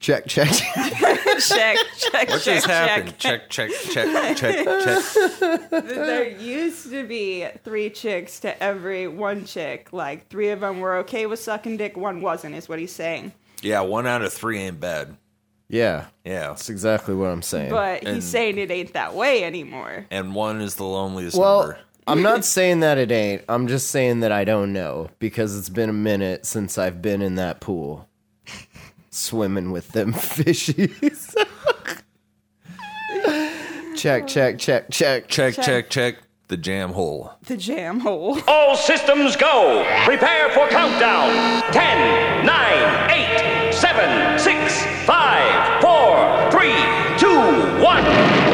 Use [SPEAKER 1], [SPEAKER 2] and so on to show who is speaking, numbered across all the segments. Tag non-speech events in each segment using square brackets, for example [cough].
[SPEAKER 1] Check, [laughs] check.
[SPEAKER 2] check, check,
[SPEAKER 3] What
[SPEAKER 2] check,
[SPEAKER 3] just happened? Check, check, check, check, check.
[SPEAKER 2] There used to be three chicks to every one chick. Like three of them were okay with sucking dick, one wasn't, is what he's saying.
[SPEAKER 3] Yeah, one out of three ain't bad.
[SPEAKER 1] yeah.
[SPEAKER 3] Yeah.
[SPEAKER 1] That's exactly what I'm saying.
[SPEAKER 2] But
[SPEAKER 3] And-
[SPEAKER 2] he's saying it ain't that way anymore.
[SPEAKER 3] And one is the loneliest
[SPEAKER 1] well,
[SPEAKER 3] number.
[SPEAKER 1] I'm [laughs] not saying that it ain't. I'm just saying that I don't know because it's been a minute since I've been in that pool swimming with them [laughs] fishies. [laughs] check, check, check, check.
[SPEAKER 3] Check, check, check. The jam hole.
[SPEAKER 2] The jam hole.
[SPEAKER 4] All systems go. Prepare for countdown. 10, 9, 8, 7, 6, 5, 4, 3, 2, 1.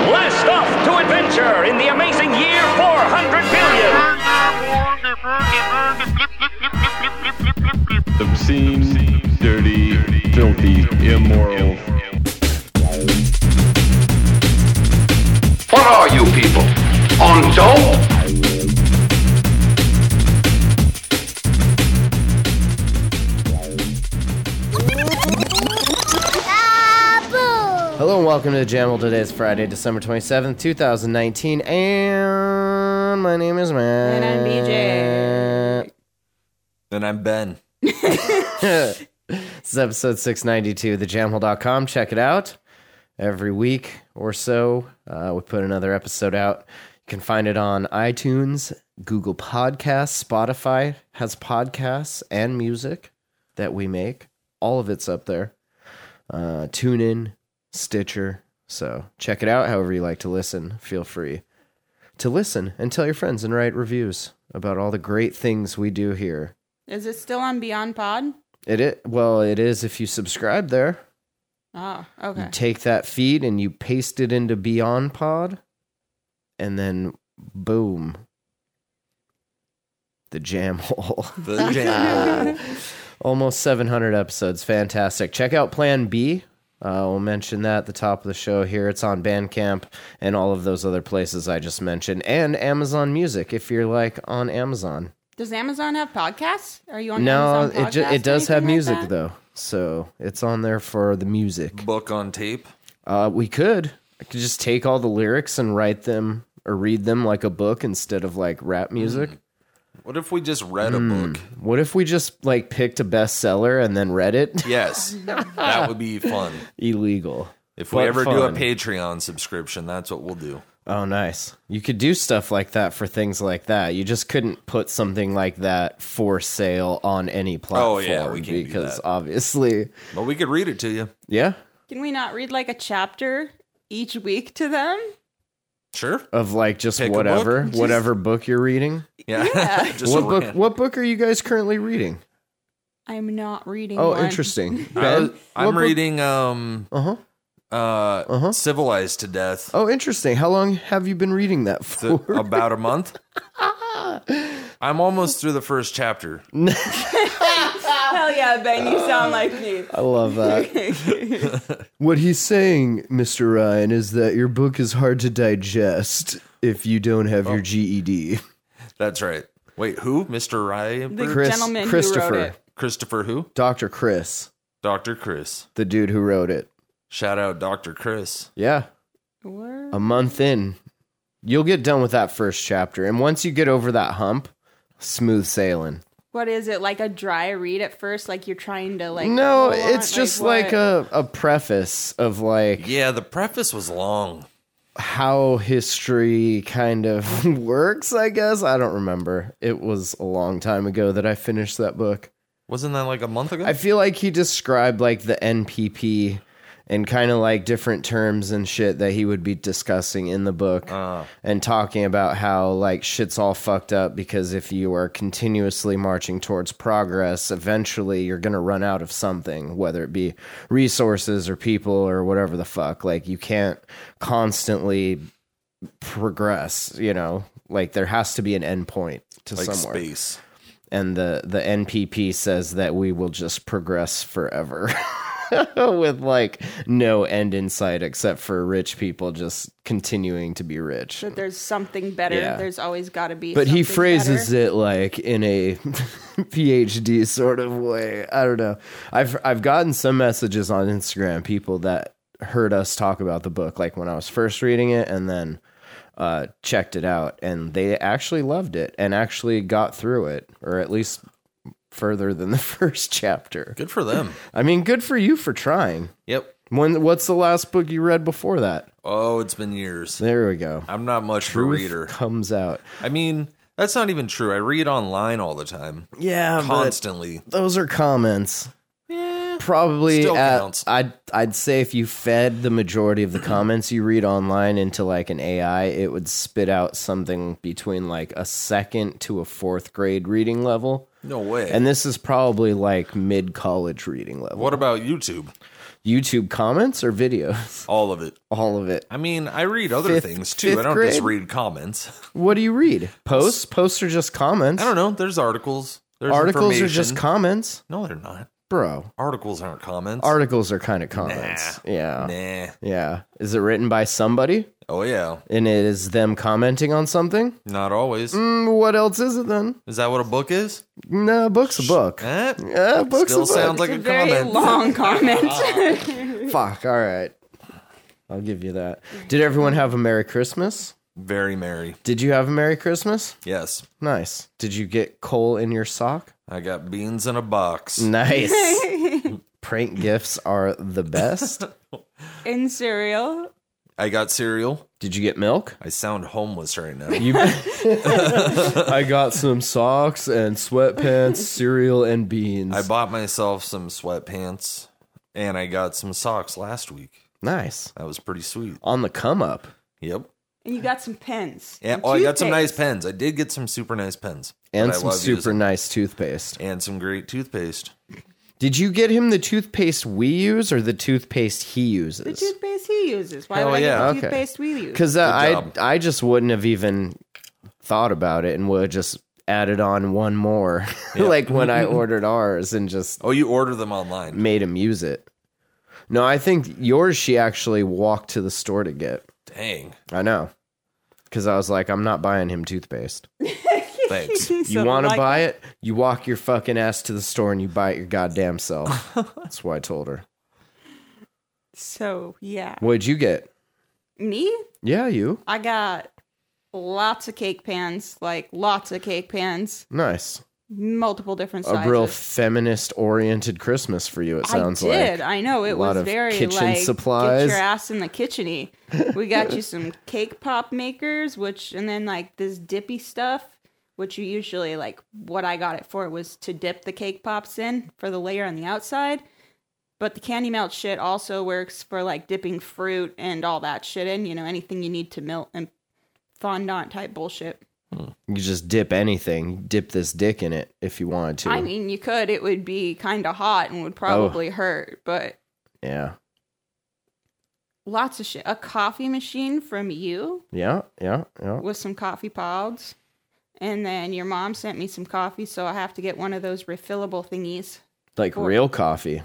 [SPEAKER 4] Blast off to adventure in the amazing year 400 billion.
[SPEAKER 5] Obscene, dirty, filthy, immoral.
[SPEAKER 6] What are you people? On dope?
[SPEAKER 1] Hello and welcome to the Jamel. Today is Friday, December 27th, 2019. And my name is Matt.
[SPEAKER 2] And I'm BJ.
[SPEAKER 3] Then I'm Ben.
[SPEAKER 1] This is episode 692 of thejamhole.com. Check it out. Every week or so, uh, we put another episode out. You can find it on iTunes, Google Podcasts, Spotify has podcasts and music that we make. All of it's up there. Uh, tune in, Stitcher. So check it out however you like to listen. Feel free to listen and tell your friends and write reviews about all the great things we do here
[SPEAKER 2] Is it still on Beyond Pod?
[SPEAKER 1] it is well, it is if you subscribe there.
[SPEAKER 2] Oh, okay.
[SPEAKER 1] You take that feed and you paste it into Beyond Pod, and then boom. The jam hole. [laughs]
[SPEAKER 3] [laughs] The jam hole.
[SPEAKER 1] Almost 700 episodes. Fantastic. Check out Plan B. Uh, we'll mention that at the top of the show here. It's on Bandcamp and all of those other places I just mentioned, and Amazon Music if you're like on Amazon.
[SPEAKER 2] Does Amazon have podcasts? Are you on
[SPEAKER 1] No,
[SPEAKER 2] Amazon
[SPEAKER 1] it, ju-
[SPEAKER 2] Podcasts
[SPEAKER 1] it
[SPEAKER 2] or
[SPEAKER 1] does have
[SPEAKER 2] anything
[SPEAKER 1] music
[SPEAKER 2] like that?
[SPEAKER 1] though, so it's on there for the music.
[SPEAKER 3] Book on tape.
[SPEAKER 1] Uh, we could. I could just take all the lyrics and write them or read them like a book instead of like rap music.
[SPEAKER 3] Mm. What if we just read
[SPEAKER 1] Hmm.
[SPEAKER 3] a book?
[SPEAKER 1] What if we just like picked a bestseller and then read it? [laughs]
[SPEAKER 3] Yes. that would be fun.
[SPEAKER 1] Illegal.
[SPEAKER 3] If we
[SPEAKER 1] But
[SPEAKER 3] ever do a
[SPEAKER 1] fun.
[SPEAKER 3] Patreon subscription, that's what we'll do.
[SPEAKER 1] Oh, nice. You could do stuff like that for things like that. You just couldn't put something like that for sale on any platform.
[SPEAKER 3] Oh, yeah, we can't do
[SPEAKER 1] because
[SPEAKER 3] that.
[SPEAKER 1] obviously,
[SPEAKER 3] But we could read it to you.
[SPEAKER 1] yeah,
[SPEAKER 2] Can we not read like a chapter each week to them?
[SPEAKER 3] Sure.
[SPEAKER 1] of like just
[SPEAKER 3] Pick a book.
[SPEAKER 1] whatever,
[SPEAKER 3] [laughs] Just-
[SPEAKER 1] whatever book you're reading.
[SPEAKER 3] Yeah. [laughs] just
[SPEAKER 1] What
[SPEAKER 3] a
[SPEAKER 1] book?
[SPEAKER 3] rant.
[SPEAKER 1] What book are you guys currently reading?
[SPEAKER 2] I'm not reading.
[SPEAKER 1] Oh,
[SPEAKER 2] one.
[SPEAKER 1] interesting.
[SPEAKER 3] I
[SPEAKER 1] Ben,
[SPEAKER 3] was- I'm
[SPEAKER 1] what book-
[SPEAKER 3] reading um
[SPEAKER 1] Uh-huh.
[SPEAKER 3] uh
[SPEAKER 1] Uh-huh.
[SPEAKER 3] Civilized to Death.
[SPEAKER 1] Oh, interesting. How long have you been reading that
[SPEAKER 3] Th-
[SPEAKER 1] for?
[SPEAKER 3] about
[SPEAKER 1] [laughs]
[SPEAKER 3] a month. I'm almost through the first chapter.
[SPEAKER 2] Hell yeah, Ben, you sound like me.
[SPEAKER 1] I love that. [laughs] what he's saying, Mr. Ryan, is that your book is hard to digest if you don't have your E GED.
[SPEAKER 3] That's right. Wait, who? Mr.
[SPEAKER 2] The
[SPEAKER 3] Rye?
[SPEAKER 1] Chris-
[SPEAKER 2] gentleman who
[SPEAKER 1] Christopher.
[SPEAKER 2] wrote it.
[SPEAKER 3] Christopher who?
[SPEAKER 1] Dr. Chris,
[SPEAKER 3] Dr. Chris.
[SPEAKER 1] the dude who wrote it.
[SPEAKER 3] Shout out Dr. Chris.
[SPEAKER 1] Yeah,
[SPEAKER 2] [laughs] Word.
[SPEAKER 1] a month in. You'll get done with that first chapter. And once you get over that hump, smooth sailing.
[SPEAKER 2] What is it like a dry read at first? Like you're trying to like
[SPEAKER 1] No,
[SPEAKER 2] hold on,
[SPEAKER 1] it's just like
[SPEAKER 2] what?
[SPEAKER 1] a, a preface of like
[SPEAKER 3] Yeah, the preface was long.
[SPEAKER 1] how history kind of [laughs] works, I guess. I don't remember. It was a long time ago that I finished that book.
[SPEAKER 3] Wasn't that like a month ago?
[SPEAKER 1] I feel like he described like the NPP and kind of like different terms and shit that he would be discussing in the book and talking about how like shit's all fucked up because if you are continuously marching towards progress, eventually you're going to run out of something, whether it be resources or people or whatever the fuck. Like you can't constantly progress, you know? Like there has to be an endpoint to
[SPEAKER 3] like
[SPEAKER 1] somewhere
[SPEAKER 3] space.
[SPEAKER 1] and the the NPP says that we will just progress forever. [laughs] with like no end in sight except for rich people just continuing to be rich.
[SPEAKER 2] That there's something better.
[SPEAKER 1] Yeah.
[SPEAKER 2] There's always got to be.
[SPEAKER 1] But he
[SPEAKER 2] something
[SPEAKER 1] phrases
[SPEAKER 2] better.
[SPEAKER 1] it like in a [laughs] PhD sort of way. I don't know. I've I've gotten some messages on Instagram people that heard us talk about the book like when I was first reading it and then uh, checked it out and they actually loved it and actually got through it or at least further than the [laughs] first chapter.
[SPEAKER 3] Good for them.
[SPEAKER 1] [laughs] I mean, good for you for trying.
[SPEAKER 3] Yep.
[SPEAKER 1] When what's the last book you read before that?
[SPEAKER 3] Oh, it's been years.
[SPEAKER 1] There we go.
[SPEAKER 3] I'm not much of a
[SPEAKER 1] Truth
[SPEAKER 3] reader.
[SPEAKER 1] comes out.
[SPEAKER 3] I mean, that's not even true. I read online all the time,
[SPEAKER 1] Yeah,
[SPEAKER 3] constantly.
[SPEAKER 1] those are comments. Probably
[SPEAKER 3] Still
[SPEAKER 1] at-
[SPEAKER 3] counts.
[SPEAKER 1] I'd I'd say if you fed the majority
[SPEAKER 3] [clears throat]
[SPEAKER 1] of the comments you read online into like an AI, it would spit out something between like a second to a fourth grade reading level.
[SPEAKER 3] No way.
[SPEAKER 1] And this is probably like mid college reading level.
[SPEAKER 3] what about YouTube?
[SPEAKER 1] YouTube comments or videos? [laughs]
[SPEAKER 3] All of it.
[SPEAKER 1] All of it.
[SPEAKER 3] I mean, I read other
[SPEAKER 1] Fifth-
[SPEAKER 3] things too. I
[SPEAKER 1] fifth
[SPEAKER 3] don't just
[SPEAKER 1] grade?
[SPEAKER 3] read comments.
[SPEAKER 1] What do you read? Posts? Posts are just comments.
[SPEAKER 3] I don't know. There's articles. There's
[SPEAKER 1] Articles are just
[SPEAKER 3] information.
[SPEAKER 1] comments.
[SPEAKER 3] no, they're not.
[SPEAKER 1] Bro,
[SPEAKER 3] Articles aren't comments.
[SPEAKER 1] articles are kind of comments. Yeah.
[SPEAKER 3] nah.
[SPEAKER 1] Yeah. Is it written by somebody?
[SPEAKER 3] Oh yeah.
[SPEAKER 1] and it is them commenting on something.
[SPEAKER 3] Not always.
[SPEAKER 1] Mm, what else is it then?
[SPEAKER 3] Is that what a book is?
[SPEAKER 1] No, a book's a book.
[SPEAKER 3] Eh?
[SPEAKER 1] Yeah, a book's
[SPEAKER 3] Still
[SPEAKER 1] a book.
[SPEAKER 3] sounds like a,
[SPEAKER 2] It's a very
[SPEAKER 3] comment.
[SPEAKER 2] long
[SPEAKER 3] [laughs]
[SPEAKER 2] comment.
[SPEAKER 1] Fuck. All right, I'll give you that. Did everyone have a Merry Christmas?
[SPEAKER 3] Very merry.
[SPEAKER 1] Did you have a Merry Christmas?
[SPEAKER 3] Yes.
[SPEAKER 1] Nice. Did you get coal in your sock?
[SPEAKER 3] I got beans in a box.
[SPEAKER 1] Nice. Prank gifts are the best.
[SPEAKER 2] [laughs] In cereal,
[SPEAKER 3] I got cereal.
[SPEAKER 1] Did you get milk?
[SPEAKER 3] I sound homeless right
[SPEAKER 1] [laughs]
[SPEAKER 3] now.
[SPEAKER 1] You. I got some socks and sweatpants, cereal and beans.
[SPEAKER 3] I bought myself some sweatpants and I got some socks last week.
[SPEAKER 1] nice.
[SPEAKER 3] That was pretty sweet.
[SPEAKER 1] On the come up.
[SPEAKER 3] Yep.
[SPEAKER 2] and you got some pens.
[SPEAKER 3] And
[SPEAKER 2] and
[SPEAKER 3] oh, I got some nice
[SPEAKER 2] toothpaste.
[SPEAKER 3] pens. I did get some super nice pens.
[SPEAKER 1] and
[SPEAKER 3] that I
[SPEAKER 1] some
[SPEAKER 3] love
[SPEAKER 1] super
[SPEAKER 3] using.
[SPEAKER 1] nice toothpaste.
[SPEAKER 3] and some great toothpaste.
[SPEAKER 1] Did you get him the toothpaste we use or the toothpaste he
[SPEAKER 2] The
[SPEAKER 1] uses?
[SPEAKER 2] toothpaste he uses. Why
[SPEAKER 3] Hell
[SPEAKER 2] would I
[SPEAKER 3] yeah.
[SPEAKER 2] get
[SPEAKER 1] Okay.
[SPEAKER 2] the toothpaste we use? [laughs]
[SPEAKER 1] Because uh,
[SPEAKER 3] Good
[SPEAKER 1] I
[SPEAKER 3] job.
[SPEAKER 1] I just wouldn't have even thought about it and would have just added on one more, [laughs] like when
[SPEAKER 3] [laughs]
[SPEAKER 1] I ordered ours and just
[SPEAKER 3] Oh, you order them online.
[SPEAKER 1] made him use it. No, I think yours she actually walked to the store to get. [laughs]
[SPEAKER 3] Dang.
[SPEAKER 1] I know. Because I was like, I'm not buying him toothpaste.
[SPEAKER 3] Thanks.
[SPEAKER 1] You want to buy it? You walk your fucking ass to the store and you buy it your goddamn self. That's what I told her.
[SPEAKER 2] So yeah,
[SPEAKER 1] What'd you get?
[SPEAKER 2] me.
[SPEAKER 1] Yeah, you.
[SPEAKER 2] I got lots of cake pans, like lots of cake pans,
[SPEAKER 1] Nice.
[SPEAKER 2] multiple different
[SPEAKER 1] A
[SPEAKER 2] sizes.
[SPEAKER 1] real feminist oriented Christmas for you, it sounds
[SPEAKER 2] I did.
[SPEAKER 1] like.
[SPEAKER 2] I know it
[SPEAKER 1] lot
[SPEAKER 2] was
[SPEAKER 1] of
[SPEAKER 2] very
[SPEAKER 1] kitchen
[SPEAKER 2] like
[SPEAKER 1] supplies.
[SPEAKER 2] get your ass in the kitcheny. We
[SPEAKER 1] [laughs]
[SPEAKER 2] got you some cake pop makers, which and then like this dippy stuff, which you usually like. What I got it for was to dip the cake pops in for the layer on the outside. But the candy melt shit also works for like dipping fruit and all that shit in. You know anything you need to melt and fondant type bullshit.
[SPEAKER 1] You just dip anything, dip this dick in it if you wanted to.
[SPEAKER 2] I mean, you could. It would be kind of hot and would
[SPEAKER 1] Oh.
[SPEAKER 2] probably hurt, but
[SPEAKER 1] yeah.
[SPEAKER 2] lots of shit. A coffee machine from you
[SPEAKER 1] Yeah, yeah, yeah.
[SPEAKER 2] with some coffee pods. And then your mom sent me some coffee, so I have to get one of those refillable thingies,
[SPEAKER 1] Like real coffee,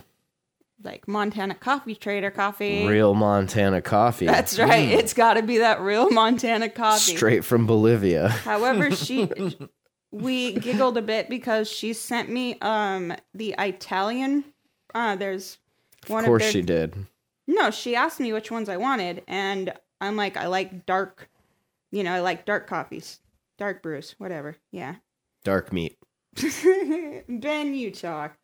[SPEAKER 2] like Montana Coffee Trader coffee.
[SPEAKER 1] real Montana coffee.
[SPEAKER 2] That's right. It's got to be that real Montana coffee.
[SPEAKER 1] Mm. straight from Bolivia. [laughs]
[SPEAKER 2] However, she we giggled a bit because she sent me um the Italian uh there's one
[SPEAKER 1] Of
[SPEAKER 2] of,
[SPEAKER 1] course
[SPEAKER 2] their
[SPEAKER 1] she did.
[SPEAKER 2] No, she asked me which ones I wanted, and I'm like, I like dark, you know, I like dark coffees, dark brews, whatever. Yeah. [laughs]
[SPEAKER 1] Dark meat.
[SPEAKER 2] ben, you talk.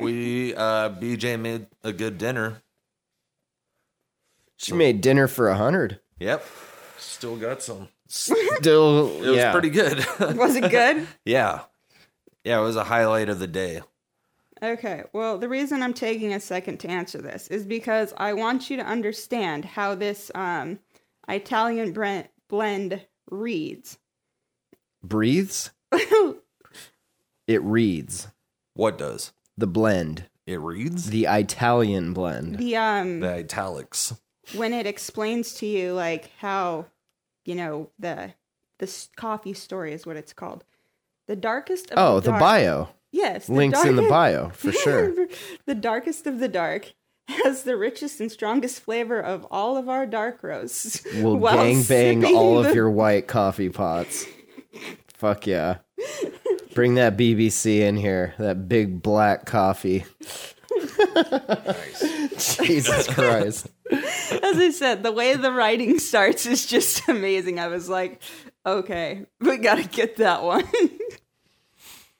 [SPEAKER 3] we uh BJ made a good dinner.
[SPEAKER 1] She made dinner for a
[SPEAKER 2] [laughs]
[SPEAKER 1] hundred.
[SPEAKER 3] Yep. Still got some.
[SPEAKER 1] Still,
[SPEAKER 3] It was
[SPEAKER 1] yeah.
[SPEAKER 3] pretty good. [laughs]
[SPEAKER 2] Was it good?
[SPEAKER 3] yeah. Yeah, it was a highlight of the day.
[SPEAKER 2] [laughs] Okay, well, the reason I'm taking a second to answer this is because I want you to understand how this um, Italian bre- blend reads. [laughs]
[SPEAKER 1] breathes. It reads
[SPEAKER 3] What does?
[SPEAKER 1] the blend,
[SPEAKER 3] It reads
[SPEAKER 1] the Italian blend.
[SPEAKER 2] The um,
[SPEAKER 3] the italics.
[SPEAKER 2] when it explains to you like how you know the the s- coffee story is what it's called the darkest of
[SPEAKER 1] oh, the
[SPEAKER 2] dark-
[SPEAKER 1] bio.
[SPEAKER 2] Yes.
[SPEAKER 1] Links in the
[SPEAKER 2] dark-
[SPEAKER 1] bio
[SPEAKER 2] [laughs]
[SPEAKER 1] for sure.
[SPEAKER 2] the darkest of the dark has the richest and strongest flavor of all of our dark roasts. [laughs]
[SPEAKER 1] We'll
[SPEAKER 2] while
[SPEAKER 1] gangbang
[SPEAKER 2] sipping
[SPEAKER 1] all of
[SPEAKER 2] the-
[SPEAKER 1] your white coffee pots. Fuck yeah. Bring that BBC in here, that big black coffee. [laughs] Jesus Christ.
[SPEAKER 2] As I said, the way the writing starts is just [laughs] amazing. I was like, okay, [laughs] we gotta get that one. [laughs]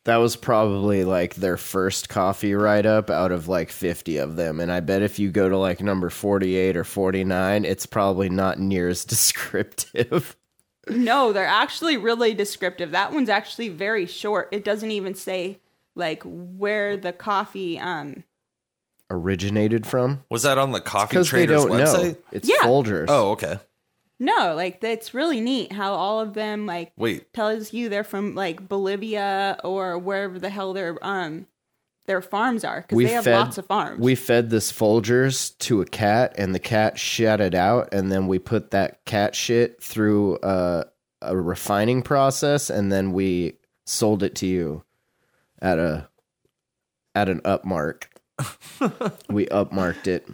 [SPEAKER 1] That was probably like their first coffee write up out of like 50 of them. And I bet if you go to like number 48 or 49, it's probably not near as [laughs] descriptive.
[SPEAKER 2] no, they're actually really descriptive. That one's actually very short. It doesn't even say like where the coffee um
[SPEAKER 1] Originated from?
[SPEAKER 3] Was that on the coffee
[SPEAKER 1] Because they
[SPEAKER 3] traders
[SPEAKER 1] don't
[SPEAKER 3] website?
[SPEAKER 1] know. It's
[SPEAKER 2] Yeah.
[SPEAKER 1] Folgers.
[SPEAKER 3] Oh, okay.
[SPEAKER 2] no, like that's really neat how all of them like
[SPEAKER 3] Wait,
[SPEAKER 2] tells you they're from like Bolivia or wherever the hell their um their farms are because
[SPEAKER 1] We
[SPEAKER 2] they have
[SPEAKER 1] fed-
[SPEAKER 2] lots of farms.
[SPEAKER 1] We fed this Folgers to a cat, and the cat shat it out, and then we put that cat shit through a, a refining process, and then we sold it to you at a at an upmark. we upmarked it.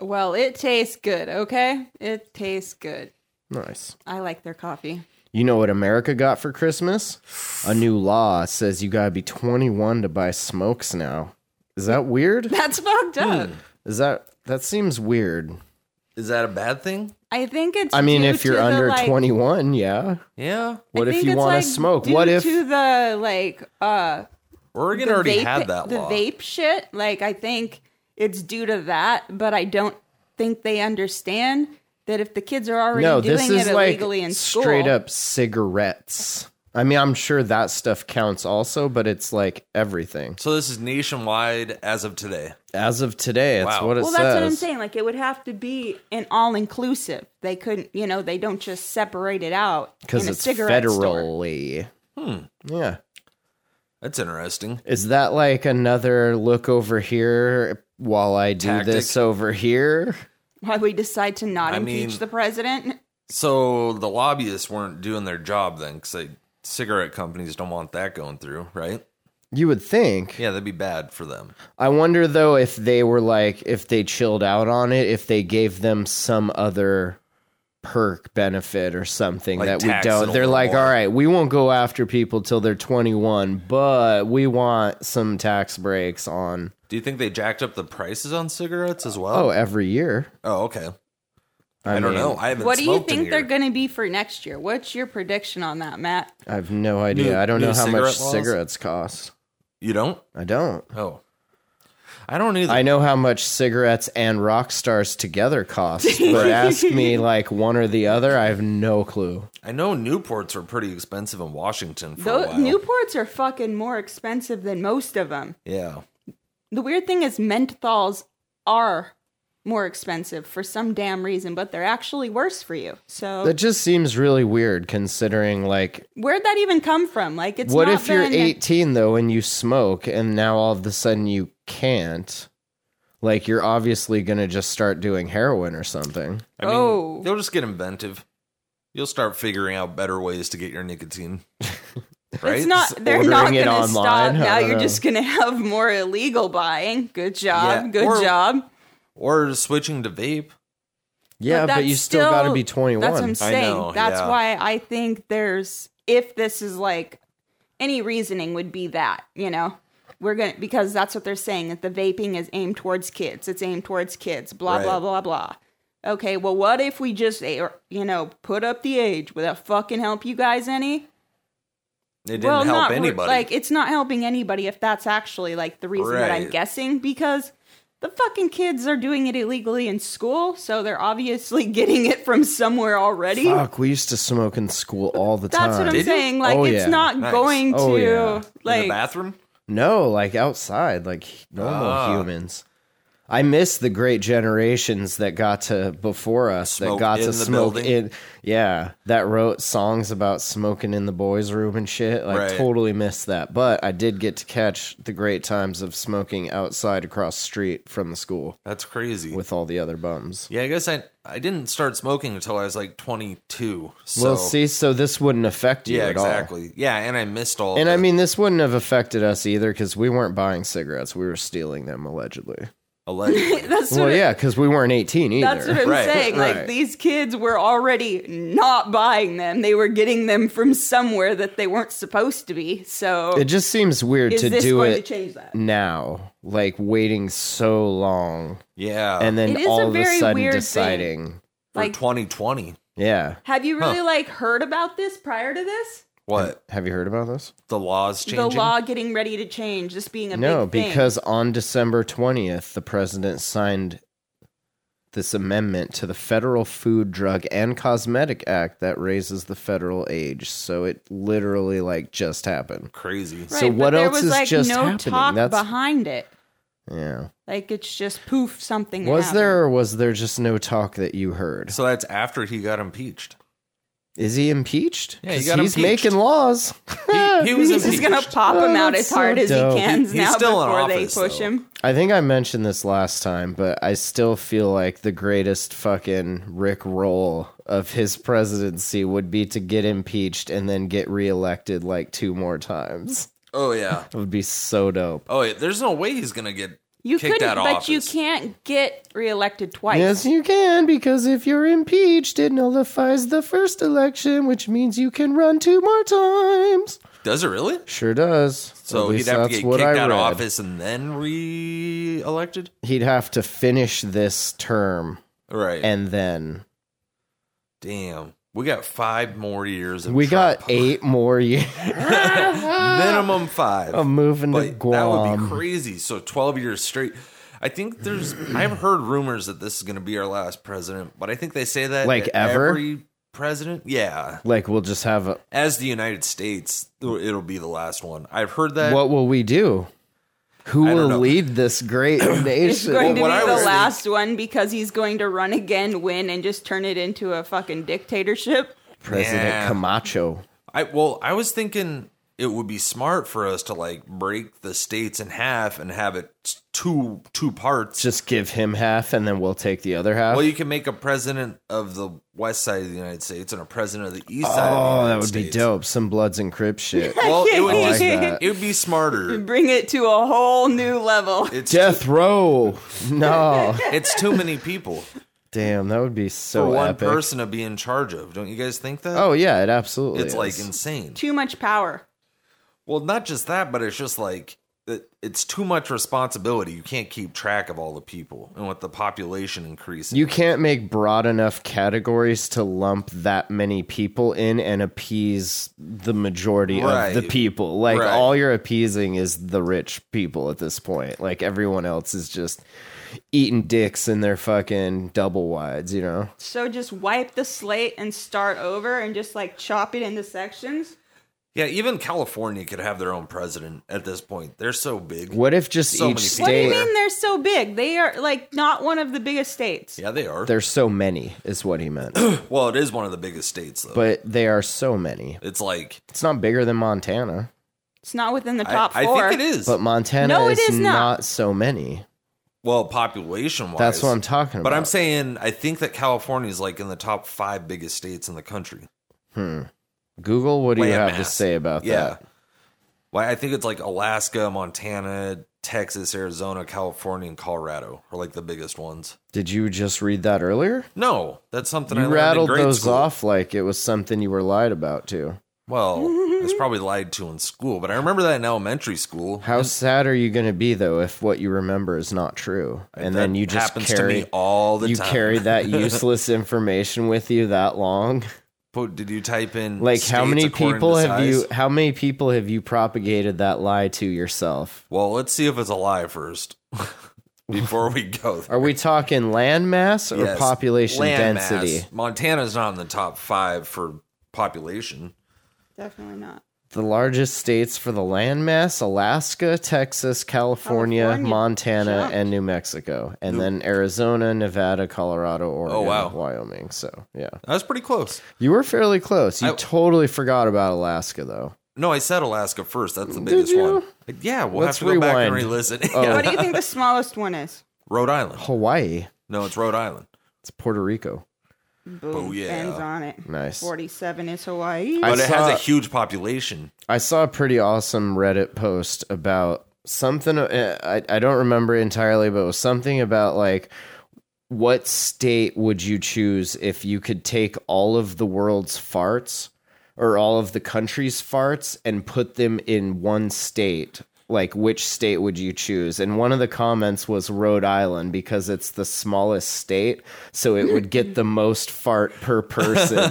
[SPEAKER 2] well, it tastes good. Okay, it tastes good.
[SPEAKER 1] Nice.
[SPEAKER 2] I like their coffee. [laughs]
[SPEAKER 1] You know what America got for Christmas? A new law says you gotta be 21 to buy smokes now. Is that weird?
[SPEAKER 2] That's fucked up.
[SPEAKER 1] Is that that seems weird?
[SPEAKER 3] is that a bad thing?
[SPEAKER 2] I think it's.
[SPEAKER 1] I mean,
[SPEAKER 2] due
[SPEAKER 1] if you're
[SPEAKER 2] to the,
[SPEAKER 1] under
[SPEAKER 2] like-
[SPEAKER 1] 21, yeah.
[SPEAKER 3] Yeah.
[SPEAKER 1] What
[SPEAKER 2] I
[SPEAKER 1] if
[SPEAKER 2] think
[SPEAKER 1] you
[SPEAKER 2] it's,
[SPEAKER 1] want
[SPEAKER 2] like,
[SPEAKER 1] to smoke?
[SPEAKER 2] due
[SPEAKER 1] What if
[SPEAKER 2] to the like uh
[SPEAKER 3] Oregon
[SPEAKER 2] the
[SPEAKER 3] already
[SPEAKER 2] vape,
[SPEAKER 3] had that
[SPEAKER 2] the
[SPEAKER 3] law.
[SPEAKER 2] vape shit? Like, I think it's due to that, but I don't think they understand that if the kids are already
[SPEAKER 1] no?
[SPEAKER 2] doing
[SPEAKER 1] This is
[SPEAKER 2] it
[SPEAKER 1] like
[SPEAKER 2] illegally in school,
[SPEAKER 1] straight up cigarettes. I mean, I'm sure that stuff counts also, but it's like everything
[SPEAKER 3] So this is nationwide as of today.
[SPEAKER 1] as of today. That's
[SPEAKER 3] Wow.
[SPEAKER 1] what it
[SPEAKER 2] Well,
[SPEAKER 1] says.
[SPEAKER 2] that's what I'm saying. Like, it would have to be an all inclusive. They couldn't, you know, they don't just separate it out
[SPEAKER 1] Because
[SPEAKER 2] in a
[SPEAKER 1] it's
[SPEAKER 2] cigarette store.
[SPEAKER 1] federally. Hmm. Yeah.
[SPEAKER 3] That's interesting.
[SPEAKER 1] Is that like another look over here while I do
[SPEAKER 3] Tactic.
[SPEAKER 1] this over here?
[SPEAKER 2] Why we decide to not
[SPEAKER 3] I
[SPEAKER 2] impeach
[SPEAKER 3] mean-
[SPEAKER 2] the president?
[SPEAKER 3] So the lobbyists weren't doing their job then because cigarette companies don't want that going through, right?
[SPEAKER 1] You would think.
[SPEAKER 3] Yeah, that'd be bad for them.
[SPEAKER 1] I wonder though if they were like if they chilled out on it, if they gave them some other perk benefit or something
[SPEAKER 3] Like
[SPEAKER 1] that we
[SPEAKER 3] tax it
[SPEAKER 1] don't.
[SPEAKER 3] a
[SPEAKER 1] They're
[SPEAKER 3] little
[SPEAKER 1] like,
[SPEAKER 3] more.
[SPEAKER 1] all right, we won't go after people till they're 21, but we want some tax breaks on
[SPEAKER 3] Do you think they jacked up the prices on cigarettes as well?
[SPEAKER 1] oh every year.
[SPEAKER 3] Oh, okay.
[SPEAKER 1] I,
[SPEAKER 3] I, don't
[SPEAKER 1] mean,
[SPEAKER 3] know. I haven't.
[SPEAKER 2] What do you
[SPEAKER 3] smoked in
[SPEAKER 2] think
[SPEAKER 3] a
[SPEAKER 2] they're
[SPEAKER 3] year.
[SPEAKER 2] going to be for next year? What's your prediction on that, Matt?
[SPEAKER 1] I have no idea.
[SPEAKER 3] New-
[SPEAKER 1] I don't
[SPEAKER 3] new
[SPEAKER 1] know how much
[SPEAKER 3] cigarette laws?
[SPEAKER 1] cigarettes cost.
[SPEAKER 3] You don't?
[SPEAKER 1] I don't.
[SPEAKER 3] Oh, I don't either.
[SPEAKER 1] I know how much cigarettes and rock stars together cost, but
[SPEAKER 3] [laughs]
[SPEAKER 1] ask me like one or the other, I have no clue.
[SPEAKER 3] I know Newports were pretty expensive in Washington for a
[SPEAKER 2] Those
[SPEAKER 3] while.
[SPEAKER 2] Newports are fucking more expensive than most of them.
[SPEAKER 3] yeah,
[SPEAKER 2] The weird thing is, menthols are more expensive for some damn reason, but they're actually worse for you. So
[SPEAKER 1] That just seems really weird considering like
[SPEAKER 2] where'd that even come from? Like, it's
[SPEAKER 1] what
[SPEAKER 2] not
[SPEAKER 1] if you're
[SPEAKER 2] been-
[SPEAKER 1] 18 though and you smoke and now all of a sudden you can't? Like you're obviously going to just start doing heroin or something.
[SPEAKER 3] I mean,
[SPEAKER 2] Oh.
[SPEAKER 3] they'll just get inventive. You'll start figuring out better ways to get
[SPEAKER 1] [laughs]
[SPEAKER 3] your nicotine. right?
[SPEAKER 2] It's not. They're
[SPEAKER 1] ordering
[SPEAKER 2] not
[SPEAKER 1] it
[SPEAKER 2] going to
[SPEAKER 1] online.
[SPEAKER 2] stop.
[SPEAKER 1] I
[SPEAKER 2] Now
[SPEAKER 1] don't
[SPEAKER 2] you're
[SPEAKER 1] know.
[SPEAKER 2] just going to have more illegal buying. Good job.
[SPEAKER 3] Yeah,
[SPEAKER 2] Good
[SPEAKER 3] or-
[SPEAKER 2] job.
[SPEAKER 3] Or switching to vape.
[SPEAKER 1] Yeah, but,
[SPEAKER 2] that's
[SPEAKER 1] you still, got to be
[SPEAKER 2] That's what
[SPEAKER 1] 21.
[SPEAKER 2] I'm saying.
[SPEAKER 3] know,
[SPEAKER 2] that's
[SPEAKER 3] yeah.
[SPEAKER 2] why I think there's. If this is like any reasoning would be that you know we're gonna because that's what they're saying that the vaping is aimed towards kids. It's aimed towards kids. Blah
[SPEAKER 3] Right.
[SPEAKER 2] blah blah blah. Okay, well, what if we just eh, or, you know put up the age? Would that fucking help you guys any?
[SPEAKER 3] It didn't help
[SPEAKER 2] re-
[SPEAKER 3] anybody.
[SPEAKER 2] Like it's not helping anybody if that's actually like the reason that I'm
[SPEAKER 3] Right.
[SPEAKER 2] guessing because the fucking kids are doing it illegally in school, so they're obviously [laughs] getting it from somewhere already.
[SPEAKER 1] Fuck, we used to smoke in school all the time.
[SPEAKER 2] That's what I'm
[SPEAKER 3] Did you?
[SPEAKER 2] saying. Like
[SPEAKER 1] Oh,
[SPEAKER 2] it's
[SPEAKER 1] yeah.
[SPEAKER 2] not
[SPEAKER 3] Nice.
[SPEAKER 2] going to
[SPEAKER 1] Oh, yeah. In the
[SPEAKER 3] in the
[SPEAKER 2] like
[SPEAKER 3] bathroom.
[SPEAKER 1] No, like outside, like normal
[SPEAKER 3] Ah.
[SPEAKER 1] humans. I miss the great generations that got to before us that
[SPEAKER 3] Smoke
[SPEAKER 1] got
[SPEAKER 3] in
[SPEAKER 1] to
[SPEAKER 3] the
[SPEAKER 1] smoke
[SPEAKER 3] building.
[SPEAKER 1] in. Yeah, that wrote songs about smoking in the boys' room and shit. Like
[SPEAKER 3] Right.
[SPEAKER 1] totally missed that, but I did get to catch the great times of smoking outside across the street from the school
[SPEAKER 3] That's crazy.
[SPEAKER 1] with all the other bums.
[SPEAKER 3] yeah, I guess I I didn't start smoking until I was like 22. So
[SPEAKER 1] well, see, so this wouldn't affect you
[SPEAKER 3] yeah,
[SPEAKER 1] at all.
[SPEAKER 3] exactly. Yeah, and I missed all.
[SPEAKER 1] And
[SPEAKER 3] of
[SPEAKER 1] I
[SPEAKER 3] the-
[SPEAKER 1] mean, this wouldn't have affected us either because we weren't buying cigarettes; we were stealing them allegedly. [laughs]
[SPEAKER 3] allegedly.
[SPEAKER 2] That's
[SPEAKER 1] Well,
[SPEAKER 2] what
[SPEAKER 1] yeah, because we weren't eighteen either.
[SPEAKER 2] That's what I'm
[SPEAKER 3] Right,
[SPEAKER 2] saying.
[SPEAKER 1] right.
[SPEAKER 2] Like these kids were already not buying them. They were getting them from somewhere that they weren't supposed to be. So
[SPEAKER 1] [laughs] It just seems weird
[SPEAKER 2] is
[SPEAKER 1] to
[SPEAKER 2] this
[SPEAKER 1] do
[SPEAKER 2] going
[SPEAKER 1] it
[SPEAKER 2] to change that?
[SPEAKER 1] now, like waiting so long
[SPEAKER 3] yeah,
[SPEAKER 1] and then
[SPEAKER 2] It is
[SPEAKER 1] all
[SPEAKER 2] a
[SPEAKER 1] of a
[SPEAKER 2] very
[SPEAKER 1] sudden
[SPEAKER 2] weird
[SPEAKER 1] deciding.
[SPEAKER 3] for
[SPEAKER 2] Like
[SPEAKER 3] 2020.
[SPEAKER 1] Yeah.
[SPEAKER 2] have you really like heard about this prior to this?
[SPEAKER 3] What
[SPEAKER 1] Have you heard about this?
[SPEAKER 3] the laws changing?
[SPEAKER 2] The law getting ready to change, this being a
[SPEAKER 1] No,
[SPEAKER 2] big thing.
[SPEAKER 1] because on December 20th, the president signed this amendment to the Federal Food, Drug, and Cosmetic Act that raises the federal age. So it literally like just happened.
[SPEAKER 3] crazy.
[SPEAKER 2] right,
[SPEAKER 1] so
[SPEAKER 2] but
[SPEAKER 1] what
[SPEAKER 2] there
[SPEAKER 1] else
[SPEAKER 2] was
[SPEAKER 1] is
[SPEAKER 2] like
[SPEAKER 1] just
[SPEAKER 2] no
[SPEAKER 1] happening?
[SPEAKER 2] talk
[SPEAKER 1] That's-
[SPEAKER 2] behind it.
[SPEAKER 1] Yeah.
[SPEAKER 2] Like it's just poof something. that
[SPEAKER 1] Was
[SPEAKER 2] happened.
[SPEAKER 1] there or was there just no talk that you heard?
[SPEAKER 3] So that's after he got impeached.
[SPEAKER 1] Is he impeached?
[SPEAKER 3] Yeah, he
[SPEAKER 1] 'Cause
[SPEAKER 3] got
[SPEAKER 1] he's
[SPEAKER 3] impeached.
[SPEAKER 1] making laws. [laughs]
[SPEAKER 3] He, he
[SPEAKER 2] [laughs] He's
[SPEAKER 3] was
[SPEAKER 2] just
[SPEAKER 3] impeached.
[SPEAKER 2] gonna pop him out
[SPEAKER 1] Oh, That's
[SPEAKER 2] as hard
[SPEAKER 1] so
[SPEAKER 2] as he
[SPEAKER 1] dope.
[SPEAKER 2] can
[SPEAKER 3] He's
[SPEAKER 2] now
[SPEAKER 3] still in
[SPEAKER 2] before
[SPEAKER 3] office,
[SPEAKER 2] they push
[SPEAKER 3] though.
[SPEAKER 2] him.
[SPEAKER 1] I think I mentioned this last time, but I still feel like the greatest fucking Rick roll of his presidency would be to get impeached and then get reelected like two more times.
[SPEAKER 3] Oh yeah.
[SPEAKER 1] It would be so dope.
[SPEAKER 3] Oh, yeah. there's no way he's gonna get
[SPEAKER 2] You
[SPEAKER 3] kicked
[SPEAKER 2] could,
[SPEAKER 3] out of
[SPEAKER 2] but
[SPEAKER 3] office.
[SPEAKER 2] you can't get reelected twice.
[SPEAKER 1] Yes, you can, because if you're impeached, it nullifies the first election, which means you can run two more times.
[SPEAKER 3] Does it really?
[SPEAKER 1] Sure does. At
[SPEAKER 3] So he'd
[SPEAKER 1] least
[SPEAKER 3] have to
[SPEAKER 1] that's
[SPEAKER 3] get
[SPEAKER 1] what
[SPEAKER 3] kicked
[SPEAKER 1] I
[SPEAKER 3] out of
[SPEAKER 1] read.
[SPEAKER 3] office and then re-elected.
[SPEAKER 1] He'd have to finish this term
[SPEAKER 3] Right.
[SPEAKER 1] and then
[SPEAKER 3] damn, we got five more years. Of
[SPEAKER 1] we
[SPEAKER 3] Trump.
[SPEAKER 1] got eight more [laughs] years
[SPEAKER 3] minimum five.
[SPEAKER 1] of moving to
[SPEAKER 3] but that would
[SPEAKER 1] Guam.
[SPEAKER 3] be crazy. So twelve years straight. I think there's. I've heard rumors that this is going to be our last president, but I think they say that
[SPEAKER 1] Like
[SPEAKER 3] to
[SPEAKER 1] ever?
[SPEAKER 3] every president. Yeah,
[SPEAKER 1] like we'll just have a,
[SPEAKER 3] as the United States, it'll be the last one. I've heard that.
[SPEAKER 1] what will we do? Who
[SPEAKER 3] I don't
[SPEAKER 1] will
[SPEAKER 3] know.
[SPEAKER 1] lead this
[SPEAKER 3] [coughs]
[SPEAKER 1] great
[SPEAKER 2] It's
[SPEAKER 1] nation?
[SPEAKER 2] going to
[SPEAKER 3] Well, what
[SPEAKER 2] be
[SPEAKER 3] I
[SPEAKER 2] the
[SPEAKER 3] was-
[SPEAKER 2] last one because he's going to run again, win, and just turn it into a fucking dictatorship.
[SPEAKER 1] President
[SPEAKER 3] Yeah.
[SPEAKER 1] Camacho.
[SPEAKER 3] I well, I was thinking it would be smart for us to like break the states in half and have it s- two two parts.
[SPEAKER 1] Just give him half and then we'll take the other half.
[SPEAKER 3] well, you can make a president of the west side of the United States and a president of the east side. of the
[SPEAKER 1] oh,
[SPEAKER 3] United
[SPEAKER 1] that would be
[SPEAKER 3] States.
[SPEAKER 1] dope. Some Bloods and Crips
[SPEAKER 3] [laughs]
[SPEAKER 1] shit.
[SPEAKER 3] Well, it would
[SPEAKER 1] I like
[SPEAKER 3] just,
[SPEAKER 1] that.
[SPEAKER 3] it would be smarter.
[SPEAKER 2] Bring it to a whole new level. [laughs]
[SPEAKER 3] It's
[SPEAKER 1] Death
[SPEAKER 3] [laughs]
[SPEAKER 1] row. No.
[SPEAKER 3] It's too many people
[SPEAKER 1] Damn, that would be [laughs]
[SPEAKER 3] for
[SPEAKER 1] so
[SPEAKER 3] one
[SPEAKER 1] epic.
[SPEAKER 3] person to be in charge of. Don't you guys think that?
[SPEAKER 1] Oh yeah, it absolutely.
[SPEAKER 3] it's like
[SPEAKER 1] is.
[SPEAKER 3] insane.
[SPEAKER 2] Too much power.
[SPEAKER 3] Well, not just that, but it's just like it, it's too much responsibility. You can't keep track of all the people and with the population increasing.
[SPEAKER 1] you can't make broad enough categories to lump that many people in and appease the majority
[SPEAKER 3] Right.
[SPEAKER 1] of the people. Like
[SPEAKER 3] Right.
[SPEAKER 1] all you're appeasing is the rich people at this point. Like everyone else is just eating dicks in their fucking double wides, you know?
[SPEAKER 2] So just wipe the slate and start over and just like chop it into sections.
[SPEAKER 3] yeah, even California could have their own president at this point. They're so big.
[SPEAKER 1] What if just
[SPEAKER 3] So
[SPEAKER 1] each
[SPEAKER 3] many
[SPEAKER 1] state
[SPEAKER 2] What do you
[SPEAKER 3] Damn.
[SPEAKER 2] mean they're so big? They are like not one of the biggest states.
[SPEAKER 3] Yeah, they are.
[SPEAKER 1] there's so many is what he
[SPEAKER 3] [clears throat]
[SPEAKER 1] meant.
[SPEAKER 3] well, it is one of the biggest states though.
[SPEAKER 1] but they are so many.
[SPEAKER 3] it's like
[SPEAKER 1] It's not bigger than Montana.
[SPEAKER 2] It's not within the
[SPEAKER 3] I-
[SPEAKER 2] top
[SPEAKER 3] I,
[SPEAKER 2] four.
[SPEAKER 3] think it is.
[SPEAKER 1] But Montana
[SPEAKER 2] No, it
[SPEAKER 1] is,
[SPEAKER 2] is
[SPEAKER 1] not.
[SPEAKER 2] not.
[SPEAKER 1] so many.
[SPEAKER 3] well, population wise.
[SPEAKER 1] That's what I'm talking about.
[SPEAKER 3] But I'm saying I think that California is like in the top five biggest states in the country.
[SPEAKER 1] Google, what do you
[SPEAKER 3] Land
[SPEAKER 1] have to
[SPEAKER 3] mass.
[SPEAKER 1] say about
[SPEAKER 3] yeah.
[SPEAKER 1] that?
[SPEAKER 3] Well, I think it's like Alaska, Montana, Texas, Arizona, California, and Colorado are like the biggest ones.
[SPEAKER 1] Did you just read that earlier?
[SPEAKER 3] No, that's something I
[SPEAKER 1] You
[SPEAKER 3] learned
[SPEAKER 1] rattled
[SPEAKER 3] in grade
[SPEAKER 1] those
[SPEAKER 3] school.
[SPEAKER 1] off like it was something you were lied about to. [laughs]
[SPEAKER 3] Well, I was probably lied to in school, but I remember that in elementary school.
[SPEAKER 1] How sad are you going to be though if what you remember is not true, and
[SPEAKER 3] That
[SPEAKER 1] then you just
[SPEAKER 3] happens
[SPEAKER 1] carry
[SPEAKER 3] to me all the
[SPEAKER 1] you
[SPEAKER 3] time. [laughs]
[SPEAKER 1] carry that useless information with you that long?
[SPEAKER 3] But Did you type in
[SPEAKER 1] Like how
[SPEAKER 3] states
[SPEAKER 1] many
[SPEAKER 3] according
[SPEAKER 1] people
[SPEAKER 3] to
[SPEAKER 1] have you?
[SPEAKER 3] size?
[SPEAKER 1] How many people have you propagated that lie to yourself?
[SPEAKER 3] Well, let's see if it's a lie first [laughs] before we
[SPEAKER 1] [laughs]
[SPEAKER 3] go. There.
[SPEAKER 1] Are we talking land mass or
[SPEAKER 3] Yes.
[SPEAKER 1] population
[SPEAKER 3] Land mass.
[SPEAKER 1] density?
[SPEAKER 3] Montana's not in the top five for population.
[SPEAKER 2] Definitely not.
[SPEAKER 1] The largest states for the landmass Alaska, Texas, California,
[SPEAKER 2] California.
[SPEAKER 1] Montana,
[SPEAKER 2] Shocked.
[SPEAKER 1] and New Mexico. And then Arizona, Nevada, Colorado, Oregon,
[SPEAKER 3] Oh, wow.
[SPEAKER 1] Wyoming. So, yeah.
[SPEAKER 3] That was pretty close.
[SPEAKER 1] You were fairly close. You
[SPEAKER 3] I-
[SPEAKER 1] totally forgot about Alaska, though.
[SPEAKER 3] No, I said Alaska first. That's the biggest
[SPEAKER 1] you?
[SPEAKER 3] one. Yeah, we'll
[SPEAKER 1] Let's
[SPEAKER 3] have to go back and
[SPEAKER 1] rewind. Oh.
[SPEAKER 3] re-listen. [laughs]
[SPEAKER 2] What do you think the smallest one is?
[SPEAKER 3] Rhode Island.
[SPEAKER 1] Hawaii.
[SPEAKER 3] No, it's Rhode Island.
[SPEAKER 1] It's Puerto Rico.
[SPEAKER 2] Boom.
[SPEAKER 3] Oh, yeah.
[SPEAKER 2] Ends on it.
[SPEAKER 1] Nice.
[SPEAKER 2] 47 is Hawaii.
[SPEAKER 1] I
[SPEAKER 3] But it has
[SPEAKER 1] saw-
[SPEAKER 3] a huge population.
[SPEAKER 1] I saw a pretty awesome Reddit post about something. uh, I, I don't remember entirely, but it was something about like what state would you choose if you could take all of the world's farts or all of the country's farts and put them in one state? Like, which state would you choose? And one of the comments was Rhode Island because it's the smallest state, so it would get the most fart per person.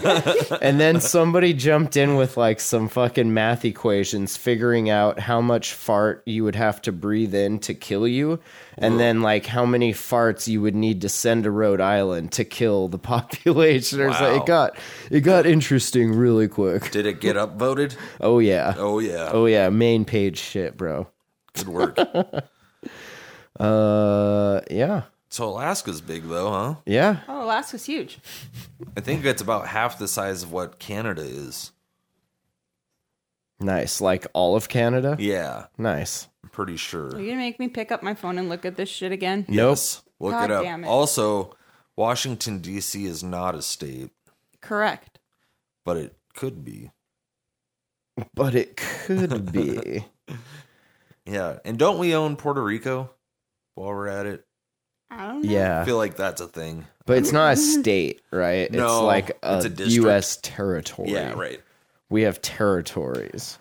[SPEAKER 1] and then somebody jumped in with like some fucking math equations figuring out how much fart you would have to breathe in to kill you and then like how many farts you would need to send to Rhode Island to kill the [laughs] population or something.
[SPEAKER 3] Wow.
[SPEAKER 1] it got it got interesting really quick
[SPEAKER 3] Did it get upvoted?
[SPEAKER 1] oh yeah oh,
[SPEAKER 3] Oh yeah.
[SPEAKER 1] yeah main page shit bro [laughs]
[SPEAKER 3] Good work.
[SPEAKER 1] uh yeah
[SPEAKER 3] so Alaska's big though, huh?
[SPEAKER 1] yeah
[SPEAKER 2] Oh, Alaska's huge.
[SPEAKER 3] I think it's about half the size of what Canada is.
[SPEAKER 1] nice like all of Canada
[SPEAKER 3] Yeah,
[SPEAKER 1] nice
[SPEAKER 3] I'm pretty sure.
[SPEAKER 2] Are you going to make me pick up my phone and look at this shit again?
[SPEAKER 3] Yes. Look
[SPEAKER 2] God
[SPEAKER 3] it up.
[SPEAKER 2] damn it.
[SPEAKER 3] Also, Washington D.C. is not a state,
[SPEAKER 2] Correct.
[SPEAKER 3] but it could be.
[SPEAKER 1] nope but it could
[SPEAKER 3] [laughs]
[SPEAKER 1] be
[SPEAKER 3] Yeah, and don't we own Puerto Rico? While we're at it,
[SPEAKER 2] I don't know.
[SPEAKER 1] yeah
[SPEAKER 3] I feel like that's a thing.
[SPEAKER 1] But it's not a state, right? it's
[SPEAKER 3] No,
[SPEAKER 1] like a,
[SPEAKER 3] it's a district.
[SPEAKER 1] U.S. territory.
[SPEAKER 3] Yeah, right.
[SPEAKER 1] We have territories.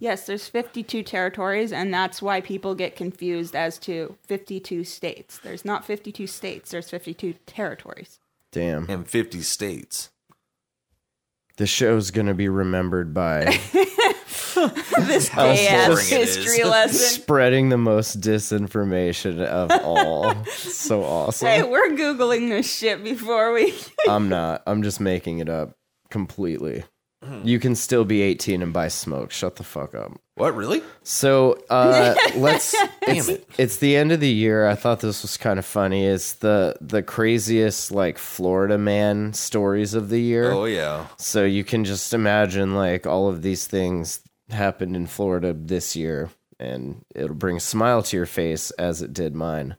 [SPEAKER 2] Yes, there's 52 territories, and that's why people get confused as to 52 states. There's not 52 states, there's 52 territories.
[SPEAKER 1] Damn.
[SPEAKER 3] And 50 states.
[SPEAKER 1] The show's going to be remembered
[SPEAKER 3] [laughs]
[SPEAKER 1] by
[SPEAKER 2] This
[SPEAKER 1] How
[SPEAKER 2] gay ass
[SPEAKER 3] boring it is.
[SPEAKER 2] history
[SPEAKER 3] [laughs]
[SPEAKER 2] lesson.
[SPEAKER 1] spreading the most disinformation of all.
[SPEAKER 3] [laughs]
[SPEAKER 1] so
[SPEAKER 2] Hey,
[SPEAKER 1] awesome.
[SPEAKER 2] we're Googling this shit before we. [laughs]
[SPEAKER 1] I'm not. I'm just making it up completely.
[SPEAKER 3] Hmm.
[SPEAKER 1] You can still be 18 and buy smoke. Shut the fuck up.
[SPEAKER 3] What really?
[SPEAKER 1] So
[SPEAKER 3] [laughs]
[SPEAKER 1] uh, let's. It's,
[SPEAKER 3] it.
[SPEAKER 1] it's the end of the year. I thought this was kind of funny. It's the the craziest like Florida man stories of the year.
[SPEAKER 3] Oh yeah.
[SPEAKER 1] So you can just imagine like all of these things happened in Florida this year, and it'll bring a smile to your face as it did mine.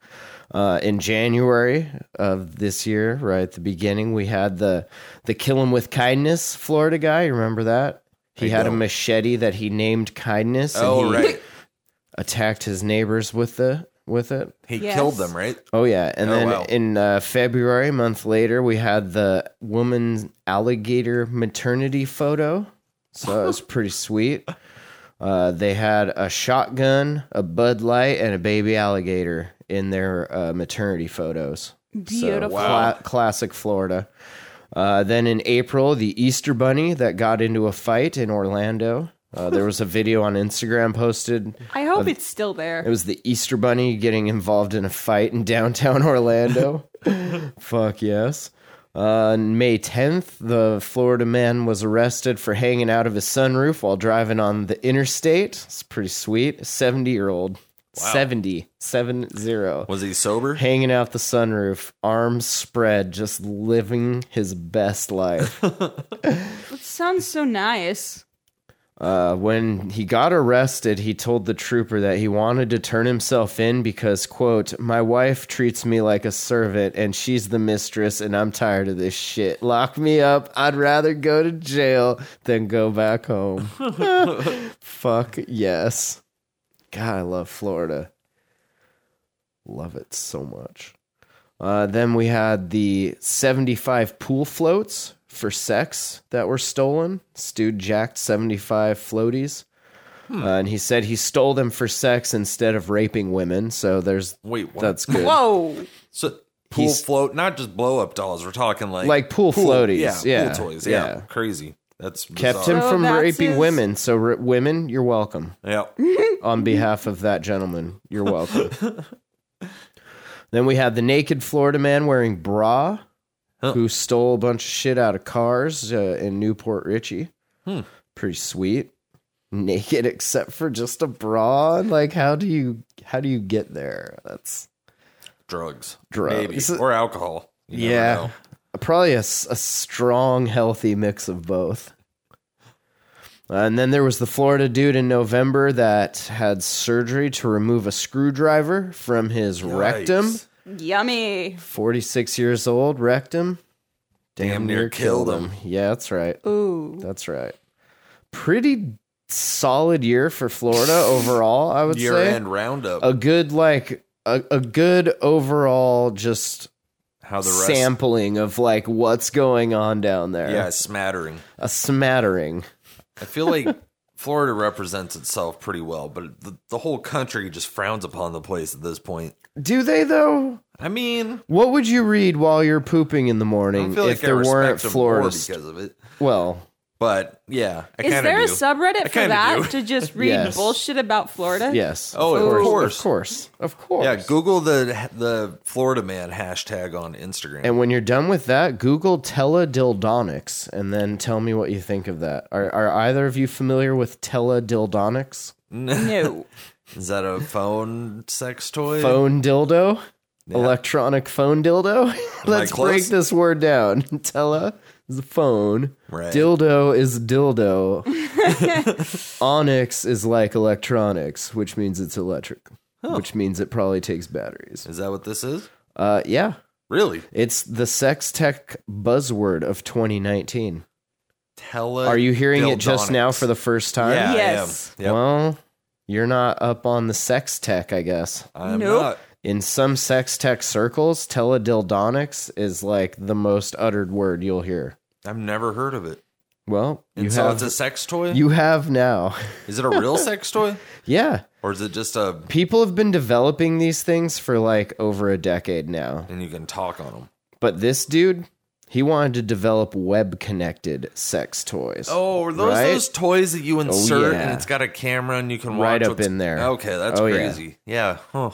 [SPEAKER 1] Uh, in January of this year, right at the beginning, we had the the kill him with kindness Florida guy. You remember that? He had a
[SPEAKER 3] don't.
[SPEAKER 1] machete that he named kindness. and
[SPEAKER 3] Oh
[SPEAKER 1] he
[SPEAKER 3] right.
[SPEAKER 1] Attacked his neighbors with the with it.
[SPEAKER 3] He
[SPEAKER 2] Yes.
[SPEAKER 3] killed them, right?
[SPEAKER 1] Oh yeah, and
[SPEAKER 3] Oh,
[SPEAKER 1] then
[SPEAKER 3] wow.
[SPEAKER 1] in uh, February, a month later, we had the woman alligator maternity photo, so that
[SPEAKER 3] [laughs]
[SPEAKER 1] was pretty sweet. Uh, they had a shotgun, a Bud Light, and a baby alligator in their uh, maternity photos.
[SPEAKER 2] Beautiful.
[SPEAKER 1] Cla- classic Florida. Uh, then in April, the Easter Bunny that got into a fight in Orlando. Uh, there was a video on Instagram posted
[SPEAKER 2] I hope it's still
[SPEAKER 1] it
[SPEAKER 2] there.
[SPEAKER 1] was the Easter Bunny getting involved in a fight in downtown [laughs] Orlando. Fuck yes. Uh, on May 10th, the Florida man was arrested for hanging out of his sunroof while driving on the interstate. It's pretty sweet. 70 year old. 70. 7 0.
[SPEAKER 3] Was he sober?
[SPEAKER 1] Hanging out the sunroof, arms spread, just living his best life.
[SPEAKER 2] It sounds so nice.
[SPEAKER 1] Uh, when he got arrested, he told the trooper that he wanted to turn himself in because, quote, my wife treats me like a servant and she's the mistress and I'm tired of this shit. Lock me up. I'd rather go to jail than go back home. Fuck yes. God, I love Florida. Love it so much. Uh, then we had the 75 pool floats for sex that were stolen. This dude jacked 75 floaties.
[SPEAKER 3] Hmm.
[SPEAKER 1] Uh, and he said he stole them for sex instead of raping women. So there's.
[SPEAKER 3] Wait, what?
[SPEAKER 1] That's good.
[SPEAKER 2] Whoa.
[SPEAKER 3] so pool
[SPEAKER 1] He's-
[SPEAKER 3] float, not just blow up dolls. We're talking like
[SPEAKER 1] Like pool floaties, yeah,
[SPEAKER 3] pool toys. Yeah,
[SPEAKER 1] yeah.
[SPEAKER 3] crazy. That's
[SPEAKER 1] Kept
[SPEAKER 3] bizarre.
[SPEAKER 1] him
[SPEAKER 2] So
[SPEAKER 1] from
[SPEAKER 2] that's
[SPEAKER 1] raping
[SPEAKER 2] his-
[SPEAKER 1] women. So, r- women, you're welcome.
[SPEAKER 3] Yeah,
[SPEAKER 1] on behalf of that gentleman. You're welcome. then we had the naked Florida man wearing bra
[SPEAKER 3] Huh.
[SPEAKER 1] who stole a bunch of shit out of cars uh, in Newport Richie. Pretty sweet. naked except for just a bra? Like how do you how do you get there? That's
[SPEAKER 3] Drugs,
[SPEAKER 1] Drugs.
[SPEAKER 3] maybe, or alcohol. You never
[SPEAKER 1] yeah,
[SPEAKER 3] know.
[SPEAKER 1] probably a, s- a strong, healthy mix of both. Uh, And then there was the Florida dude in November that had surgery to remove a screwdriver from his rectum.
[SPEAKER 3] Yikes.
[SPEAKER 2] Yummy.
[SPEAKER 1] 46 years old, rectum.
[SPEAKER 3] Damn near killed him.
[SPEAKER 1] Yeah, that's right.
[SPEAKER 2] Ooh.
[SPEAKER 1] That's right. Pretty solid year for
[SPEAKER 3] [laughs]
[SPEAKER 1] Florida overall, I would
[SPEAKER 3] Year
[SPEAKER 1] say.
[SPEAKER 3] end roundup.
[SPEAKER 1] A good like a, a good overall just
[SPEAKER 3] How the rest?
[SPEAKER 1] sampling of like what's going on down there.
[SPEAKER 3] yeah, smattering.
[SPEAKER 1] A smattering.
[SPEAKER 3] I feel like [laughs] Florida represents itself pretty well, but the, the whole country just frowns upon the place at this point.
[SPEAKER 1] Do they though?
[SPEAKER 3] I mean,
[SPEAKER 1] What would you read while you're pooping in the
[SPEAKER 3] I
[SPEAKER 1] morning
[SPEAKER 3] don't
[SPEAKER 1] if
[SPEAKER 3] feel like I
[SPEAKER 1] there
[SPEAKER 3] respect
[SPEAKER 1] weren't
[SPEAKER 3] them
[SPEAKER 1] Florida?
[SPEAKER 3] more
[SPEAKER 1] st-
[SPEAKER 3] because of it.
[SPEAKER 1] well,
[SPEAKER 3] But yeah, I
[SPEAKER 2] Is
[SPEAKER 3] kind
[SPEAKER 2] there
[SPEAKER 3] of
[SPEAKER 2] a
[SPEAKER 3] do.
[SPEAKER 2] subreddit
[SPEAKER 3] I
[SPEAKER 2] for
[SPEAKER 3] kinda
[SPEAKER 2] that
[SPEAKER 3] do.
[SPEAKER 2] to just read
[SPEAKER 1] Yes.
[SPEAKER 2] bullshit about Florida?
[SPEAKER 1] yes.
[SPEAKER 3] Oh, of
[SPEAKER 1] Of
[SPEAKER 3] course.
[SPEAKER 1] course. Of course.
[SPEAKER 3] yeah, Google the the Florida man hashtag on Instagram.
[SPEAKER 1] And when you're done with that, Google teledildonics and then tell me what you think of that. Are, are either of you familiar with teledildonics?
[SPEAKER 3] [laughs]
[SPEAKER 2] No.
[SPEAKER 3] Is that a phone sex toy?
[SPEAKER 1] Phone dildo? Electronic phone dildo? [laughs] Let's
[SPEAKER 3] close?
[SPEAKER 1] break this word down. [laughs] Tele is a phone.
[SPEAKER 3] Right.
[SPEAKER 1] Dildo is
[SPEAKER 3] [laughs]
[SPEAKER 1] dildo. Onyx is like electronics, which means it's electric, which means it probably takes batteries.
[SPEAKER 3] Is that what this is?
[SPEAKER 1] Uh, yeah.
[SPEAKER 3] Really?
[SPEAKER 1] It's the sex tech buzzword of 2019.
[SPEAKER 3] Tele.
[SPEAKER 1] Are you hearing it just now for the first time?
[SPEAKER 3] Yeah,
[SPEAKER 2] Yes.
[SPEAKER 3] I am. Yep.
[SPEAKER 1] Well, you're not up on the sex tech, I guess.
[SPEAKER 3] I'm
[SPEAKER 2] Nope.
[SPEAKER 3] not.
[SPEAKER 1] In some sex tech circles, teledildonics is like the most uttered word you'll hear.
[SPEAKER 3] I've never heard of it.
[SPEAKER 1] Well,
[SPEAKER 3] And
[SPEAKER 1] you
[SPEAKER 3] so
[SPEAKER 1] have
[SPEAKER 3] it's a sex toy.
[SPEAKER 1] you have now. [laughs]
[SPEAKER 3] is it a real sex toy,
[SPEAKER 1] yeah.
[SPEAKER 3] or is it just a?
[SPEAKER 1] People have been developing these things for like over a decade now.
[SPEAKER 3] And you can talk on them.
[SPEAKER 1] But this dude, he wanted to develop web connected sex toys.
[SPEAKER 3] Oh, are those
[SPEAKER 1] Right? Oh,
[SPEAKER 3] those toys that you insert
[SPEAKER 1] yeah.
[SPEAKER 3] and it's got a camera and you can
[SPEAKER 1] Right
[SPEAKER 3] watch
[SPEAKER 1] up
[SPEAKER 3] what's-
[SPEAKER 1] in there.
[SPEAKER 3] Okay, that's
[SPEAKER 1] Oh, yeah.
[SPEAKER 3] crazy. Yeah. Huh.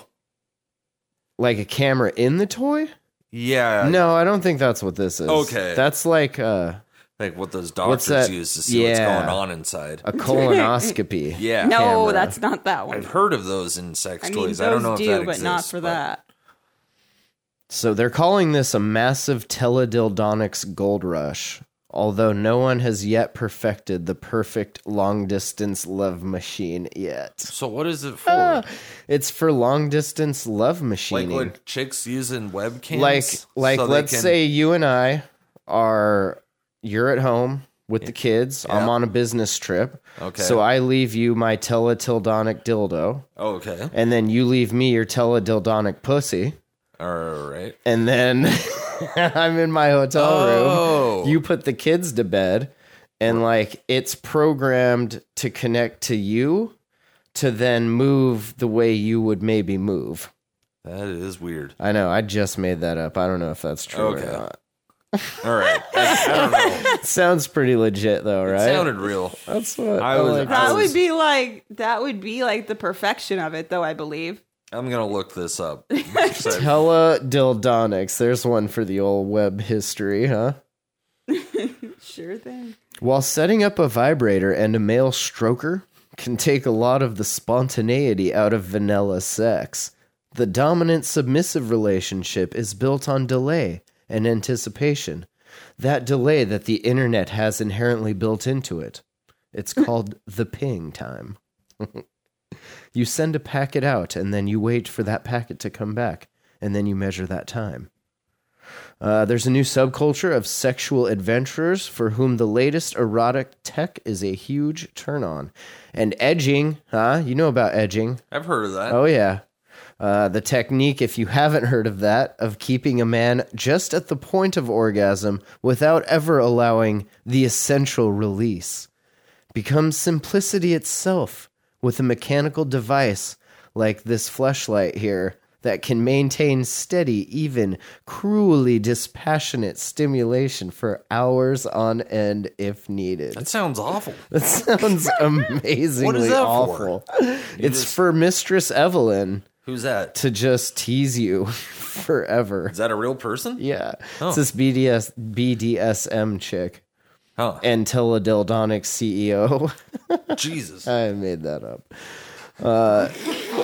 [SPEAKER 1] Like a camera in the toy?
[SPEAKER 3] Yeah.
[SPEAKER 1] No, I don't think that's what this is.
[SPEAKER 3] Okay.
[SPEAKER 1] That's like uh
[SPEAKER 3] Like what those
[SPEAKER 1] What's
[SPEAKER 3] doctors
[SPEAKER 1] that?
[SPEAKER 3] use to see what's
[SPEAKER 1] Yeah.
[SPEAKER 3] going on inside. [laughs]
[SPEAKER 1] a colonoscopy.
[SPEAKER 3] Yeah.
[SPEAKER 2] No,
[SPEAKER 1] Camera.
[SPEAKER 2] that's not that one.
[SPEAKER 3] I've heard of those in sex
[SPEAKER 2] I mean,
[SPEAKER 3] toys.
[SPEAKER 2] those
[SPEAKER 3] I don't know
[SPEAKER 2] do,
[SPEAKER 3] if that
[SPEAKER 2] but
[SPEAKER 3] exists,
[SPEAKER 2] not for that.
[SPEAKER 1] So they're calling this a massive teledildonics gold rush, although no one has yet perfected the perfect long distance love machine yet.
[SPEAKER 3] So what is it for?
[SPEAKER 1] Ah, it's for long distance love
[SPEAKER 3] like
[SPEAKER 1] machining.
[SPEAKER 3] what chicks use in webcams?
[SPEAKER 1] like like
[SPEAKER 3] so they
[SPEAKER 1] let's
[SPEAKER 3] can-
[SPEAKER 1] say you and I are you're at home with the kids. I'm
[SPEAKER 3] Yeah.
[SPEAKER 1] on a business trip.
[SPEAKER 3] Okay.
[SPEAKER 1] So I leave you my teletildonic dildo.
[SPEAKER 3] Oh, okay.
[SPEAKER 1] and then you leave me your teledildonic pussy,
[SPEAKER 3] All right.
[SPEAKER 1] and then [laughs] I'm in my hotel
[SPEAKER 3] Oh.
[SPEAKER 1] room. You put the kids to bed, and like it's programmed to connect to you to then move the way you would maybe move.
[SPEAKER 3] That is weird.
[SPEAKER 1] I know, I just made that up. I don't know if that's true
[SPEAKER 3] Okay.
[SPEAKER 1] or not.
[SPEAKER 3] All
[SPEAKER 1] [laughs]
[SPEAKER 3] right. I, I don't know.
[SPEAKER 1] It sounds pretty legit though, right?
[SPEAKER 3] It sounded real.
[SPEAKER 1] that's what
[SPEAKER 3] I
[SPEAKER 1] I
[SPEAKER 3] was-
[SPEAKER 1] like.
[SPEAKER 3] I
[SPEAKER 2] That
[SPEAKER 3] was-
[SPEAKER 2] would be like that would be like the perfection of it, though. I believe.
[SPEAKER 3] I'm gonna look
[SPEAKER 1] [laughs]
[SPEAKER 3] this up. So-
[SPEAKER 1] Teledildonics. There's one for the old web history, huh?
[SPEAKER 2] Sure thing.
[SPEAKER 1] While setting up a vibrator and a male stroker can take a lot of the spontaneity out of vanilla sex, the dominant submissive relationship is built on delay and anticipation. That delay that the internet has inherently built into it. It's called the ping time. [laughs] you send a packet out and then you wait for that packet to come back and then you measure that time. Uh, there's a new subculture of sexual adventurers for whom the latest erotic tech is a huge turn on. And edging, huh? You know about edging.
[SPEAKER 3] I've heard of that.
[SPEAKER 1] Oh, yeah. Uh, the technique, if you haven't heard of that, of keeping a man just at the point of orgasm without ever allowing the essential release, becomes simplicity itself with a mechanical device like this fleshlight here that can maintain steady, even cruelly dispassionate stimulation for hours on end if needed.
[SPEAKER 3] That sounds awful.
[SPEAKER 1] That sounds
[SPEAKER 3] [laughs]
[SPEAKER 1] amazingly
[SPEAKER 3] that for?
[SPEAKER 1] awful. It's
[SPEAKER 3] just-
[SPEAKER 1] for Mistress Evelyn
[SPEAKER 3] Who's that?
[SPEAKER 1] to just tease you [laughs] forever.
[SPEAKER 3] Is that a real person?
[SPEAKER 1] Yeah.
[SPEAKER 3] Oh.
[SPEAKER 1] It's this BDS BDSM chick.
[SPEAKER 3] Huh.
[SPEAKER 1] and uh, Tilla Dildonic CEO.
[SPEAKER 3] Jesus.
[SPEAKER 1] [laughs] I made that up. Uh,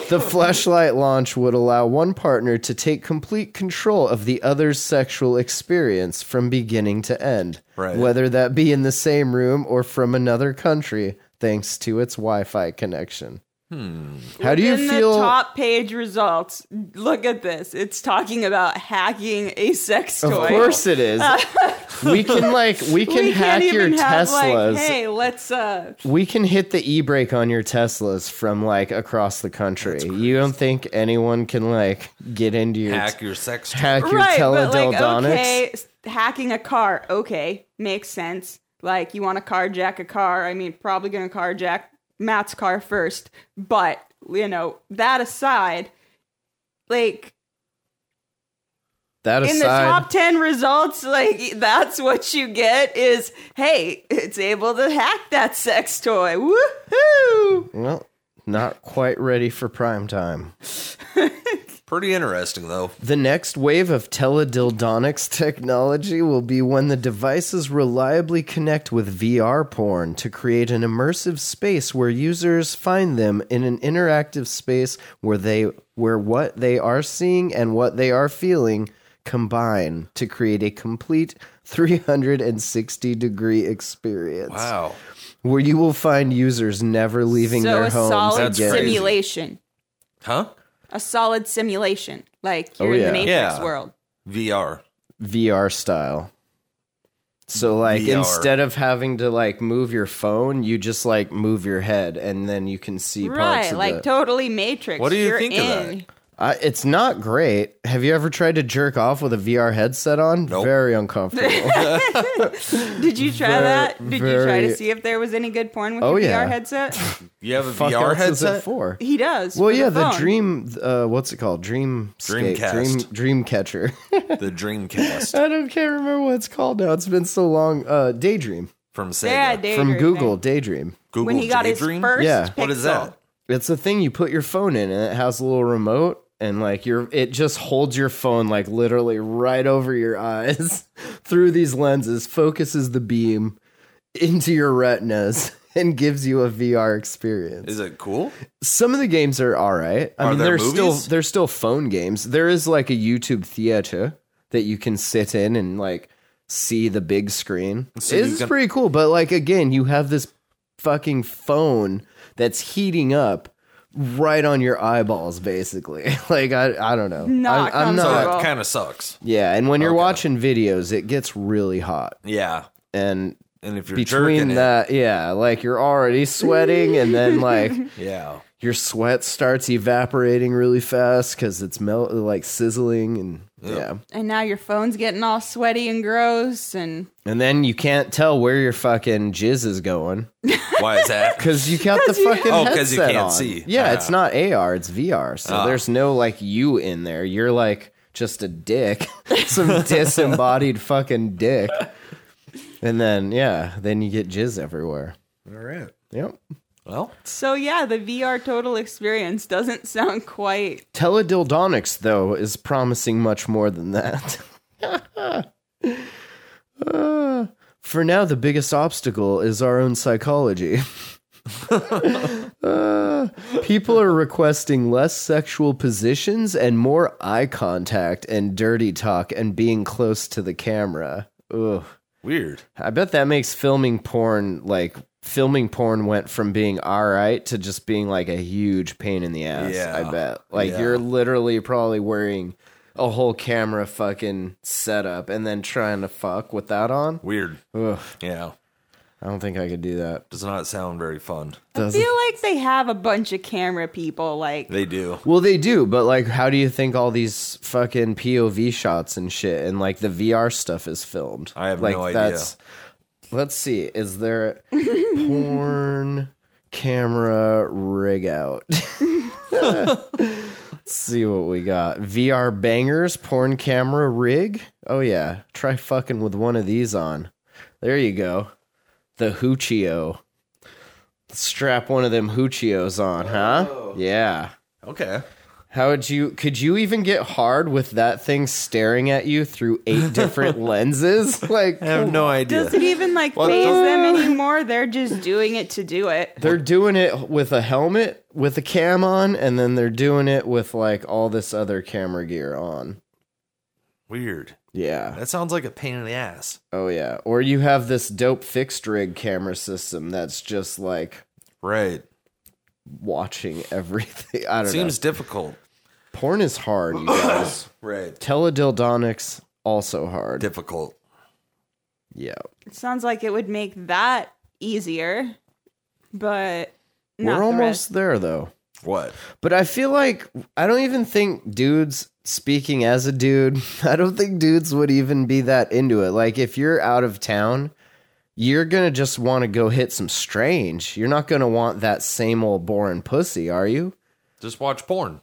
[SPEAKER 1] the flashlight launch would allow one partner to take complete control of the other's sexual experience from beginning to end,
[SPEAKER 3] Right.
[SPEAKER 1] whether that be in the same room or from another country, thanks to its Wi-Fi connection.
[SPEAKER 3] Hmm.
[SPEAKER 1] How do you
[SPEAKER 2] In
[SPEAKER 1] feel?
[SPEAKER 2] the top page results, look at this. It's talking about hacking a sex toy.
[SPEAKER 1] of course, it
[SPEAKER 2] [laughs]
[SPEAKER 1] is. we can like we can
[SPEAKER 2] we
[SPEAKER 1] hack
[SPEAKER 2] can't
[SPEAKER 1] your
[SPEAKER 2] even have
[SPEAKER 1] Teslas.
[SPEAKER 2] like, hey, let's uh,
[SPEAKER 1] We can hit the e brake on your Teslas from like across the country. You don't think anyone can like get into your
[SPEAKER 3] Hack your sex.
[SPEAKER 1] hack your
[SPEAKER 2] right, but like
[SPEAKER 1] teledildonics?
[SPEAKER 2] okay, s- hacking a car, okay, makes sense. Like you want to carjack a car. I mean, probably gonna carjack Matt's car first, but you know that aside, like
[SPEAKER 1] That
[SPEAKER 2] in the top
[SPEAKER 1] aside,
[SPEAKER 2] 10 results like that's what you get is hey it's able to hack that sex toy woohoo
[SPEAKER 1] well, not quite ready for prime time.
[SPEAKER 3] Pretty interesting though.
[SPEAKER 1] The next wave of teledildonics technology will be when the devices reliably connect with VR porn to create an immersive space where users find them in an interactive space where they where what they are seeing and what they are feeling combine to create a complete 360 degree experience
[SPEAKER 3] Wow.
[SPEAKER 1] where you will find users never leaving
[SPEAKER 2] so
[SPEAKER 1] their
[SPEAKER 2] a
[SPEAKER 1] homes
[SPEAKER 2] solid
[SPEAKER 3] That's crazy.
[SPEAKER 2] simulation
[SPEAKER 3] Huh?
[SPEAKER 2] a solid simulation like you're
[SPEAKER 1] Oh,
[SPEAKER 2] in
[SPEAKER 1] yeah.
[SPEAKER 2] the matrix
[SPEAKER 3] Yeah.
[SPEAKER 2] world
[SPEAKER 3] VR.
[SPEAKER 1] VR style. So like
[SPEAKER 3] VR.
[SPEAKER 1] instead of having to like move your phone, you just like move your head and then you can see parts
[SPEAKER 2] right
[SPEAKER 1] of
[SPEAKER 2] like
[SPEAKER 1] the-
[SPEAKER 2] totally matrix
[SPEAKER 3] What do you
[SPEAKER 2] You're
[SPEAKER 3] think of
[SPEAKER 2] in.
[SPEAKER 3] that?
[SPEAKER 1] I, it's not great. Have you ever tried to jerk off with a VR headset on?
[SPEAKER 3] Nope.
[SPEAKER 1] Very
[SPEAKER 3] [laughs]
[SPEAKER 1] uncomfortable.
[SPEAKER 2] did you try
[SPEAKER 1] Ver-
[SPEAKER 2] that did you try
[SPEAKER 1] very-
[SPEAKER 2] to see if there was any good porn with
[SPEAKER 1] Oh,
[SPEAKER 2] your
[SPEAKER 1] yeah.
[SPEAKER 2] vr headset
[SPEAKER 1] [laughs]
[SPEAKER 3] You have a
[SPEAKER 1] Fuck
[SPEAKER 3] VR
[SPEAKER 1] else is it
[SPEAKER 3] headset?
[SPEAKER 1] for?
[SPEAKER 2] he does
[SPEAKER 1] Well,
[SPEAKER 2] with
[SPEAKER 1] yeah,
[SPEAKER 2] a
[SPEAKER 1] the
[SPEAKER 2] phone.
[SPEAKER 1] dream. Uh, what's it called? Dream.
[SPEAKER 3] Dreamcast.
[SPEAKER 1] Dream. Dreamcatcher.
[SPEAKER 3] The
[SPEAKER 1] [laughs]
[SPEAKER 3] Dreamcast
[SPEAKER 1] I don't can't remember what it's called now. It's been so long. Uh, Daydream
[SPEAKER 3] from Sega.
[SPEAKER 2] yeah,
[SPEAKER 1] from
[SPEAKER 2] daydream
[SPEAKER 1] Google.
[SPEAKER 2] thing.
[SPEAKER 1] Daydream.
[SPEAKER 3] Google
[SPEAKER 2] when he got
[SPEAKER 3] Daydream?
[SPEAKER 2] his first
[SPEAKER 1] Yeah.
[SPEAKER 3] What
[SPEAKER 2] pixel.
[SPEAKER 3] is that?
[SPEAKER 1] It's a thing you put your phone in, and it has a little remote, and like your it just holds your phone like literally right over your [laughs] eyes through these lenses, focuses the beam into your retinas, [laughs] and gives you a VR experience.
[SPEAKER 3] Is it cool?
[SPEAKER 1] Some of the games are all right. I
[SPEAKER 3] Are
[SPEAKER 1] mean,
[SPEAKER 3] there
[SPEAKER 1] they're still
[SPEAKER 3] movies?
[SPEAKER 1] they're still phone games. There is like a YouTube theater that you can sit in and like see the big screen.
[SPEAKER 3] So you
[SPEAKER 1] it's
[SPEAKER 3] can-
[SPEAKER 1] pretty cool, but like again, you have this fucking phone that's heating up right on your eyeballs basically [laughs] like i i don't know
[SPEAKER 2] Not
[SPEAKER 1] I'm, I'm
[SPEAKER 3] So
[SPEAKER 1] not
[SPEAKER 2] comfortable.
[SPEAKER 3] that kind of sucks.
[SPEAKER 1] yeah and when you're watching videos it gets really hot
[SPEAKER 3] Yeah.
[SPEAKER 1] and
[SPEAKER 3] And if you're
[SPEAKER 1] between
[SPEAKER 3] jerking
[SPEAKER 1] that yeah like you're already sweating and then like
[SPEAKER 3] it, yeah.
[SPEAKER 1] your sweat starts evaporating really fast because it's melt like sizzling and yeah
[SPEAKER 2] and now your phone's getting all sweaty and gross and
[SPEAKER 1] and then you can't tell where your fucking jizz is going
[SPEAKER 3] Why is that?
[SPEAKER 1] [laughs] because you got the fucking
[SPEAKER 3] Oh, 'cause you
[SPEAKER 1] headset
[SPEAKER 3] can't
[SPEAKER 1] on.
[SPEAKER 3] see.
[SPEAKER 1] yeah
[SPEAKER 3] Ah.
[SPEAKER 1] it's not ar it's vr so there's no like you in there you're like just a dick [laughs] some disembodied fucking dick and then yeah then you get jizz everywhere
[SPEAKER 3] All right.
[SPEAKER 1] yep
[SPEAKER 3] Well,
[SPEAKER 2] So yeah, the VR total experience doesn't sound quite.
[SPEAKER 1] Teledildonics, though, is promising much more than that. [laughs] Uh, for now, the biggest obstacle is our own psychology. Uh, people are requesting less sexual positions and more eye contact and dirty talk and being close to the camera. Ugh.
[SPEAKER 3] weird.
[SPEAKER 1] I bet that makes filming porn like filming porn went from being all right to just being like a huge pain in the ass.
[SPEAKER 3] Yeah.
[SPEAKER 1] I bet. Like
[SPEAKER 3] Yeah.
[SPEAKER 1] you're literally probably wearing a whole camera fucking setup and then trying to fuck with that on.
[SPEAKER 3] Weird.
[SPEAKER 1] Ugh,
[SPEAKER 3] Yeah.
[SPEAKER 1] I don't think I could do that.
[SPEAKER 3] Does not sound very fun.
[SPEAKER 2] I feel like they have a bunch of camera people. Like
[SPEAKER 3] They do.
[SPEAKER 1] [laughs] Well, they do, but like, how do you think all these fucking POV shots and shit and like the VR stuff is filmed?
[SPEAKER 3] I have
[SPEAKER 1] like,
[SPEAKER 3] no idea.
[SPEAKER 1] let's see. Is there [laughs] porn camera rig out? [laughs] let's see what we got. VR bangers, porn camera rig. Oh yeah, try fucking with one of these on. There you go. The Hoochio.
[SPEAKER 3] Oh.
[SPEAKER 1] Strap one of them Hoochios on, huh? Yeah.
[SPEAKER 3] Okay.
[SPEAKER 1] How would you? Could you even get hard with that thing staring at you through eight different lenses? Like
[SPEAKER 3] I have no idea.
[SPEAKER 2] Does it even like
[SPEAKER 3] Well,
[SPEAKER 2] phase
[SPEAKER 3] don't- [laughs]
[SPEAKER 2] them anymore? They're just doing it to do it.
[SPEAKER 1] they're doing it with a helmet with a cam on, and then they're doing it with like all this other camera gear on.
[SPEAKER 3] Weird.
[SPEAKER 1] Yeah.
[SPEAKER 3] That sounds like a pain in the ass.
[SPEAKER 1] Oh yeah. Or you have this dope fixed rig camera system that's just like
[SPEAKER 3] Right.
[SPEAKER 1] watching [laughs] everything. I don't
[SPEAKER 3] Seems
[SPEAKER 1] know.
[SPEAKER 3] difficult.
[SPEAKER 1] Porn is hard, you guys.
[SPEAKER 3] Right.
[SPEAKER 1] Teledildonics also hard.
[SPEAKER 3] Difficult.
[SPEAKER 1] yeah.
[SPEAKER 2] It sounds like it would make that easier, but not
[SPEAKER 1] We're
[SPEAKER 2] the
[SPEAKER 1] almost
[SPEAKER 2] rest.
[SPEAKER 1] there though.
[SPEAKER 3] What?
[SPEAKER 1] But I feel like I don't even think dudes speaking as a dude, [laughs] I don't think dudes would even be that into it. Like if you're out of town, you're going to just want to go hit some strange. You're not going to want that same old boring pussy, are you?
[SPEAKER 3] Just watch porn.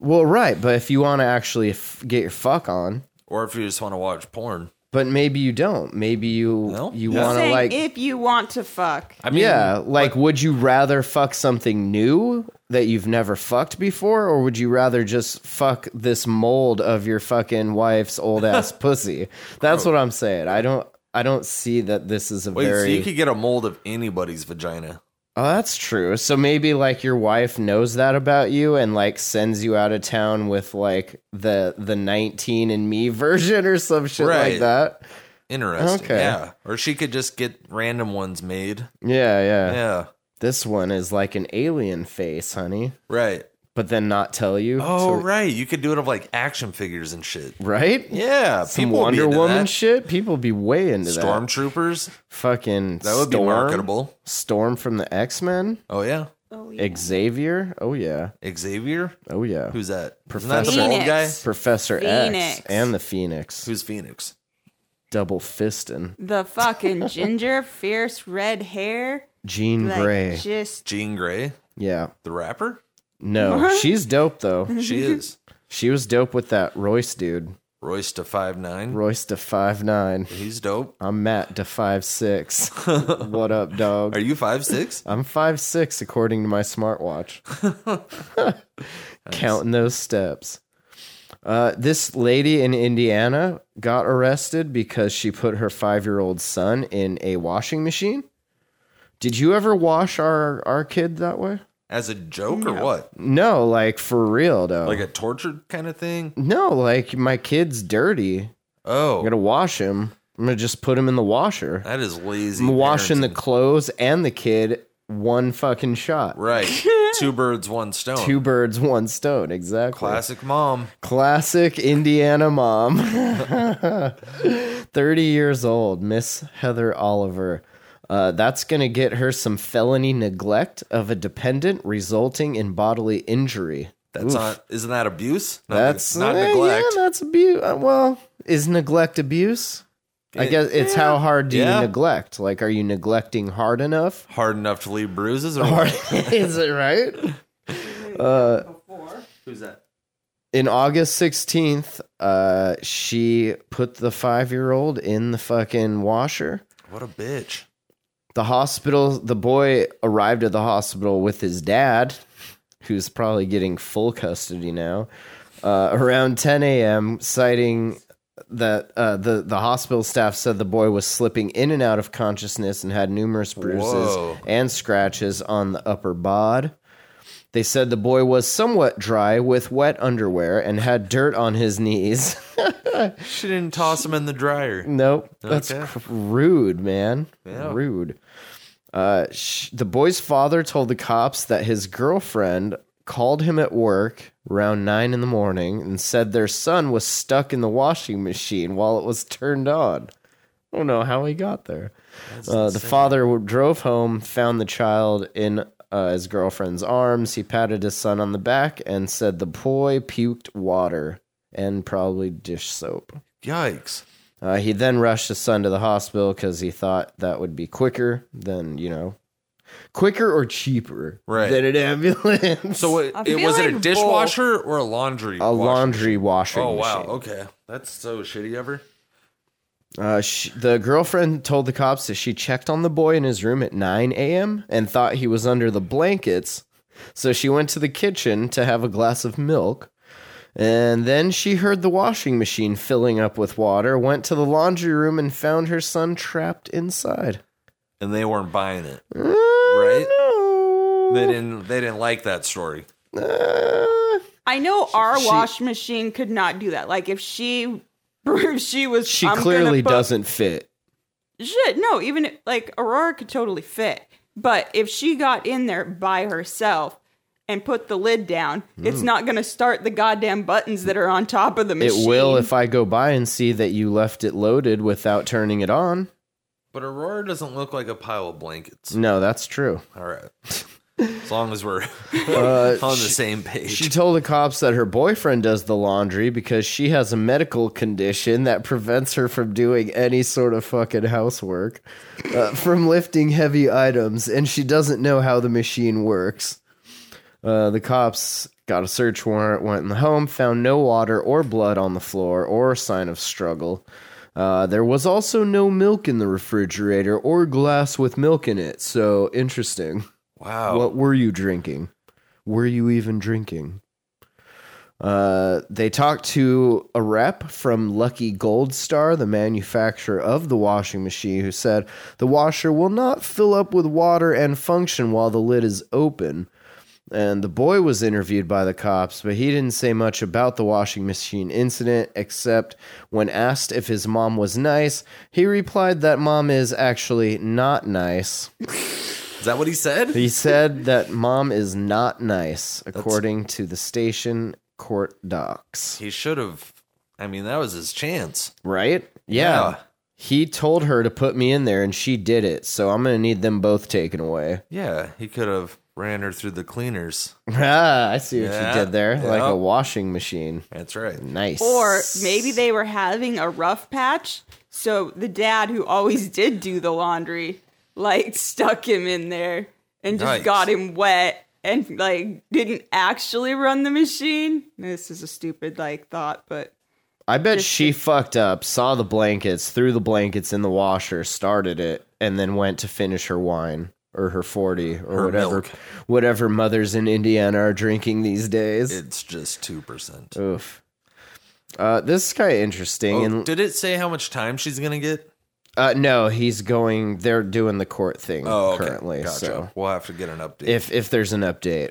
[SPEAKER 1] Well, right, but if you want to actually f- get your fuck on,
[SPEAKER 3] Or if you just want to watch porn.
[SPEAKER 1] but maybe you don't. Maybe you
[SPEAKER 3] Well,
[SPEAKER 1] you
[SPEAKER 3] yeah.
[SPEAKER 1] want to
[SPEAKER 2] Saying
[SPEAKER 1] like
[SPEAKER 2] if you want to fuck,
[SPEAKER 3] I mean,
[SPEAKER 1] yeah, like would you rather fuck something new that you've never fucked before, or would you rather just fuck this mold of your fucking wife's
[SPEAKER 3] [laughs]
[SPEAKER 1] old ass pussy? That's what I'm saying. I don't, I don't see that this is a
[SPEAKER 3] Wait,
[SPEAKER 1] very.
[SPEAKER 3] so you could get a mold of anybody's vagina.
[SPEAKER 1] oh, that's true. So maybe like your wife knows that about you and like sends you out of town with like the the 19 and Me [laughs] version or some shit like
[SPEAKER 3] Right.
[SPEAKER 1] that.
[SPEAKER 3] Interesting.
[SPEAKER 1] Okay.
[SPEAKER 3] Yeah. Or she could just get random ones made.
[SPEAKER 1] Yeah, yeah,
[SPEAKER 3] Yeah.
[SPEAKER 1] This one is like an alien face, honey,
[SPEAKER 3] Right.
[SPEAKER 1] but then not tell you. till-
[SPEAKER 3] Oh, right. You could do it of like action figures and shit.
[SPEAKER 1] right?
[SPEAKER 3] Yeah.
[SPEAKER 1] Some
[SPEAKER 3] people would be
[SPEAKER 1] Wonder
[SPEAKER 3] into
[SPEAKER 1] Woman
[SPEAKER 3] that.
[SPEAKER 1] shit. People be way into that.
[SPEAKER 3] Stormtroopers.
[SPEAKER 1] Fucking
[SPEAKER 3] That would
[SPEAKER 1] Storm,
[SPEAKER 3] be marketable.
[SPEAKER 1] Storm from the X Men.
[SPEAKER 3] Oh, yeah.
[SPEAKER 2] oh, yeah.
[SPEAKER 1] Xavier. Oh yeah.
[SPEAKER 3] Xavier.
[SPEAKER 1] Oh yeah.
[SPEAKER 3] Who's that? Isn't that the
[SPEAKER 1] Professor-
[SPEAKER 3] bald guy?
[SPEAKER 2] Phoenix.
[SPEAKER 1] Professor X
[SPEAKER 2] Phoenix.
[SPEAKER 1] and the Phoenix.
[SPEAKER 3] Who's Phoenix?
[SPEAKER 1] double fisting? [laughs]
[SPEAKER 2] the fucking ginger, fierce red hair,
[SPEAKER 1] Jean
[SPEAKER 2] like
[SPEAKER 1] Grey.
[SPEAKER 2] just
[SPEAKER 3] Jean Grey,
[SPEAKER 1] yeah. [laughs]
[SPEAKER 3] the rapper?
[SPEAKER 2] [laughs]
[SPEAKER 1] No, she's dope though.
[SPEAKER 3] She is.
[SPEAKER 1] She was dope with that Royce dude.
[SPEAKER 3] Royce to five nine.
[SPEAKER 1] Royce to five nine.
[SPEAKER 3] He's dope.
[SPEAKER 1] I'm Matt to five
[SPEAKER 3] [laughs]
[SPEAKER 1] six. what up, dog?
[SPEAKER 3] Are you five six?
[SPEAKER 1] I'm five six according to my
[SPEAKER 3] [laughs]
[SPEAKER 1] smartwatch. Counting those steps. Uh, this lady in Indiana got arrested because she put her five year old son in a washing machine. Did you ever wash our our kid that way?
[SPEAKER 3] As a joke or what?
[SPEAKER 1] No, like for real though.
[SPEAKER 3] Like a tortured kind of thing?
[SPEAKER 1] no, like my kid's dirty. I'm
[SPEAKER 3] Oh,
[SPEAKER 1] gonna wash him. I'm gonna just put him in the washer.
[SPEAKER 3] that is lazy.
[SPEAKER 1] I'm washing the
[SPEAKER 3] parenting.
[SPEAKER 1] clothes and the kid one fucking shot. [laughs]
[SPEAKER 3] right. Two birds, one stone.
[SPEAKER 1] Two birds, one stone. Exactly.
[SPEAKER 3] Classic mom.
[SPEAKER 1] Classic Indiana mom. 30 years old, Miss Heather Oliver. Uh, that's going to get her some felony neglect of a dependent resulting in bodily injury.
[SPEAKER 3] That's
[SPEAKER 1] Oof.
[SPEAKER 3] not. Isn't that abuse? Not,
[SPEAKER 1] That's
[SPEAKER 3] not
[SPEAKER 1] eh,
[SPEAKER 3] neglect.
[SPEAKER 1] Yeah, that's abuse. well, is neglect abuse? I
[SPEAKER 3] It-
[SPEAKER 1] guess it's how hard do
[SPEAKER 3] yeah.
[SPEAKER 1] you neglect? Like, are you neglecting hard enough?
[SPEAKER 3] Hard enough to leave bruises or
[SPEAKER 1] Or [laughs]
[SPEAKER 3] what?
[SPEAKER 1] is it right?
[SPEAKER 3] [laughs]
[SPEAKER 1] Uh,
[SPEAKER 3] Who's that?
[SPEAKER 1] in August 16th, uh, she put the five year old in the fucking washer.
[SPEAKER 3] What a bitch.
[SPEAKER 1] The hospital, the boy arrived at the hospital with his dad, who's probably getting full custody now, uh, around 10 a.m., citing that uh, the, the hospital staff said the boy was slipping in and out of consciousness and had numerous bruises
[SPEAKER 3] Whoa.
[SPEAKER 1] and scratches on the upper bod. They said the boy was somewhat dry with wet underwear and had dirt on his knees. [laughs]
[SPEAKER 3] She didn't toss him in the dryer.
[SPEAKER 1] Nope. That's
[SPEAKER 3] Okay.
[SPEAKER 1] cr- rude, man.
[SPEAKER 3] Yeah.
[SPEAKER 1] Rude. Uh, sh- the boy's father told the cops that his girlfriend called him at work around nine in the morning and said their son was stuck in the washing machine while it was turned on. I don't know how he got there. Uh, the father w- drove home, found the child in uh, his girlfriend's arms. He patted his son on the back and said the boy puked water and probably dish soap.
[SPEAKER 3] Yikes.
[SPEAKER 1] Uh, he then rushed his son to the hospital because he thought that would be quicker than you know, quicker or cheaper
[SPEAKER 3] Right.
[SPEAKER 1] than an ambulance.
[SPEAKER 3] So it,
[SPEAKER 2] I
[SPEAKER 3] it
[SPEAKER 2] feel
[SPEAKER 3] was it a
[SPEAKER 2] like
[SPEAKER 3] dishwasher or a laundry?
[SPEAKER 1] a
[SPEAKER 3] washer?
[SPEAKER 1] laundry washing.
[SPEAKER 3] Oh wow.
[SPEAKER 1] machine.
[SPEAKER 3] Okay, that's so shitty. Ever?
[SPEAKER 1] Uh, sh the girlfriend told the cops that she checked on the boy in his room at 9 a.m. and thought he was under the blankets. So she went to the kitchen to have a glass of milk And then she heard the washing machine filling up with water, went to the laundry room, and found her son trapped inside.
[SPEAKER 3] and they weren't buying it.
[SPEAKER 1] Right?
[SPEAKER 3] They didn't. They didn't like that story.
[SPEAKER 2] I know our wash machine could not do that. Like if she, [laughs] if she was,
[SPEAKER 1] she
[SPEAKER 2] "I'm gonna
[SPEAKER 1] clearly
[SPEAKER 2] put-"
[SPEAKER 1] doesn't fit.
[SPEAKER 2] Shit, no. Even if- like Aurora could totally fit, but if she got in there by herself and put the lid down, it's not gonna start the goddamn buttons that are on top of the machine.
[SPEAKER 1] Mm. It will if I go by and see that you left it loaded without turning it on.
[SPEAKER 3] But Aurora doesn't look like a pile of blankets.
[SPEAKER 1] No, that's true.
[SPEAKER 3] All right. [laughs] As long as we're
[SPEAKER 1] Uh,
[SPEAKER 3] [laughs] on the same page.
[SPEAKER 1] She told the cops that her boyfriend does the laundry because she has a medical condition that prevents her from doing any sort of fucking housework, uh, from lifting heavy items, and she doesn't know how the machine works. Uh, the cops got a search warrant, went in the home, found no water or blood on the floor or sign of struggle. Uh, there was also no milk in the refrigerator or glass with milk in it, so interesting.
[SPEAKER 3] wow.
[SPEAKER 1] What were you drinking? Were you even drinking? Uh, they talked to a rep from Lucky Gold Star, the manufacturer of the washing machine, who said the washer will not fill up with water and function while the lid is open. And the boy was interviewed by the cops, but he didn't say much about the washing machine incident, except when asked if his mom was nice, he replied that mom is actually not nice.
[SPEAKER 3] Is that what he said?
[SPEAKER 1] He said that mom is not nice, according to the station court docs.
[SPEAKER 3] He should have. I mean, that was his chance.
[SPEAKER 1] Right? Yeah.
[SPEAKER 3] Yeah.
[SPEAKER 1] He told her to put me in there and she did it, so I'm going to need them both taken away. [laughs]
[SPEAKER 3] Yeah, he could have ran her through the cleaners.
[SPEAKER 1] Ah, I see what
[SPEAKER 3] Yeah,
[SPEAKER 1] you did there. Like
[SPEAKER 3] yeah.
[SPEAKER 1] a washing machine.
[SPEAKER 3] That's right.
[SPEAKER 1] Nice.
[SPEAKER 2] Or maybe they were having a rough patch, so the dad who always did do the laundry, like stuck him in there and just
[SPEAKER 3] Yikes.
[SPEAKER 2] got him wet and like didn't actually run the machine. This is a stupid like thought, but
[SPEAKER 1] I bet she fucked up, saw the blankets, threw the blankets in the washer, started it, and then went to finish her wine or her 40 or whatever
[SPEAKER 3] milk.
[SPEAKER 1] whatever mothers in Indiana are drinking these days.
[SPEAKER 3] It's just two percent.
[SPEAKER 1] Oof. Uh, this is kind of interesting.
[SPEAKER 3] Oh,
[SPEAKER 1] and
[SPEAKER 3] did it say how much time she's gonna get?
[SPEAKER 1] uh, no, he's going. They're doing the court thing
[SPEAKER 3] Oh, okay.
[SPEAKER 1] currently.
[SPEAKER 3] Gotcha.
[SPEAKER 1] So
[SPEAKER 3] we'll have to get an update.
[SPEAKER 1] if if there's an update,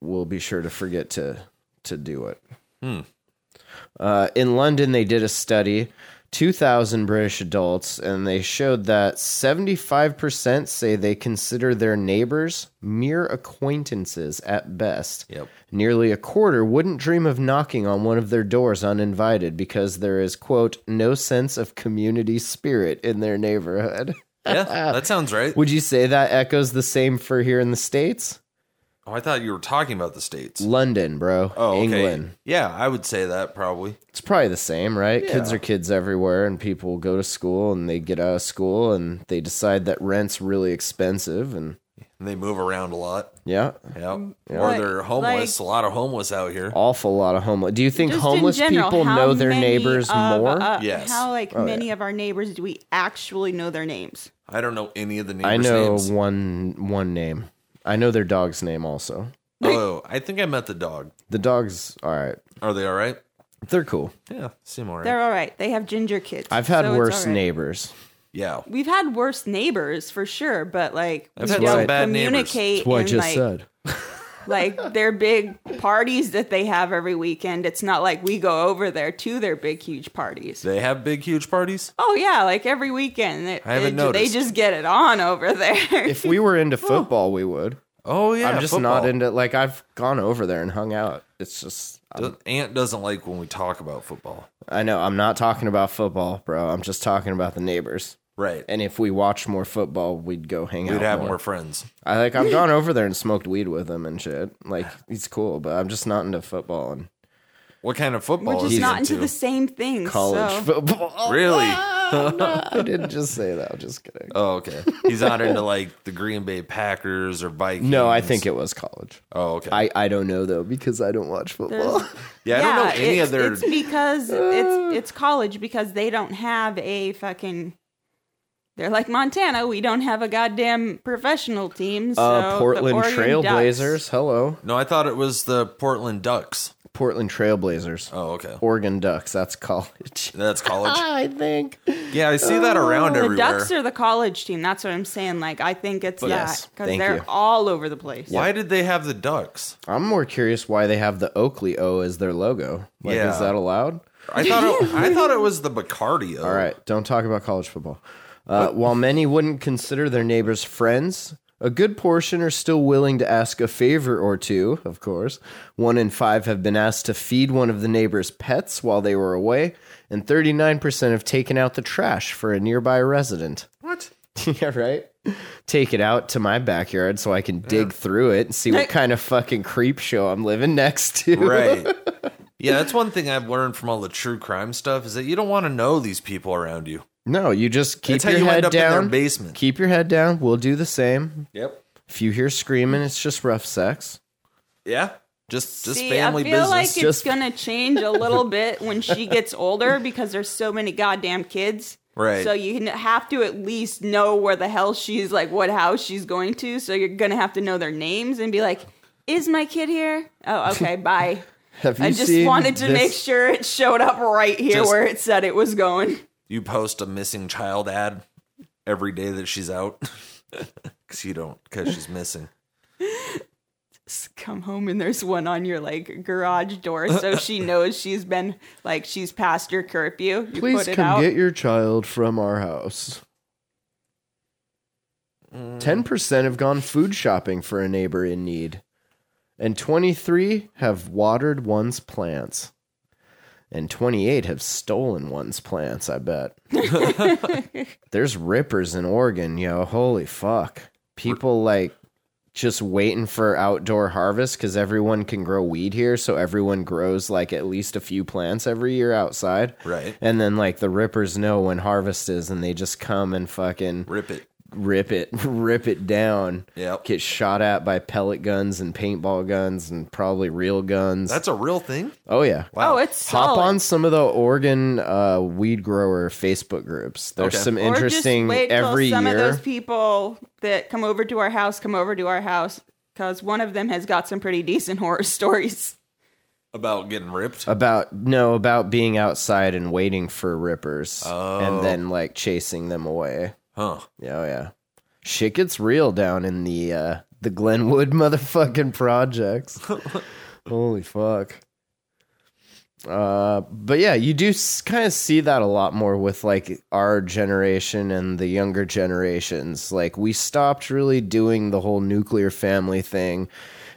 [SPEAKER 1] we'll be sure to forget to to do it. Uh, in London, they did a study, two thousand British adults, and they showed that seventy five percent say they consider their neighbors mere acquaintances at best.
[SPEAKER 3] Yep.
[SPEAKER 1] Nearly a quarter wouldn't dream of knocking on one of their doors uninvited because there is, quote, no sense of community spirit in their neighborhood. [laughs]
[SPEAKER 3] yeah, that sounds right.
[SPEAKER 1] Would you say that echoes the same for here in the States?
[SPEAKER 3] Oh, I thought you were talking about the states.
[SPEAKER 1] London, bro.
[SPEAKER 3] Oh, okay.
[SPEAKER 1] England.
[SPEAKER 3] Yeah, I would say that probably.
[SPEAKER 1] It's probably the same, right? Kids are kids everywhere, and people go to school and they get out of school and they decide that rent's really expensive. And
[SPEAKER 3] And they move around a lot.
[SPEAKER 1] yeah,
[SPEAKER 3] Yep. Or
[SPEAKER 2] Mm, Like-
[SPEAKER 3] they're homeless. a lot of homeless out here.
[SPEAKER 1] awful lot of homeless. Do you think
[SPEAKER 2] just in
[SPEAKER 1] homeless
[SPEAKER 2] general,
[SPEAKER 1] people
[SPEAKER 2] how
[SPEAKER 1] know their
[SPEAKER 2] many
[SPEAKER 1] neighbors
[SPEAKER 2] of,
[SPEAKER 1] more? Oh,
[SPEAKER 2] uh,
[SPEAKER 3] Yes.
[SPEAKER 2] How like many of our neighbors do we actually know their names?
[SPEAKER 3] I don't know any of the neighbors'
[SPEAKER 1] I know
[SPEAKER 3] names.
[SPEAKER 1] one one name. I know their dog's name also.
[SPEAKER 3] Oh, I think I met the dog.
[SPEAKER 1] The dog's all right.
[SPEAKER 3] Are they all right?
[SPEAKER 1] They're cool.
[SPEAKER 3] Yeah, seem all right.
[SPEAKER 2] They're all right. They have ginger kids.
[SPEAKER 1] I've had
[SPEAKER 2] so it's
[SPEAKER 1] worse
[SPEAKER 2] all right.
[SPEAKER 1] neighbors.
[SPEAKER 3] yeah.
[SPEAKER 2] We've had worse neighbors for sure, but like
[SPEAKER 3] I've
[SPEAKER 2] we
[SPEAKER 3] had
[SPEAKER 2] don't
[SPEAKER 3] some bad neighbors.
[SPEAKER 2] communicate. and, like, like their big parties that they have every weekend. It's not like we go over there to their big huge parties.
[SPEAKER 3] They have big, huge parties.
[SPEAKER 2] oh yeah, like every weekend. They,
[SPEAKER 3] I haven't
[SPEAKER 2] they, they
[SPEAKER 3] noticed.
[SPEAKER 2] just get it on over there.
[SPEAKER 1] If we were into football, we would.
[SPEAKER 3] Oh yeah,
[SPEAKER 1] I'm just not into like I've gone over there and hung out. It's just I'm,
[SPEAKER 3] into. Aunt doesn't like when we talk about football.
[SPEAKER 1] I know I'm not talking about football, bro. I'm just talking about the neighbors.
[SPEAKER 3] Right.
[SPEAKER 1] And if we watch more football, we'd go hang out.
[SPEAKER 3] We'd have more friends.
[SPEAKER 1] I like I've gone over there and smoked weed with him and shit. Like he's cool, but I'm just not into football and
[SPEAKER 3] What kind of
[SPEAKER 2] [laughs] We're
[SPEAKER 3] football is
[SPEAKER 2] just
[SPEAKER 3] he
[SPEAKER 2] not into the
[SPEAKER 3] into?
[SPEAKER 2] same things.
[SPEAKER 1] college
[SPEAKER 2] so.
[SPEAKER 1] football. [laughs]
[SPEAKER 2] [laughs]
[SPEAKER 3] Really?
[SPEAKER 1] I didn't just say that. I'm just kidding.
[SPEAKER 3] Oh, okay. He's not into like the Green Bay Packers or Vikings.
[SPEAKER 1] No, I think it was college.
[SPEAKER 3] Oh, okay.
[SPEAKER 1] I, I don't know though because I don't watch
[SPEAKER 2] [laughs]
[SPEAKER 1] football.
[SPEAKER 2] There's-
[SPEAKER 3] yeah, I don't know any
[SPEAKER 2] it's,
[SPEAKER 3] of their.
[SPEAKER 2] It's
[SPEAKER 3] [sighs]
[SPEAKER 2] because it's it's college because they don't have a fucking. They're like Montana. We don't have a goddamn professional team. So
[SPEAKER 1] uh,
[SPEAKER 2] the
[SPEAKER 1] Portland
[SPEAKER 2] Oregon Ducks-
[SPEAKER 1] Trailblazers. Hello.
[SPEAKER 3] no, I thought it was the Portland Ducks.
[SPEAKER 1] Portland Trailblazers.
[SPEAKER 3] Oh, okay.
[SPEAKER 1] Oregon Ducks. That's college. [laughs]
[SPEAKER 3] That's
[SPEAKER 2] [laughs]
[SPEAKER 3] college.
[SPEAKER 1] I think.
[SPEAKER 3] Yeah, I see that around
[SPEAKER 2] Oh, The
[SPEAKER 3] everywhere.
[SPEAKER 2] Ducks are the college team. That's what I'm saying. Like I think it's that
[SPEAKER 1] Yes,
[SPEAKER 2] because
[SPEAKER 1] thank
[SPEAKER 2] they're
[SPEAKER 1] you.
[SPEAKER 2] all over the place.
[SPEAKER 3] Why did they have the ducks?
[SPEAKER 1] I'm more curious why they have the Oakley O as their logo. Like,
[SPEAKER 3] Yeah.
[SPEAKER 1] is that allowed?
[SPEAKER 3] I thought it, I thought it was the Bacardi.
[SPEAKER 1] All right, don't talk about college football. Uh, while many wouldn't consider their neighbors friends, a good portion are still willing to ask a favor or two, of course. One in five have been asked to feed one of the neighbor's pets while they were away, and 39% have taken out the trash for a nearby resident. [laughs]
[SPEAKER 3] What?
[SPEAKER 1] yeah, right? Take it out to my backyard so I can dig through it and see what kind of fucking creep show I'm living next to.
[SPEAKER 3] Right. Yeah, that's one thing I've learned from all the true crime stuff is that you don't want to know these people around you.
[SPEAKER 1] No, you just keep
[SPEAKER 3] That's how
[SPEAKER 1] your
[SPEAKER 3] you
[SPEAKER 1] head
[SPEAKER 3] end up in
[SPEAKER 1] down.
[SPEAKER 3] their basement.
[SPEAKER 1] Keep your head down. We'll do the same.
[SPEAKER 3] Yep.
[SPEAKER 1] If you hear screaming, it's just rough sex.
[SPEAKER 3] Yeah. Just just
[SPEAKER 2] See,
[SPEAKER 3] family
[SPEAKER 2] I feel
[SPEAKER 3] business.
[SPEAKER 2] like it's
[SPEAKER 1] Just-
[SPEAKER 2] gonna change a little bit
[SPEAKER 1] [laughs]
[SPEAKER 2] when she gets older because there's so many goddamn kids.
[SPEAKER 3] Right.
[SPEAKER 2] So you n- have to at least know where the hell she's like, what house she's going to. So you're gonna have to know their names and be like, "Is my kid here?
[SPEAKER 1] [laughs]
[SPEAKER 2] Oh, okay, bye."
[SPEAKER 1] Have you
[SPEAKER 2] I just
[SPEAKER 1] seen
[SPEAKER 2] wanted to
[SPEAKER 1] this-
[SPEAKER 2] make sure it showed up right here
[SPEAKER 3] Just-
[SPEAKER 2] where it said it was going.
[SPEAKER 3] you post a missing child ad every day that she's out [laughs] because you don't because she's missing.
[SPEAKER 2] come home and there's one on your like garage door so
[SPEAKER 1] [laughs]
[SPEAKER 2] she knows she's been like she's past your curfew you
[SPEAKER 1] Please
[SPEAKER 2] put it
[SPEAKER 1] come
[SPEAKER 2] out
[SPEAKER 1] get your child from our house.
[SPEAKER 2] Mm.
[SPEAKER 1] Ten percent have gone food shopping for a neighbor in need, and twenty-three have watered one's plants, and twenty-eight have stolen one's plants. I
[SPEAKER 2] [laughs]
[SPEAKER 1] bet there's rippers in Oregon, yo. Holy fuck, people like just waiting for outdoor harvest because everyone can grow weed here, so everyone grows like at least a few plants every year outside.
[SPEAKER 3] Right.
[SPEAKER 1] And then like the rippers know when harvest is and they just come and fucking
[SPEAKER 3] Rip it.
[SPEAKER 1] rip it, [laughs] rip it down.
[SPEAKER 3] Yep.
[SPEAKER 1] Get shot at by pellet guns and paintball guns and probably real guns.
[SPEAKER 3] That's a real thing.
[SPEAKER 1] oh yeah.
[SPEAKER 2] oh it's solid.
[SPEAKER 1] Hop on some of the Oregon uh, weed grower Facebook groups. There's
[SPEAKER 3] Okay.
[SPEAKER 1] some
[SPEAKER 2] Or just
[SPEAKER 1] interesting
[SPEAKER 2] wait till
[SPEAKER 1] every
[SPEAKER 2] some
[SPEAKER 1] year.
[SPEAKER 2] of those people that come over to our house come over to our house because one of them has got some pretty decent horror [laughs] stories
[SPEAKER 3] about getting ripped.
[SPEAKER 1] about no about being outside and waiting for rippers
[SPEAKER 3] Oh.
[SPEAKER 1] and then like chasing them away.
[SPEAKER 3] Huh.
[SPEAKER 1] Yeah, oh, yeah. Shit gets real down in the uh the Glenwood [laughs] motherfucking projects. Holy fuck. Uh, but yeah, you do s- kind of see that a lot more with like our generation and the younger generations. Like we stopped really doing the whole nuclear family thing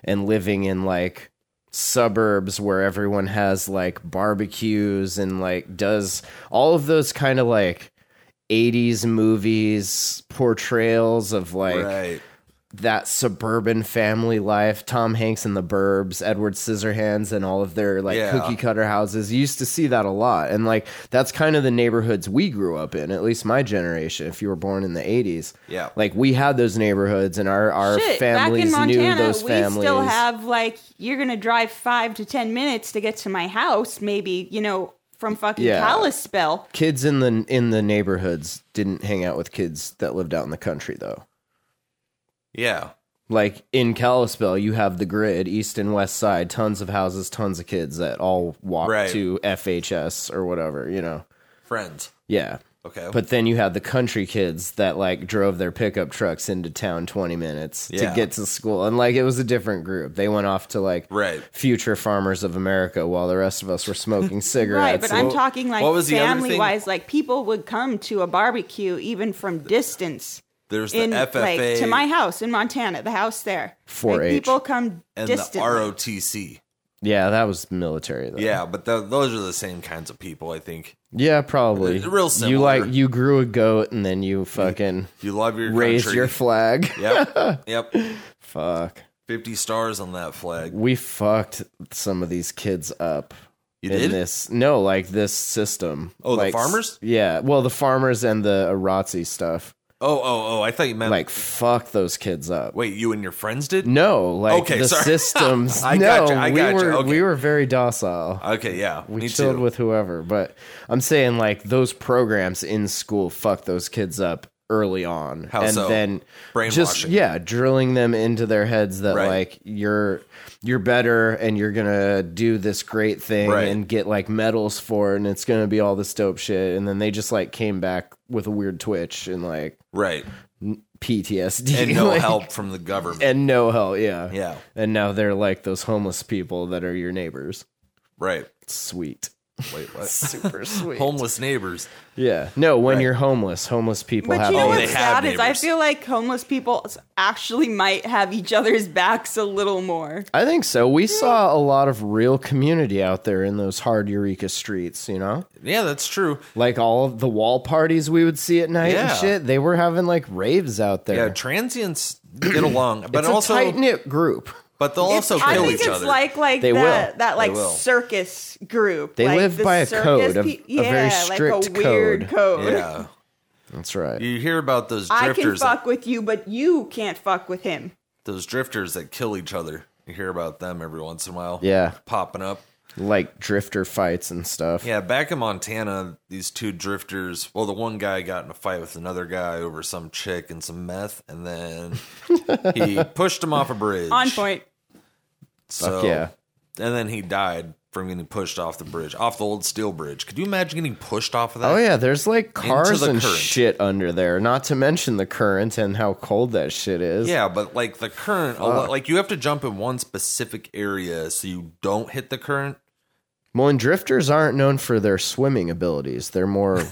[SPEAKER 1] and living in like suburbs where everyone has like barbecues and like does all of those kind of like 80s movies portrayals of like
[SPEAKER 3] right.
[SPEAKER 1] that suburban family life. Tom Hanks and the Burbs, Edward Scissorhands, and all of their like
[SPEAKER 3] Yeah.
[SPEAKER 1] cookie cutter houses. You used to see that a lot, and like that's kind of the neighborhoods we grew up in. At least my generation. If you were born in the eighties,
[SPEAKER 3] Yeah.
[SPEAKER 1] like we had those neighborhoods, and our our
[SPEAKER 2] Shit,
[SPEAKER 1] families
[SPEAKER 2] back in
[SPEAKER 1] knew
[SPEAKER 2] Montana,
[SPEAKER 1] those
[SPEAKER 2] we
[SPEAKER 1] families.
[SPEAKER 2] still have like you're gonna drive five to ten minutes to get to my house, maybe you know from fucking
[SPEAKER 1] Yeah.
[SPEAKER 2] Kalispell.
[SPEAKER 1] kids in the in the neighborhoods didn't hang out with kids that lived out in the country though.
[SPEAKER 3] Yeah.
[SPEAKER 1] Like in Kalispell, you have the grid, east and west side, tons of houses, tons of kids that all walk
[SPEAKER 3] Right.
[SPEAKER 1] to FHS or whatever, you know.
[SPEAKER 3] Friends.
[SPEAKER 1] Yeah.
[SPEAKER 3] Okay.
[SPEAKER 1] But then you have the country kids that like drove their pickup trucks into town 20 minutes
[SPEAKER 3] Yeah.
[SPEAKER 1] to get to school. And like it was a different group. They went off to like
[SPEAKER 3] Right.
[SPEAKER 1] future farmers of America while the rest of us were
[SPEAKER 3] [laughs]
[SPEAKER 1] smoking cigarettes.
[SPEAKER 2] Right, but I'm talking like
[SPEAKER 3] what was the other
[SPEAKER 2] family
[SPEAKER 3] thing?
[SPEAKER 2] wise, like people would come to a barbecue even from distance
[SPEAKER 3] There's the
[SPEAKER 2] in
[SPEAKER 3] FFA
[SPEAKER 2] like to my house in Montana, the house there. Like,
[SPEAKER 1] 4-H.
[SPEAKER 2] people come
[SPEAKER 3] and the
[SPEAKER 2] distant.
[SPEAKER 3] ROTC.
[SPEAKER 1] yeah, that was military though.
[SPEAKER 3] Yeah, but th- those are the same kinds of people. I think
[SPEAKER 1] Yeah, probably.
[SPEAKER 3] Real
[SPEAKER 1] You
[SPEAKER 3] similar.
[SPEAKER 1] like you grew a goat and
[SPEAKER 3] [laughs]
[SPEAKER 1] then you fucking
[SPEAKER 3] you love your
[SPEAKER 1] raised
[SPEAKER 3] country.
[SPEAKER 1] your flag.
[SPEAKER 3] [laughs]
[SPEAKER 1] [laughs]
[SPEAKER 3] yep. Yep.
[SPEAKER 1] Fuck.
[SPEAKER 3] Fifty stars on that flag.
[SPEAKER 1] We fucked some of these kids up.
[SPEAKER 3] You
[SPEAKER 1] in
[SPEAKER 3] did?
[SPEAKER 1] this no like this system
[SPEAKER 3] Oh, the
[SPEAKER 1] Like,
[SPEAKER 3] farmers?
[SPEAKER 1] yeah well the farmers and the Arazi stuff
[SPEAKER 3] Oh, oh, oh! I thought you meant
[SPEAKER 1] like fuck those kids up
[SPEAKER 3] Wait, you and your friends did?
[SPEAKER 1] no like
[SPEAKER 3] Okay,
[SPEAKER 1] the
[SPEAKER 3] sorry. [laughs]
[SPEAKER 1] systems
[SPEAKER 3] I
[SPEAKER 1] no
[SPEAKER 3] gotcha, I
[SPEAKER 1] we
[SPEAKER 3] gotcha,
[SPEAKER 1] were
[SPEAKER 3] okay.
[SPEAKER 1] we were very docile
[SPEAKER 3] Okay, yeah,
[SPEAKER 1] we
[SPEAKER 3] me
[SPEAKER 1] chilled
[SPEAKER 3] too.
[SPEAKER 1] with whoever but I'm saying like those programs in school fuck those kids up early on
[SPEAKER 3] How
[SPEAKER 1] and
[SPEAKER 3] so?
[SPEAKER 1] then just
[SPEAKER 3] Brainwashing.
[SPEAKER 1] yeah drilling them into their heads that
[SPEAKER 3] Right.
[SPEAKER 1] like you're you're better and you're gonna do this great thing
[SPEAKER 3] Right.
[SPEAKER 1] and get like medals for it and it's gonna be all this dope shit and then they just like came back with a weird twitch and like [laughs]
[SPEAKER 3] right?
[SPEAKER 1] PTSD
[SPEAKER 3] And no
[SPEAKER 1] [laughs] like-
[SPEAKER 3] help from the government.
[SPEAKER 1] and no help yeah
[SPEAKER 3] yeah,
[SPEAKER 1] and now they're like those homeless people that are your neighbors
[SPEAKER 3] right.
[SPEAKER 1] sweet [laughs]
[SPEAKER 3] Wait, what? [laughs]
[SPEAKER 1] super sweet
[SPEAKER 3] Homeless neighbors.
[SPEAKER 1] yeah no when you're homeless homeless people
[SPEAKER 2] But
[SPEAKER 1] have
[SPEAKER 2] you know
[SPEAKER 1] all
[SPEAKER 3] they
[SPEAKER 2] what's
[SPEAKER 1] this-
[SPEAKER 3] have
[SPEAKER 2] sad is I
[SPEAKER 3] neighbors.
[SPEAKER 2] feel like homeless people s- actually might have each other's backs a little more.
[SPEAKER 1] I think so. We
[SPEAKER 2] Mm.
[SPEAKER 1] saw a lot of real community out there in those hard Eureka streets, you know?
[SPEAKER 3] Yeah, that's true.
[SPEAKER 1] Like all of the wall parties we would see at night
[SPEAKER 3] Yeah.
[SPEAKER 1] and shit. They were having like raves out there.
[SPEAKER 3] Yeah, transients get along, but
[SPEAKER 1] it's
[SPEAKER 3] also,
[SPEAKER 1] a tight knit group.
[SPEAKER 3] but they'll also
[SPEAKER 2] I
[SPEAKER 3] kill
[SPEAKER 2] think
[SPEAKER 3] each
[SPEAKER 2] it's
[SPEAKER 3] other.
[SPEAKER 2] like like
[SPEAKER 1] They
[SPEAKER 2] that
[SPEAKER 1] will.
[SPEAKER 2] that like
[SPEAKER 3] will.
[SPEAKER 2] circus group.
[SPEAKER 1] They
[SPEAKER 2] like
[SPEAKER 1] live
[SPEAKER 2] the
[SPEAKER 1] by a
[SPEAKER 2] circus
[SPEAKER 1] code, a-
[SPEAKER 2] pe-
[SPEAKER 1] a very
[SPEAKER 2] yeah, like
[SPEAKER 1] strict
[SPEAKER 2] a weird
[SPEAKER 1] code.
[SPEAKER 2] code.
[SPEAKER 3] yeah,
[SPEAKER 1] That's right.
[SPEAKER 3] you hear about those
[SPEAKER 2] I can
[SPEAKER 3] drifters,
[SPEAKER 2] fuck with you, but you can't fuck with him.
[SPEAKER 3] those drifters that kill each other. You hear about them every once in a while.
[SPEAKER 1] Yeah.
[SPEAKER 3] popping up.
[SPEAKER 1] Like drifter fights and stuff.
[SPEAKER 3] Yeah, back in Montana, these two drifters. Well, the one guy got in a fight with another guy over some chick and some meth, and then
[SPEAKER 1] [laughs]
[SPEAKER 3] he pushed him off a bridge.
[SPEAKER 2] On point.
[SPEAKER 3] So,
[SPEAKER 1] Fuck yeah.
[SPEAKER 3] And then he died from getting pushed off the bridge, off the old steel bridge. Could you imagine getting pushed off of that?
[SPEAKER 1] Oh yeah, there's like cars
[SPEAKER 3] the
[SPEAKER 1] and
[SPEAKER 3] current.
[SPEAKER 1] shit under there. Not to mention the current and how cold that shit is.
[SPEAKER 3] Yeah, but like the current, a lot, like you have to jump in one specific area so you don't hit the current.
[SPEAKER 1] Well, and drifters aren't known for their swimming abilities. They're [laughs] more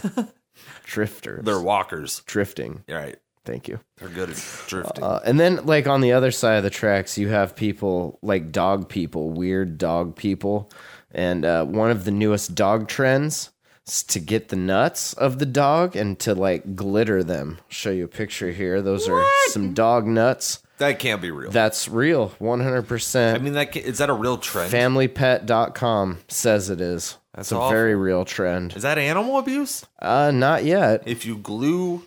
[SPEAKER 1] drifters.
[SPEAKER 3] They're walkers.
[SPEAKER 1] drifting.
[SPEAKER 3] Right.
[SPEAKER 1] Thank you.
[SPEAKER 3] They're good at drifting.
[SPEAKER 1] Uh, and then, like on the other side of the tracks, you have people like dog people, weird dog people, and uh, one of the newest dog trends is to get the nuts of the dog and to like glitter them. show you a picture here. Those are some dog nuts.
[SPEAKER 3] that can't be real.
[SPEAKER 1] That's real, one hundred
[SPEAKER 3] I
[SPEAKER 1] percent.
[SPEAKER 3] mean, that ca- is that a real trend?
[SPEAKER 1] Familypet.com says it is.
[SPEAKER 3] That's
[SPEAKER 1] it's a
[SPEAKER 3] awful.
[SPEAKER 1] very real trend.
[SPEAKER 3] is that animal abuse?
[SPEAKER 1] Uh, not yet.
[SPEAKER 3] If you glue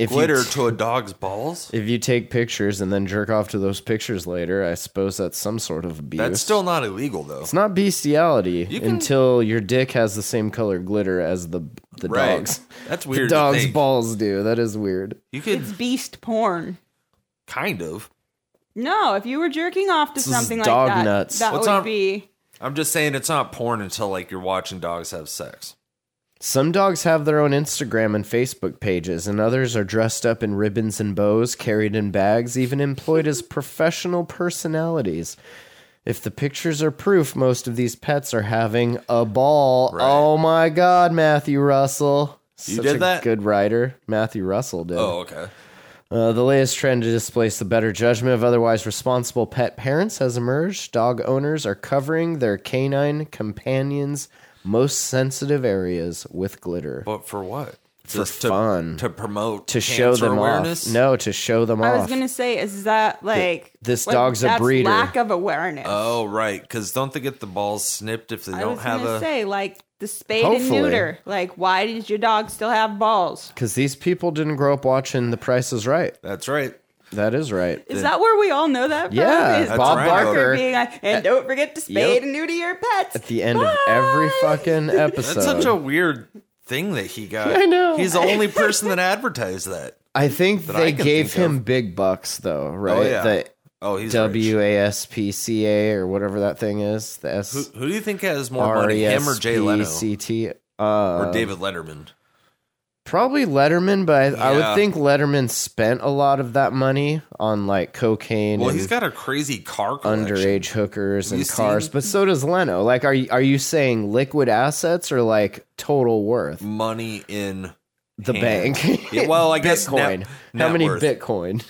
[SPEAKER 1] If you
[SPEAKER 3] glitter
[SPEAKER 1] t-
[SPEAKER 3] to a dog's balls,
[SPEAKER 1] if you take pictures and then jerk off to those pictures later, I suppose that's some sort of abuse.
[SPEAKER 3] that's still not illegal though.
[SPEAKER 1] It's not bestiality
[SPEAKER 3] You can-
[SPEAKER 1] until your dick has the same color glitter as the the
[SPEAKER 3] Right.
[SPEAKER 1] dogs.
[SPEAKER 3] [laughs] That's
[SPEAKER 1] The
[SPEAKER 3] weird. to
[SPEAKER 1] dogs'
[SPEAKER 3] think.
[SPEAKER 1] balls do. That is weird.
[SPEAKER 3] You could
[SPEAKER 2] It's beast porn.
[SPEAKER 3] kind of.
[SPEAKER 2] No, if you were jerking off to
[SPEAKER 1] is
[SPEAKER 2] something like
[SPEAKER 1] dog
[SPEAKER 2] that,
[SPEAKER 1] nuts.
[SPEAKER 2] that
[SPEAKER 3] What's
[SPEAKER 2] would
[SPEAKER 3] up?
[SPEAKER 2] be
[SPEAKER 3] I'm just saying it's not porn until like you're watching dogs have sex.
[SPEAKER 1] Some dogs have their own Instagram and Facebook pages, and others are dressed up in ribbons and bows, carried in bags, even employed
[SPEAKER 3] [laughs]
[SPEAKER 1] as professional personalities. If the pictures are proof, most of these pets are having a ball.
[SPEAKER 3] Right.
[SPEAKER 1] Oh my God, Matthew Russell.
[SPEAKER 3] You
[SPEAKER 1] Such
[SPEAKER 3] did
[SPEAKER 1] a
[SPEAKER 3] that?
[SPEAKER 1] good writer. Matthew Russell did.
[SPEAKER 3] Oh, okay.
[SPEAKER 1] Uh, the latest trend to displace the better judgment of otherwise responsible pet parents has emerged. Dog owners are covering their canine companions' most sensitive areas with glitter
[SPEAKER 3] But for what?
[SPEAKER 1] For
[SPEAKER 3] to,
[SPEAKER 1] fun.
[SPEAKER 3] To promote
[SPEAKER 1] to show
[SPEAKER 3] cancer
[SPEAKER 1] them
[SPEAKER 3] awareness.
[SPEAKER 1] off. No, to show them
[SPEAKER 2] I
[SPEAKER 1] off.
[SPEAKER 2] was gonna say, is that like
[SPEAKER 1] this
[SPEAKER 2] what-
[SPEAKER 1] dog's a
[SPEAKER 2] that's
[SPEAKER 1] breeder.
[SPEAKER 2] Lack of awareness.
[SPEAKER 3] Oh right, because don't they get the balls snipped if they
[SPEAKER 2] I
[SPEAKER 3] don't
[SPEAKER 2] was
[SPEAKER 3] have
[SPEAKER 2] gonna
[SPEAKER 3] a?
[SPEAKER 2] say like the spade
[SPEAKER 1] Hopefully.
[SPEAKER 2] and neuter. Like, why does your dog still have balls?
[SPEAKER 1] Because these people didn't grow up watching The Price is Right.
[SPEAKER 3] That's right.
[SPEAKER 1] That is right.
[SPEAKER 2] Is that where we all know that from?
[SPEAKER 1] Yeah,
[SPEAKER 2] Is
[SPEAKER 1] That's
[SPEAKER 2] Bob
[SPEAKER 3] right.
[SPEAKER 2] Barker being like, and don't forget to spade
[SPEAKER 1] yep.
[SPEAKER 2] and neuter your pets.
[SPEAKER 1] At the end of every fucking episode.
[SPEAKER 3] That's such a weird thing that he got.
[SPEAKER 1] [laughs] I know.
[SPEAKER 3] He's the only person that advertised that.
[SPEAKER 1] I think
[SPEAKER 3] that
[SPEAKER 1] they
[SPEAKER 3] I can
[SPEAKER 1] gave
[SPEAKER 3] think of.
[SPEAKER 1] him big bucks, though, right?
[SPEAKER 3] yeah.
[SPEAKER 1] The
[SPEAKER 3] Oh, he's rich.
[SPEAKER 1] WASPCA or whatever that thing is. The S.
[SPEAKER 3] Who, who do you think has more
[SPEAKER 1] R
[SPEAKER 3] money,
[SPEAKER 1] E
[SPEAKER 3] him
[SPEAKER 1] S
[SPEAKER 3] or Jay
[SPEAKER 1] P
[SPEAKER 3] Leno
[SPEAKER 1] C uh, T.
[SPEAKER 3] or
[SPEAKER 1] Uh,
[SPEAKER 3] David Letterman?
[SPEAKER 1] probably Letterman, but I, I would
[SPEAKER 3] Yeah.
[SPEAKER 1] think Letterman spent a lot of that money on like cocaine
[SPEAKER 3] Well,
[SPEAKER 1] and
[SPEAKER 3] he's got a crazy car collection.
[SPEAKER 1] underage hookers and
[SPEAKER 3] Have you
[SPEAKER 1] cars.
[SPEAKER 3] seen-
[SPEAKER 1] But so does Leno. Like, are you, are you saying liquid assets or like total worth?
[SPEAKER 3] money in
[SPEAKER 1] The
[SPEAKER 3] hand.
[SPEAKER 1] bank.
[SPEAKER 3] [laughs] Yeah, well, I guess
[SPEAKER 1] Bitcoin.
[SPEAKER 3] net-
[SPEAKER 1] How
[SPEAKER 3] net
[SPEAKER 1] many
[SPEAKER 3] worth.
[SPEAKER 1] Bitcoin?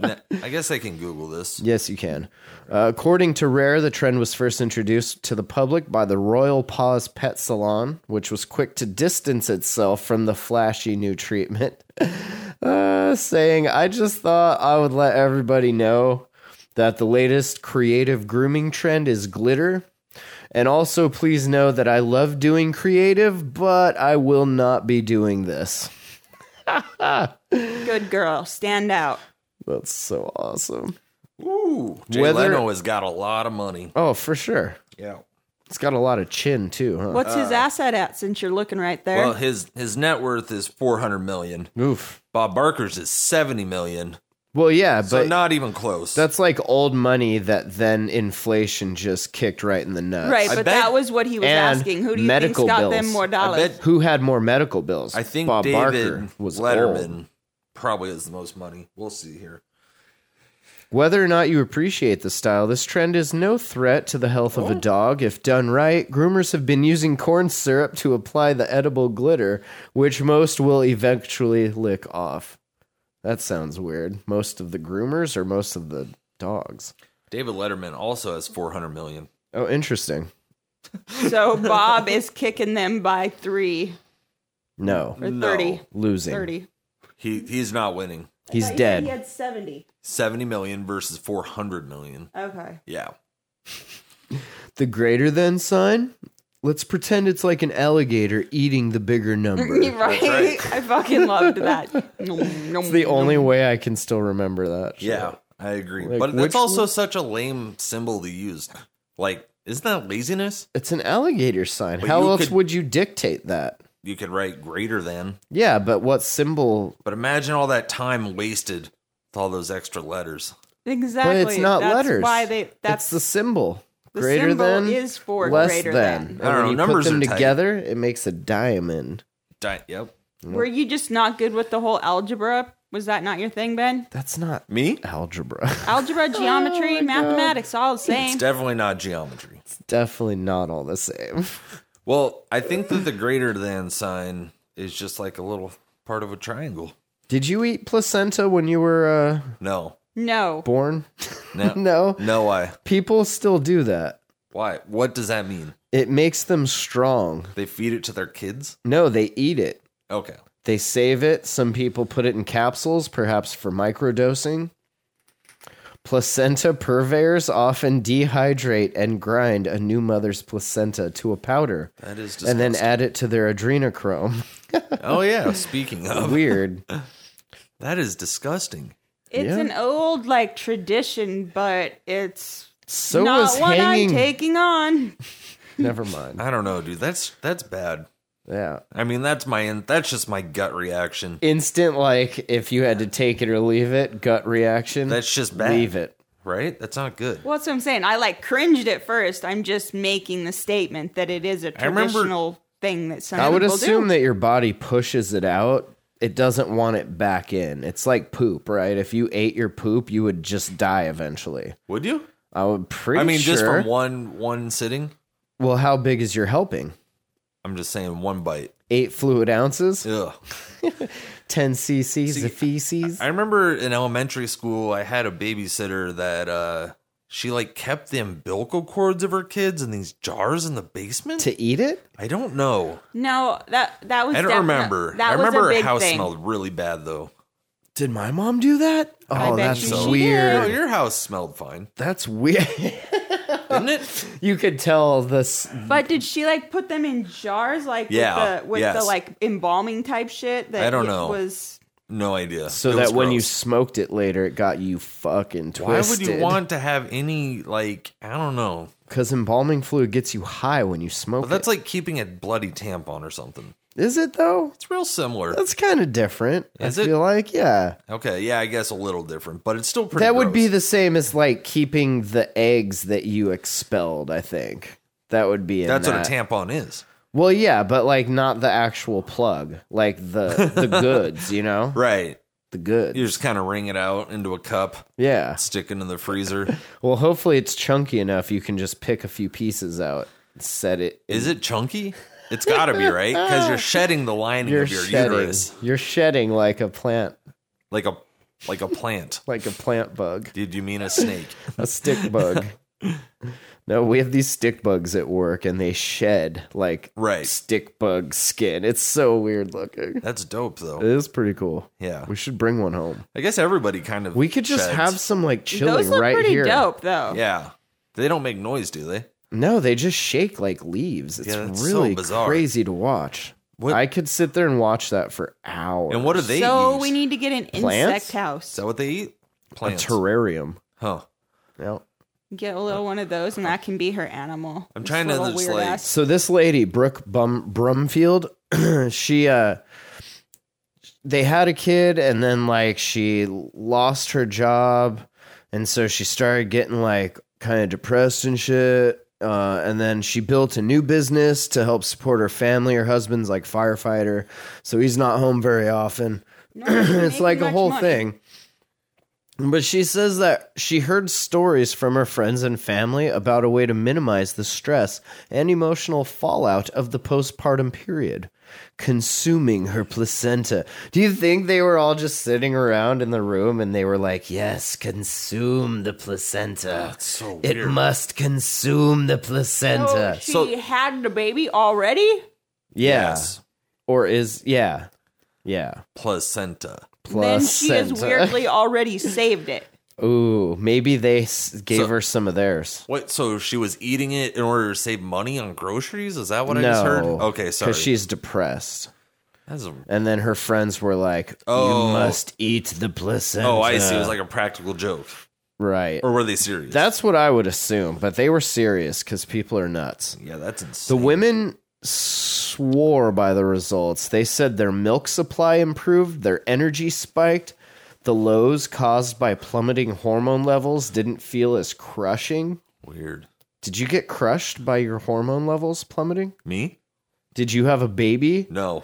[SPEAKER 3] Nah, I guess I can Google
[SPEAKER 1] [laughs]
[SPEAKER 3] this.
[SPEAKER 1] Yes, you can. Uh, according to Rare, the trend was first introduced to the public by the Royal Paws Pet Salon, which was quick to distance itself from the flashy new treatment, [laughs] uh, saying, I just thought I would let everybody know that the latest creative grooming trend is glitter. And also, please know that I love doing creative, but I will not be doing this.
[SPEAKER 2] Good girl, stand out.
[SPEAKER 1] That's so awesome.
[SPEAKER 3] Ooh, Jay
[SPEAKER 1] Whether-
[SPEAKER 3] Leno has got a lot of money.
[SPEAKER 1] Oh, for sure.
[SPEAKER 3] Yeah,
[SPEAKER 1] It's got a lot of chin too, huh?
[SPEAKER 2] What's his asset at since you're looking right there?
[SPEAKER 3] Uh, Well, his his net worth is four hundred million.
[SPEAKER 1] Oof.
[SPEAKER 3] Bob Barker's is seventy million.
[SPEAKER 1] Well, yeah,
[SPEAKER 3] So
[SPEAKER 1] but
[SPEAKER 3] not even close.
[SPEAKER 1] that's like old money that then inflation just kicked right in the nuts.
[SPEAKER 2] right,
[SPEAKER 3] I
[SPEAKER 2] but
[SPEAKER 3] bet-
[SPEAKER 2] that was what he was
[SPEAKER 1] and
[SPEAKER 2] asking. Who do you think's
[SPEAKER 1] medical
[SPEAKER 2] got them
[SPEAKER 1] bills.
[SPEAKER 2] more
[SPEAKER 1] I
[SPEAKER 2] dollars?
[SPEAKER 3] bet-
[SPEAKER 1] Who had more medical bills?
[SPEAKER 3] I think
[SPEAKER 1] Bob
[SPEAKER 3] David
[SPEAKER 1] Barker was
[SPEAKER 3] Letterman
[SPEAKER 1] old.
[SPEAKER 3] probably has the most money. We'll see here.
[SPEAKER 1] Whether or not you appreciate the style, this trend is no threat to the health of a dog. If done right, groomers have been using corn syrup to apply the edible glitter, which most will eventually lick off. That sounds weird. Most of the groomers or most of the dogs?
[SPEAKER 3] David Letterman also has four hundred million.
[SPEAKER 1] Oh, interesting.
[SPEAKER 2] so Bob is kicking them by three
[SPEAKER 1] No,
[SPEAKER 2] or
[SPEAKER 3] No.
[SPEAKER 2] 30.
[SPEAKER 1] losing.
[SPEAKER 2] 30.
[SPEAKER 3] He he's not winning.
[SPEAKER 1] He's dead.
[SPEAKER 2] He had 70.
[SPEAKER 3] Seventy million versus four hundred million.
[SPEAKER 2] Okay.
[SPEAKER 3] Yeah.
[SPEAKER 1] the greater than sign? Let's pretend it's like an alligator eating the bigger number.
[SPEAKER 2] Right?
[SPEAKER 3] right.
[SPEAKER 2] I fucking
[SPEAKER 1] [laughs]
[SPEAKER 2] loved that. it's
[SPEAKER 1] It's the only way I can still remember that. shit.
[SPEAKER 3] Yeah, I agree.
[SPEAKER 1] Like,
[SPEAKER 3] but
[SPEAKER 1] which
[SPEAKER 3] that's also
[SPEAKER 1] one-
[SPEAKER 3] such a lame symbol to use. Like, isn't that laziness?
[SPEAKER 1] It's an alligator sign.
[SPEAKER 3] But
[SPEAKER 1] How
[SPEAKER 3] you
[SPEAKER 1] else
[SPEAKER 3] could-
[SPEAKER 1] would you dictate that?
[SPEAKER 3] You could write greater than,
[SPEAKER 1] Yeah, but what symbol?
[SPEAKER 3] but imagine all that time wasted with all those extra letters.
[SPEAKER 2] Exactly.
[SPEAKER 1] But it's not
[SPEAKER 2] that's
[SPEAKER 1] letters.
[SPEAKER 2] Why they? That's
[SPEAKER 1] it's the symbol.
[SPEAKER 2] the
[SPEAKER 1] greater
[SPEAKER 2] symbol
[SPEAKER 1] than
[SPEAKER 2] is for
[SPEAKER 1] less
[SPEAKER 2] greater
[SPEAKER 1] than.
[SPEAKER 2] than.
[SPEAKER 1] And
[SPEAKER 3] I don't
[SPEAKER 1] when
[SPEAKER 3] know,
[SPEAKER 1] you
[SPEAKER 3] numbers
[SPEAKER 1] put them
[SPEAKER 3] are tight.
[SPEAKER 1] together, it makes a diamond.
[SPEAKER 3] Di- yep.
[SPEAKER 2] Were you just not good with the whole algebra? Was that not your thing, Ben?
[SPEAKER 1] That's not
[SPEAKER 3] Me?
[SPEAKER 1] algebra. [laughs]
[SPEAKER 2] [laughs] Algebra, geometry, mathematics, all the
[SPEAKER 3] It's
[SPEAKER 2] same.
[SPEAKER 3] definitely not geometry.
[SPEAKER 1] it's definitely not all the same.
[SPEAKER 3] Well, I think that the greater than sign is just like a little part of a triangle.
[SPEAKER 1] Did you eat placenta when you were uh,
[SPEAKER 3] No.
[SPEAKER 2] no.
[SPEAKER 1] born?
[SPEAKER 3] No.
[SPEAKER 1] [laughs] no.
[SPEAKER 3] No, I.
[SPEAKER 1] People still do that.
[SPEAKER 3] Why? What does that mean?
[SPEAKER 1] It makes them strong.
[SPEAKER 3] They feed it to their kids?
[SPEAKER 1] No, they eat it.
[SPEAKER 3] Okay.
[SPEAKER 1] They save it. Some people put it in capsules, perhaps for microdosing. Placenta purveyors often dehydrate and grind a new mother's placenta to a powder
[SPEAKER 3] That is disgusting.
[SPEAKER 1] and then add it to their
[SPEAKER 3] [laughs]
[SPEAKER 1] adrenochrome.
[SPEAKER 3] oh, yeah. Speaking of,
[SPEAKER 1] Weird.
[SPEAKER 3] that is disgusting.
[SPEAKER 2] It's
[SPEAKER 1] Yeah.
[SPEAKER 2] an old like tradition, but it's
[SPEAKER 1] So
[SPEAKER 2] not
[SPEAKER 1] was
[SPEAKER 2] one
[SPEAKER 1] hanging.
[SPEAKER 2] I'm taking on.
[SPEAKER 1] Never mind.
[SPEAKER 3] I don't know, dude. That's that's bad.
[SPEAKER 1] Yeah.
[SPEAKER 3] I mean, that's my in- that's just my gut reaction.
[SPEAKER 1] Instant, like if you had to take it or leave it, gut reaction.
[SPEAKER 3] That's just bad.
[SPEAKER 1] Leave it.
[SPEAKER 3] Right? That's not good.
[SPEAKER 2] Well, that's what I'm saying. I like cringed at first. I'm just making the statement that it is a
[SPEAKER 3] I remember-
[SPEAKER 2] traditional thing that some
[SPEAKER 1] I would
[SPEAKER 2] people
[SPEAKER 1] assume
[SPEAKER 2] do.
[SPEAKER 1] that your body pushes it out. It doesn't want it back in. It's like poop, right? If you ate your poop, you would just die eventually.
[SPEAKER 3] Would you?
[SPEAKER 1] I would pretty
[SPEAKER 3] I mean,
[SPEAKER 1] sure.
[SPEAKER 3] just from one one sitting.
[SPEAKER 1] well, how big is your helping?
[SPEAKER 3] I'm just saying one bite.
[SPEAKER 1] Eight fluid ounces,
[SPEAKER 3] Ugh.
[SPEAKER 1] 10 cc's
[SPEAKER 3] See,
[SPEAKER 1] of feces.
[SPEAKER 3] I remember in elementary school, I had a babysitter that uh she like kept the umbilical cords of her kids in these jars in the basement.
[SPEAKER 1] to eat it?
[SPEAKER 3] I don't know.
[SPEAKER 2] No, that that was.
[SPEAKER 3] I don't
[SPEAKER 2] defi-
[SPEAKER 3] remember.
[SPEAKER 2] That
[SPEAKER 3] I
[SPEAKER 2] was
[SPEAKER 3] remember
[SPEAKER 2] a big
[SPEAKER 3] how it
[SPEAKER 2] thing.
[SPEAKER 3] smelled really bad though.
[SPEAKER 1] Did my mom do that?
[SPEAKER 2] I
[SPEAKER 1] Oh,
[SPEAKER 2] bet
[SPEAKER 1] that's
[SPEAKER 2] you she
[SPEAKER 1] so
[SPEAKER 2] did.
[SPEAKER 3] No,
[SPEAKER 1] weird.
[SPEAKER 3] your house smelled fine,
[SPEAKER 1] That's weird. [laughs]
[SPEAKER 3] didn't it?
[SPEAKER 1] you could tell this.
[SPEAKER 2] But did she like put them in jars, like
[SPEAKER 3] Yeah,
[SPEAKER 2] with the with
[SPEAKER 3] yes.
[SPEAKER 2] the like embalming type shit? That
[SPEAKER 3] I don't
[SPEAKER 2] it
[SPEAKER 3] know.
[SPEAKER 2] Was
[SPEAKER 3] No idea.
[SPEAKER 1] So
[SPEAKER 3] It
[SPEAKER 1] that
[SPEAKER 3] was
[SPEAKER 1] when you
[SPEAKER 3] gross.
[SPEAKER 1] smoked it later, it got you fucking twisted.
[SPEAKER 3] Why would you want to have any like I don't know?
[SPEAKER 1] Because embalming fluid gets you high when you smoke
[SPEAKER 3] But that's
[SPEAKER 1] it.
[SPEAKER 3] like keeping a bloody tampon or something.
[SPEAKER 1] Is it though?
[SPEAKER 3] It's real similar.
[SPEAKER 1] That's kind of different.
[SPEAKER 3] Is
[SPEAKER 1] I
[SPEAKER 3] it?
[SPEAKER 1] feel like, yeah.
[SPEAKER 3] okay, yeah, I guess a little different, but it's still pretty.
[SPEAKER 1] That would be
[SPEAKER 3] gross.
[SPEAKER 1] the same as like keeping the eggs that you expelled, I think. That would be in
[SPEAKER 3] That's
[SPEAKER 1] that.
[SPEAKER 3] what a tampon is,
[SPEAKER 1] Well, yeah, but like not the actual plug, like the
[SPEAKER 3] [laughs]
[SPEAKER 1] the goods, you know?
[SPEAKER 3] right?
[SPEAKER 1] The goods.
[SPEAKER 3] You just kind of wring it out into a cup,
[SPEAKER 1] Yeah.
[SPEAKER 3] stick it in the freezer.
[SPEAKER 1] [laughs] Well, hopefully it's chunky enough you can just pick a few pieces out, set it.
[SPEAKER 3] is it chunky? It's got to be right
[SPEAKER 1] [laughs]
[SPEAKER 3] because you're shedding the lining
[SPEAKER 1] You're
[SPEAKER 3] of your
[SPEAKER 1] shedding.
[SPEAKER 3] uterus
[SPEAKER 1] You're shedding like a plant,
[SPEAKER 3] like a like a plant.
[SPEAKER 1] like a plant bug.
[SPEAKER 3] Did you mean
[SPEAKER 1] [laughs]
[SPEAKER 3] a snake?
[SPEAKER 1] a stick
[SPEAKER 3] [laughs]
[SPEAKER 1] bug. No, we have these stick bugs at work and they shed like
[SPEAKER 3] Right.
[SPEAKER 1] stick bug skin. It's so weird looking.
[SPEAKER 3] That's dope
[SPEAKER 1] It
[SPEAKER 3] though.
[SPEAKER 1] is pretty cool.
[SPEAKER 3] Yeah,
[SPEAKER 1] We should bring one home.
[SPEAKER 3] I guess everybody kind of.
[SPEAKER 1] We could just
[SPEAKER 3] sheds.
[SPEAKER 1] have some like chilling
[SPEAKER 2] those look
[SPEAKER 1] right
[SPEAKER 2] pretty
[SPEAKER 1] here.
[SPEAKER 2] dope though.
[SPEAKER 3] Yeah, they don't make noise, do they?
[SPEAKER 1] No, they just shake like leaves. It's
[SPEAKER 3] Yeah, that's so
[SPEAKER 1] really
[SPEAKER 3] bizarre.
[SPEAKER 1] crazy to watch.
[SPEAKER 3] What-
[SPEAKER 1] I could sit there and watch that for hours.
[SPEAKER 3] And what do they?
[SPEAKER 2] so
[SPEAKER 3] use?
[SPEAKER 2] we need to get an
[SPEAKER 1] Plants?
[SPEAKER 2] insect house.
[SPEAKER 3] Is that what they eat?
[SPEAKER 1] a
[SPEAKER 3] Plants.
[SPEAKER 1] terrarium?
[SPEAKER 3] huh.
[SPEAKER 1] No.
[SPEAKER 2] Get a little one of those, and that can be her animal.
[SPEAKER 3] I'm
[SPEAKER 2] This
[SPEAKER 3] trying to
[SPEAKER 2] little
[SPEAKER 3] just,
[SPEAKER 2] weird
[SPEAKER 3] like-
[SPEAKER 2] ass-
[SPEAKER 1] So this lady, Brooke Bum- Brumfield, [clears throat] she uh they had a kid and then like she lost her job and so she started getting like kind of depressed and shit. Uh, and then she built a new business to help support her family. Her husband's like firefighter, so he's not home very often.
[SPEAKER 2] No,
[SPEAKER 1] [clears throat]
[SPEAKER 2] you're
[SPEAKER 1] it's
[SPEAKER 2] making
[SPEAKER 1] like a
[SPEAKER 2] much
[SPEAKER 1] whole
[SPEAKER 2] money.
[SPEAKER 1] thing. But she says that she heard stories from her friends and family about a way to minimize the stress and emotional fallout of the postpartum period, consuming her placenta. Do you think they were all just sitting around in the room and they were like, "Yes, consume the placenta.
[SPEAKER 3] so
[SPEAKER 1] it must consume the
[SPEAKER 2] So
[SPEAKER 1] placenta."
[SPEAKER 2] Oh, she
[SPEAKER 3] So-
[SPEAKER 2] had the baby already.
[SPEAKER 1] yeah. Or is yeah. Yeah.
[SPEAKER 3] Placenta.
[SPEAKER 2] Then she has
[SPEAKER 1] Placenta.
[SPEAKER 2] weirdly already saved it.
[SPEAKER 1] [laughs] Ooh, maybe they s- gave
[SPEAKER 3] So-
[SPEAKER 1] her some of theirs.
[SPEAKER 3] What? So she was eating it in order to save money on groceries? Is that what I just heard? Okay, sorry.
[SPEAKER 1] Because she's depressed,
[SPEAKER 3] That's a-
[SPEAKER 1] and then her friends were like,
[SPEAKER 3] Oh.
[SPEAKER 1] "You must eat the placenta."
[SPEAKER 3] oh, I see. It was like a practical joke.
[SPEAKER 1] right.
[SPEAKER 3] Or were they serious?
[SPEAKER 1] uh, That's what I would assume, but they were serious because people are nuts.
[SPEAKER 3] yeah, that's insane.
[SPEAKER 1] The women swore by the results. They said their milk supply improved, their energy spiked, the lows caused by plummeting hormone levels didn't feel as crushing.
[SPEAKER 3] Weird.
[SPEAKER 1] Did you get crushed by your hormone levels plummeting?
[SPEAKER 3] Me?
[SPEAKER 1] Did you have a
[SPEAKER 3] [laughs]
[SPEAKER 1] baby?
[SPEAKER 3] No.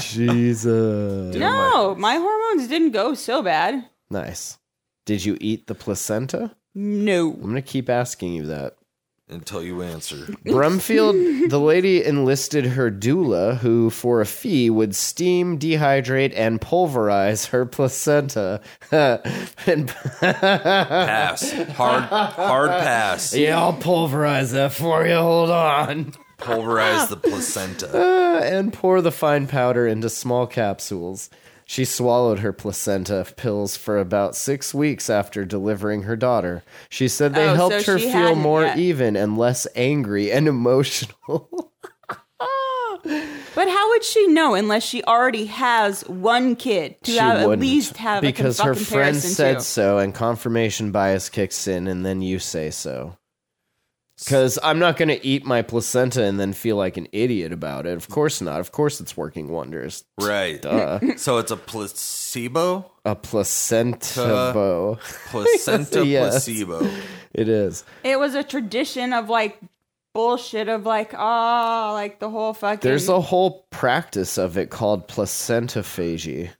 [SPEAKER 1] Jesus.
[SPEAKER 2] No, my hormones didn't go so bad.
[SPEAKER 1] Nice. Did you eat the placenta?
[SPEAKER 2] No.
[SPEAKER 1] I'm going to keep asking you that.
[SPEAKER 3] Until you answer.
[SPEAKER 1] Brumfield, the lady enlisted her doula, who for a fee would steam, dehydrate, and pulverize her placenta. [laughs] and [laughs]
[SPEAKER 3] Pass. Hard hard pass.
[SPEAKER 1] yeah, I'll pulverize that for you. Hold on.
[SPEAKER 3] Pulverize
[SPEAKER 1] [laughs]
[SPEAKER 3] the placenta.
[SPEAKER 1] Uh, and pour the fine powder into small capsules. She swallowed her placenta pills for about six weeks after delivering her daughter. She said they
[SPEAKER 2] Oh, so
[SPEAKER 1] helped her
[SPEAKER 2] she
[SPEAKER 1] feel
[SPEAKER 2] hadn't
[SPEAKER 1] more
[SPEAKER 2] yet.
[SPEAKER 1] even and less angry and emotional. [laughs]
[SPEAKER 2] But how would she know unless she already has one kid to
[SPEAKER 1] she
[SPEAKER 2] have at
[SPEAKER 1] wouldn't,
[SPEAKER 2] least have
[SPEAKER 1] because
[SPEAKER 2] a
[SPEAKER 1] her
[SPEAKER 2] fucking
[SPEAKER 1] friend
[SPEAKER 2] comparison
[SPEAKER 1] said
[SPEAKER 2] to?
[SPEAKER 1] so, and confirmation bias kicks in, and then you say so. Because I'm not going to eat my placenta and then feel like an idiot about it. Of course not. Of course, it's working wonders.
[SPEAKER 3] Right.
[SPEAKER 1] Duh.
[SPEAKER 3] So it's
[SPEAKER 1] [laughs]
[SPEAKER 3] a placebo?
[SPEAKER 1] A placenta bow. [laughs]
[SPEAKER 3] Placenta
[SPEAKER 1] Yes.
[SPEAKER 3] placebo.
[SPEAKER 1] It is.
[SPEAKER 2] It was a tradition of like bullshit of like ah like the whole fucking
[SPEAKER 1] There's a whole practice of it called placentophagy.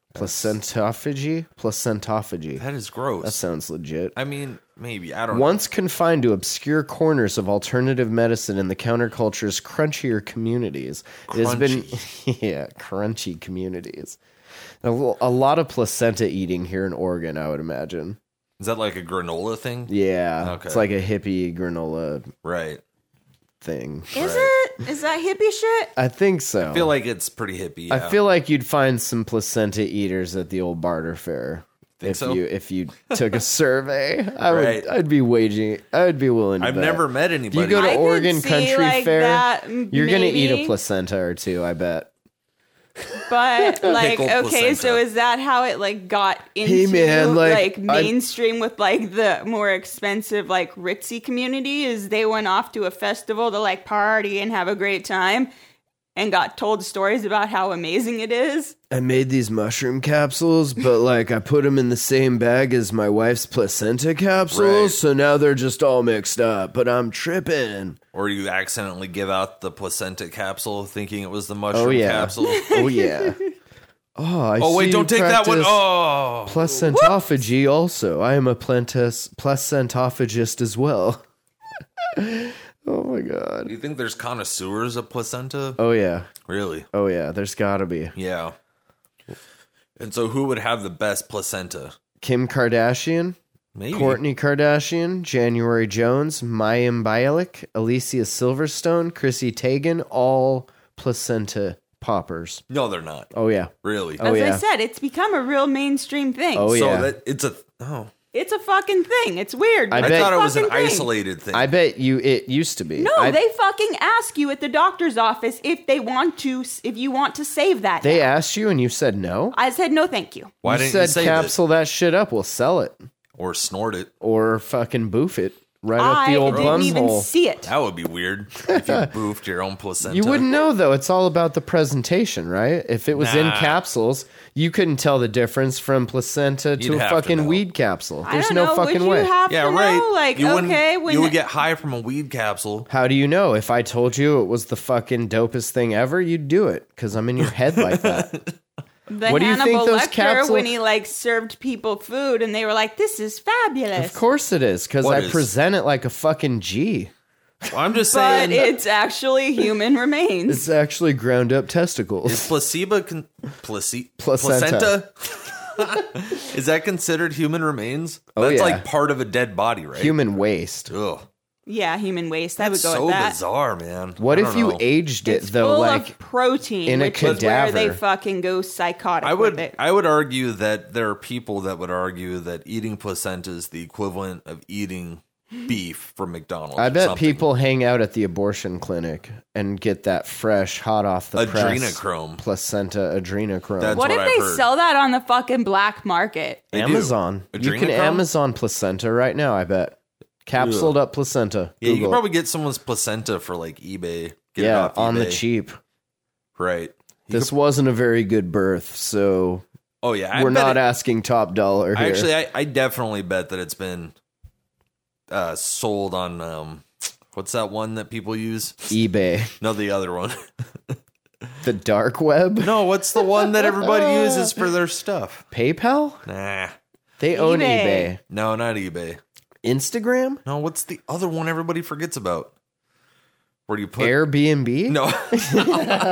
[SPEAKER 1] Placentophagy? Placentophagy.
[SPEAKER 3] That is gross.
[SPEAKER 1] That sounds legit.
[SPEAKER 3] I mean, maybe. I don't
[SPEAKER 1] Once confined to obscure corners of alternative medicine in the counterculture's crunchier communities, it has been [laughs] yeah, crunchy communities. A, lo- a lot of placenta eating here in Oregon, I would imagine.
[SPEAKER 3] know. Is that like a granola thing?
[SPEAKER 1] Yeah, it's
[SPEAKER 3] Okay.
[SPEAKER 1] like a hippie granola
[SPEAKER 3] Right.
[SPEAKER 1] thing.
[SPEAKER 2] Is
[SPEAKER 3] Right.
[SPEAKER 2] it? Is that hippie shit?
[SPEAKER 1] I think so.
[SPEAKER 3] I feel like it's pretty hippie.
[SPEAKER 1] I
[SPEAKER 3] yeah.
[SPEAKER 1] feel like you'd find some placenta eaters at the old barter fair.
[SPEAKER 3] Think
[SPEAKER 1] if
[SPEAKER 3] so?
[SPEAKER 1] you if you took a survey, I
[SPEAKER 3] Right.
[SPEAKER 1] would I'd be waging I'd be willing. To
[SPEAKER 3] I've
[SPEAKER 1] bet.
[SPEAKER 3] never met
[SPEAKER 1] If you
[SPEAKER 3] anybody.
[SPEAKER 1] go to
[SPEAKER 2] I could
[SPEAKER 1] Oregon
[SPEAKER 2] see,
[SPEAKER 1] Country
[SPEAKER 2] like,
[SPEAKER 1] Fair,
[SPEAKER 2] that, m-
[SPEAKER 1] you're gonna eat a
[SPEAKER 2] maybe.
[SPEAKER 1] placenta or two. I bet. [laughs]
[SPEAKER 2] But like,
[SPEAKER 3] Pickled
[SPEAKER 2] okay, so
[SPEAKER 3] placenta.
[SPEAKER 2] is that how it like got into
[SPEAKER 1] Hey, man, like,
[SPEAKER 2] like,
[SPEAKER 1] I-
[SPEAKER 2] mainstream with like the more expensive like ritzy community? Is they went off to a festival to like party and have a great time, and got told stories about how amazing it is?
[SPEAKER 1] I made these mushroom capsules, but like I put them in the same bag as my wife's placenta capsules,
[SPEAKER 3] Right.
[SPEAKER 1] so now they're just all mixed up. But I'm tripping.
[SPEAKER 3] or you accidentally give out the placenta capsule thinking it was the mushroom
[SPEAKER 1] yeah. [laughs]
[SPEAKER 3] capsule.
[SPEAKER 1] Oh yeah. oh, I
[SPEAKER 3] oh,
[SPEAKER 1] see
[SPEAKER 3] wait,
[SPEAKER 1] you
[SPEAKER 3] don't take that one.
[SPEAKER 1] practice
[SPEAKER 3] Oh.
[SPEAKER 1] Placentophagy. Also, I am a plantis, placentophagist as well. [laughs] oh my god.
[SPEAKER 3] Do you think there's connoisseurs of placenta?
[SPEAKER 1] Oh yeah.
[SPEAKER 3] Really?
[SPEAKER 1] Oh yeah. There's gotta be.
[SPEAKER 3] Yeah. And so who would have the best placenta?
[SPEAKER 1] Kim Kardashian,
[SPEAKER 3] Maybe.
[SPEAKER 1] Courtney Kardashian, January Jones, Mayim Bialik, Alicia Silverstone, Chrissy Teigen, all placenta poppers.
[SPEAKER 3] No, they're not.
[SPEAKER 1] Oh yeah.
[SPEAKER 3] Really?
[SPEAKER 1] Oh
[SPEAKER 2] As
[SPEAKER 1] yeah.
[SPEAKER 2] I said, it's become a real mainstream thing.
[SPEAKER 1] Oh,
[SPEAKER 3] so
[SPEAKER 1] yeah.
[SPEAKER 3] that it's a oh.
[SPEAKER 2] It's a fucking thing. It's weird.
[SPEAKER 1] I
[SPEAKER 3] I,
[SPEAKER 2] It's
[SPEAKER 1] bet-
[SPEAKER 2] a
[SPEAKER 3] thought it was an
[SPEAKER 2] fucking thing.
[SPEAKER 3] isolated thing.
[SPEAKER 1] I bet you it used to be.
[SPEAKER 2] No,
[SPEAKER 1] I-
[SPEAKER 2] they fucking ask you at the doctor's office if they want to, if you want to save that.
[SPEAKER 1] they
[SPEAKER 2] now.
[SPEAKER 1] asked you and you said no.
[SPEAKER 2] I said no, thank you.
[SPEAKER 3] Why
[SPEAKER 1] you
[SPEAKER 3] didn't
[SPEAKER 1] said
[SPEAKER 3] you say
[SPEAKER 1] capsule that shit up. We'll sell it.
[SPEAKER 3] this? or snort it.
[SPEAKER 1] or fucking boof it right up
[SPEAKER 2] I
[SPEAKER 1] the old
[SPEAKER 2] didn't
[SPEAKER 1] bum
[SPEAKER 2] even
[SPEAKER 1] hole.
[SPEAKER 2] see it.
[SPEAKER 3] That would be weird
[SPEAKER 1] [laughs]
[SPEAKER 3] if you boofed your own placenta.
[SPEAKER 1] You wouldn't know though. It's all about the presentation, right? If it was in
[SPEAKER 3] Nah.
[SPEAKER 1] capsules, you couldn't tell the difference from placenta
[SPEAKER 3] You'd
[SPEAKER 1] to a
[SPEAKER 3] have to
[SPEAKER 1] fucking
[SPEAKER 3] know.
[SPEAKER 1] weed capsule.
[SPEAKER 2] I
[SPEAKER 1] There's
[SPEAKER 2] don't
[SPEAKER 1] no
[SPEAKER 2] know.
[SPEAKER 1] fucking
[SPEAKER 2] would
[SPEAKER 1] way.
[SPEAKER 2] you have
[SPEAKER 3] Yeah,
[SPEAKER 2] to
[SPEAKER 3] right.
[SPEAKER 2] know? Like,
[SPEAKER 3] you wouldn't-
[SPEAKER 2] okay, when
[SPEAKER 3] you would get high from a weed capsule.
[SPEAKER 1] How do you know? If I told you it was the fucking dopest thing ever, you'd do it because I'm in your head like
[SPEAKER 2] [laughs]
[SPEAKER 1] that.
[SPEAKER 2] the
[SPEAKER 1] what do you
[SPEAKER 2] Hannibal
[SPEAKER 1] think those
[SPEAKER 2] Lecter
[SPEAKER 1] capsule-
[SPEAKER 2] when he like served people food and they were like, "This is fabulous,"
[SPEAKER 1] of course it is because
[SPEAKER 3] What
[SPEAKER 1] I
[SPEAKER 3] is-
[SPEAKER 1] present it like a fucking G.
[SPEAKER 3] Well, I'm just
[SPEAKER 2] but
[SPEAKER 3] saying.
[SPEAKER 2] it's
[SPEAKER 1] [laughs]
[SPEAKER 2] actually human remains.
[SPEAKER 1] It's actually ground up testicles.
[SPEAKER 3] Is placebo con- place-
[SPEAKER 1] Placenta.
[SPEAKER 3] placenta? [laughs] is that considered human remains?
[SPEAKER 1] Oh,
[SPEAKER 3] That's
[SPEAKER 1] yeah.
[SPEAKER 3] like part of a dead body, right?
[SPEAKER 1] [laughs] Human waste.
[SPEAKER 3] Ugh,
[SPEAKER 2] yeah, human waste. That would go
[SPEAKER 3] so
[SPEAKER 2] with that.
[SPEAKER 3] bizarre, man.
[SPEAKER 1] What
[SPEAKER 3] I
[SPEAKER 1] if
[SPEAKER 3] don't
[SPEAKER 1] you
[SPEAKER 3] know.
[SPEAKER 1] aged it
[SPEAKER 2] It's
[SPEAKER 1] though?
[SPEAKER 2] full
[SPEAKER 1] like
[SPEAKER 2] of protein
[SPEAKER 1] in a
[SPEAKER 2] which is where they
[SPEAKER 1] cadaver.
[SPEAKER 2] fucking go psychotic.
[SPEAKER 3] I would
[SPEAKER 2] with it.
[SPEAKER 3] I would argue that there are people that would argue that eating placenta is the equivalent of eating beef from McDonald's.
[SPEAKER 1] I
[SPEAKER 3] or
[SPEAKER 1] bet
[SPEAKER 3] something.
[SPEAKER 1] people hang out at the abortion clinic and get that fresh, hot off the press
[SPEAKER 3] Adrenochrome.
[SPEAKER 1] placenta adrenochrome.
[SPEAKER 3] That's-
[SPEAKER 2] what if
[SPEAKER 3] what I've
[SPEAKER 2] they
[SPEAKER 3] heard.
[SPEAKER 2] sell that on the fucking black market?
[SPEAKER 3] They do.
[SPEAKER 1] Amazon. You can
[SPEAKER 3] Adrenochrome?
[SPEAKER 1] Amazon placenta right now. I bet capsuled up placenta.
[SPEAKER 3] Yeah, you
[SPEAKER 1] Google.
[SPEAKER 3] could probably get someone's placenta for like eBay. Get it
[SPEAKER 1] yeah,
[SPEAKER 3] off
[SPEAKER 1] on the
[SPEAKER 3] eBay.
[SPEAKER 1] cheap.
[SPEAKER 3] Right.
[SPEAKER 1] This wasn't a very good birth, so
[SPEAKER 3] Oh yeah, I
[SPEAKER 1] we're
[SPEAKER 3] bet
[SPEAKER 1] not
[SPEAKER 3] it-
[SPEAKER 1] asking top dollar
[SPEAKER 3] I
[SPEAKER 1] here.
[SPEAKER 3] Actually, I, I definitely bet that it's been uh, sold on um, what's that one that people use?
[SPEAKER 1] eBay,
[SPEAKER 3] No, the other one. [laughs]
[SPEAKER 1] the dark web,
[SPEAKER 3] no, what's the one that everybody uses for their stuff?
[SPEAKER 1] PayPal.
[SPEAKER 3] Nah,
[SPEAKER 1] They own eBay,
[SPEAKER 2] eBay.
[SPEAKER 3] no, not eBay.
[SPEAKER 1] Instagram,
[SPEAKER 3] No, what's the other one everybody forgets about? Where do you put?
[SPEAKER 1] Airbnb.
[SPEAKER 3] [laughs] No,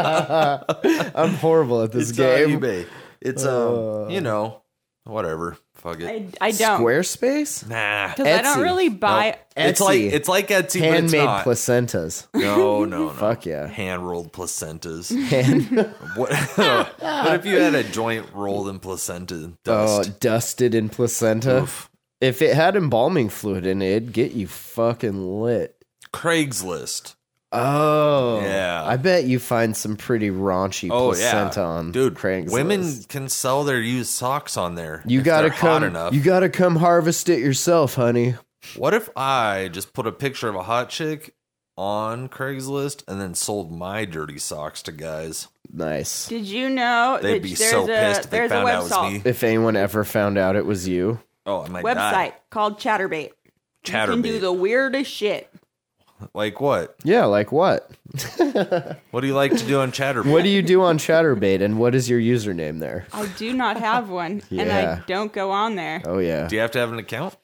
[SPEAKER 1] I'm horrible at this
[SPEAKER 3] it's not
[SPEAKER 1] game. Uh.
[SPEAKER 3] eBay. It's um, you know, whatever. Fuck it.
[SPEAKER 2] I, I don't
[SPEAKER 1] Squarespace.
[SPEAKER 3] nah,
[SPEAKER 2] because I don't
[SPEAKER 1] Etsy.
[SPEAKER 2] really buy.
[SPEAKER 3] Nope. It's like
[SPEAKER 1] Etsy.
[SPEAKER 3] it's like Etsy, but it's
[SPEAKER 1] handmade
[SPEAKER 3] not.
[SPEAKER 1] placentas. [laughs]
[SPEAKER 3] no, no, no.
[SPEAKER 1] Fuck
[SPEAKER 3] [laughs]
[SPEAKER 1] yeah.
[SPEAKER 3] Hand rolled placentas.
[SPEAKER 1] [laughs] Hand,
[SPEAKER 3] What, [laughs] what if you had a joint rolled in placenta
[SPEAKER 1] oh,
[SPEAKER 3] dust?
[SPEAKER 1] dusted in placenta.
[SPEAKER 3] Oof.
[SPEAKER 1] If it had embalming fluid in it, it'd get you fucking lit.
[SPEAKER 3] Craigslist.
[SPEAKER 1] Oh.
[SPEAKER 3] Yeah.
[SPEAKER 1] I bet you find some pretty raunchy
[SPEAKER 3] Oh yeah,
[SPEAKER 1] placenta on
[SPEAKER 3] dude.
[SPEAKER 1] Craigslist.
[SPEAKER 3] Women can sell their used socks on there.
[SPEAKER 1] you
[SPEAKER 3] if
[SPEAKER 1] gotta
[SPEAKER 3] they're hot
[SPEAKER 1] come.
[SPEAKER 3] enough.
[SPEAKER 1] You gotta come harvest it yourself, honey.
[SPEAKER 3] what if I just put a picture of a hot chick on Craigslist and then sold my dirty socks to guys?
[SPEAKER 1] Nice.
[SPEAKER 2] Did you know
[SPEAKER 3] They'd
[SPEAKER 2] that
[SPEAKER 3] be
[SPEAKER 2] there's
[SPEAKER 3] so
[SPEAKER 2] a
[SPEAKER 3] pissed if they
[SPEAKER 2] there's a
[SPEAKER 3] found out it was
[SPEAKER 2] website
[SPEAKER 3] me.
[SPEAKER 1] If anyone ever found out it was you,
[SPEAKER 3] Oh, I might
[SPEAKER 2] website
[SPEAKER 3] die.
[SPEAKER 2] called Chatterbait. You can do
[SPEAKER 3] Chatterbait.
[SPEAKER 2] the weirdest shit.
[SPEAKER 3] like what?
[SPEAKER 1] yeah. Like what? [laughs]
[SPEAKER 3] What do you like to do on Chatterbait?
[SPEAKER 1] What do you do on ChatterBait, and what is your username there?
[SPEAKER 2] I do not have
[SPEAKER 3] [laughs]
[SPEAKER 2] one, and
[SPEAKER 1] Yeah.
[SPEAKER 2] I don't go on there.
[SPEAKER 1] Oh yeah.
[SPEAKER 3] do you have to have an account?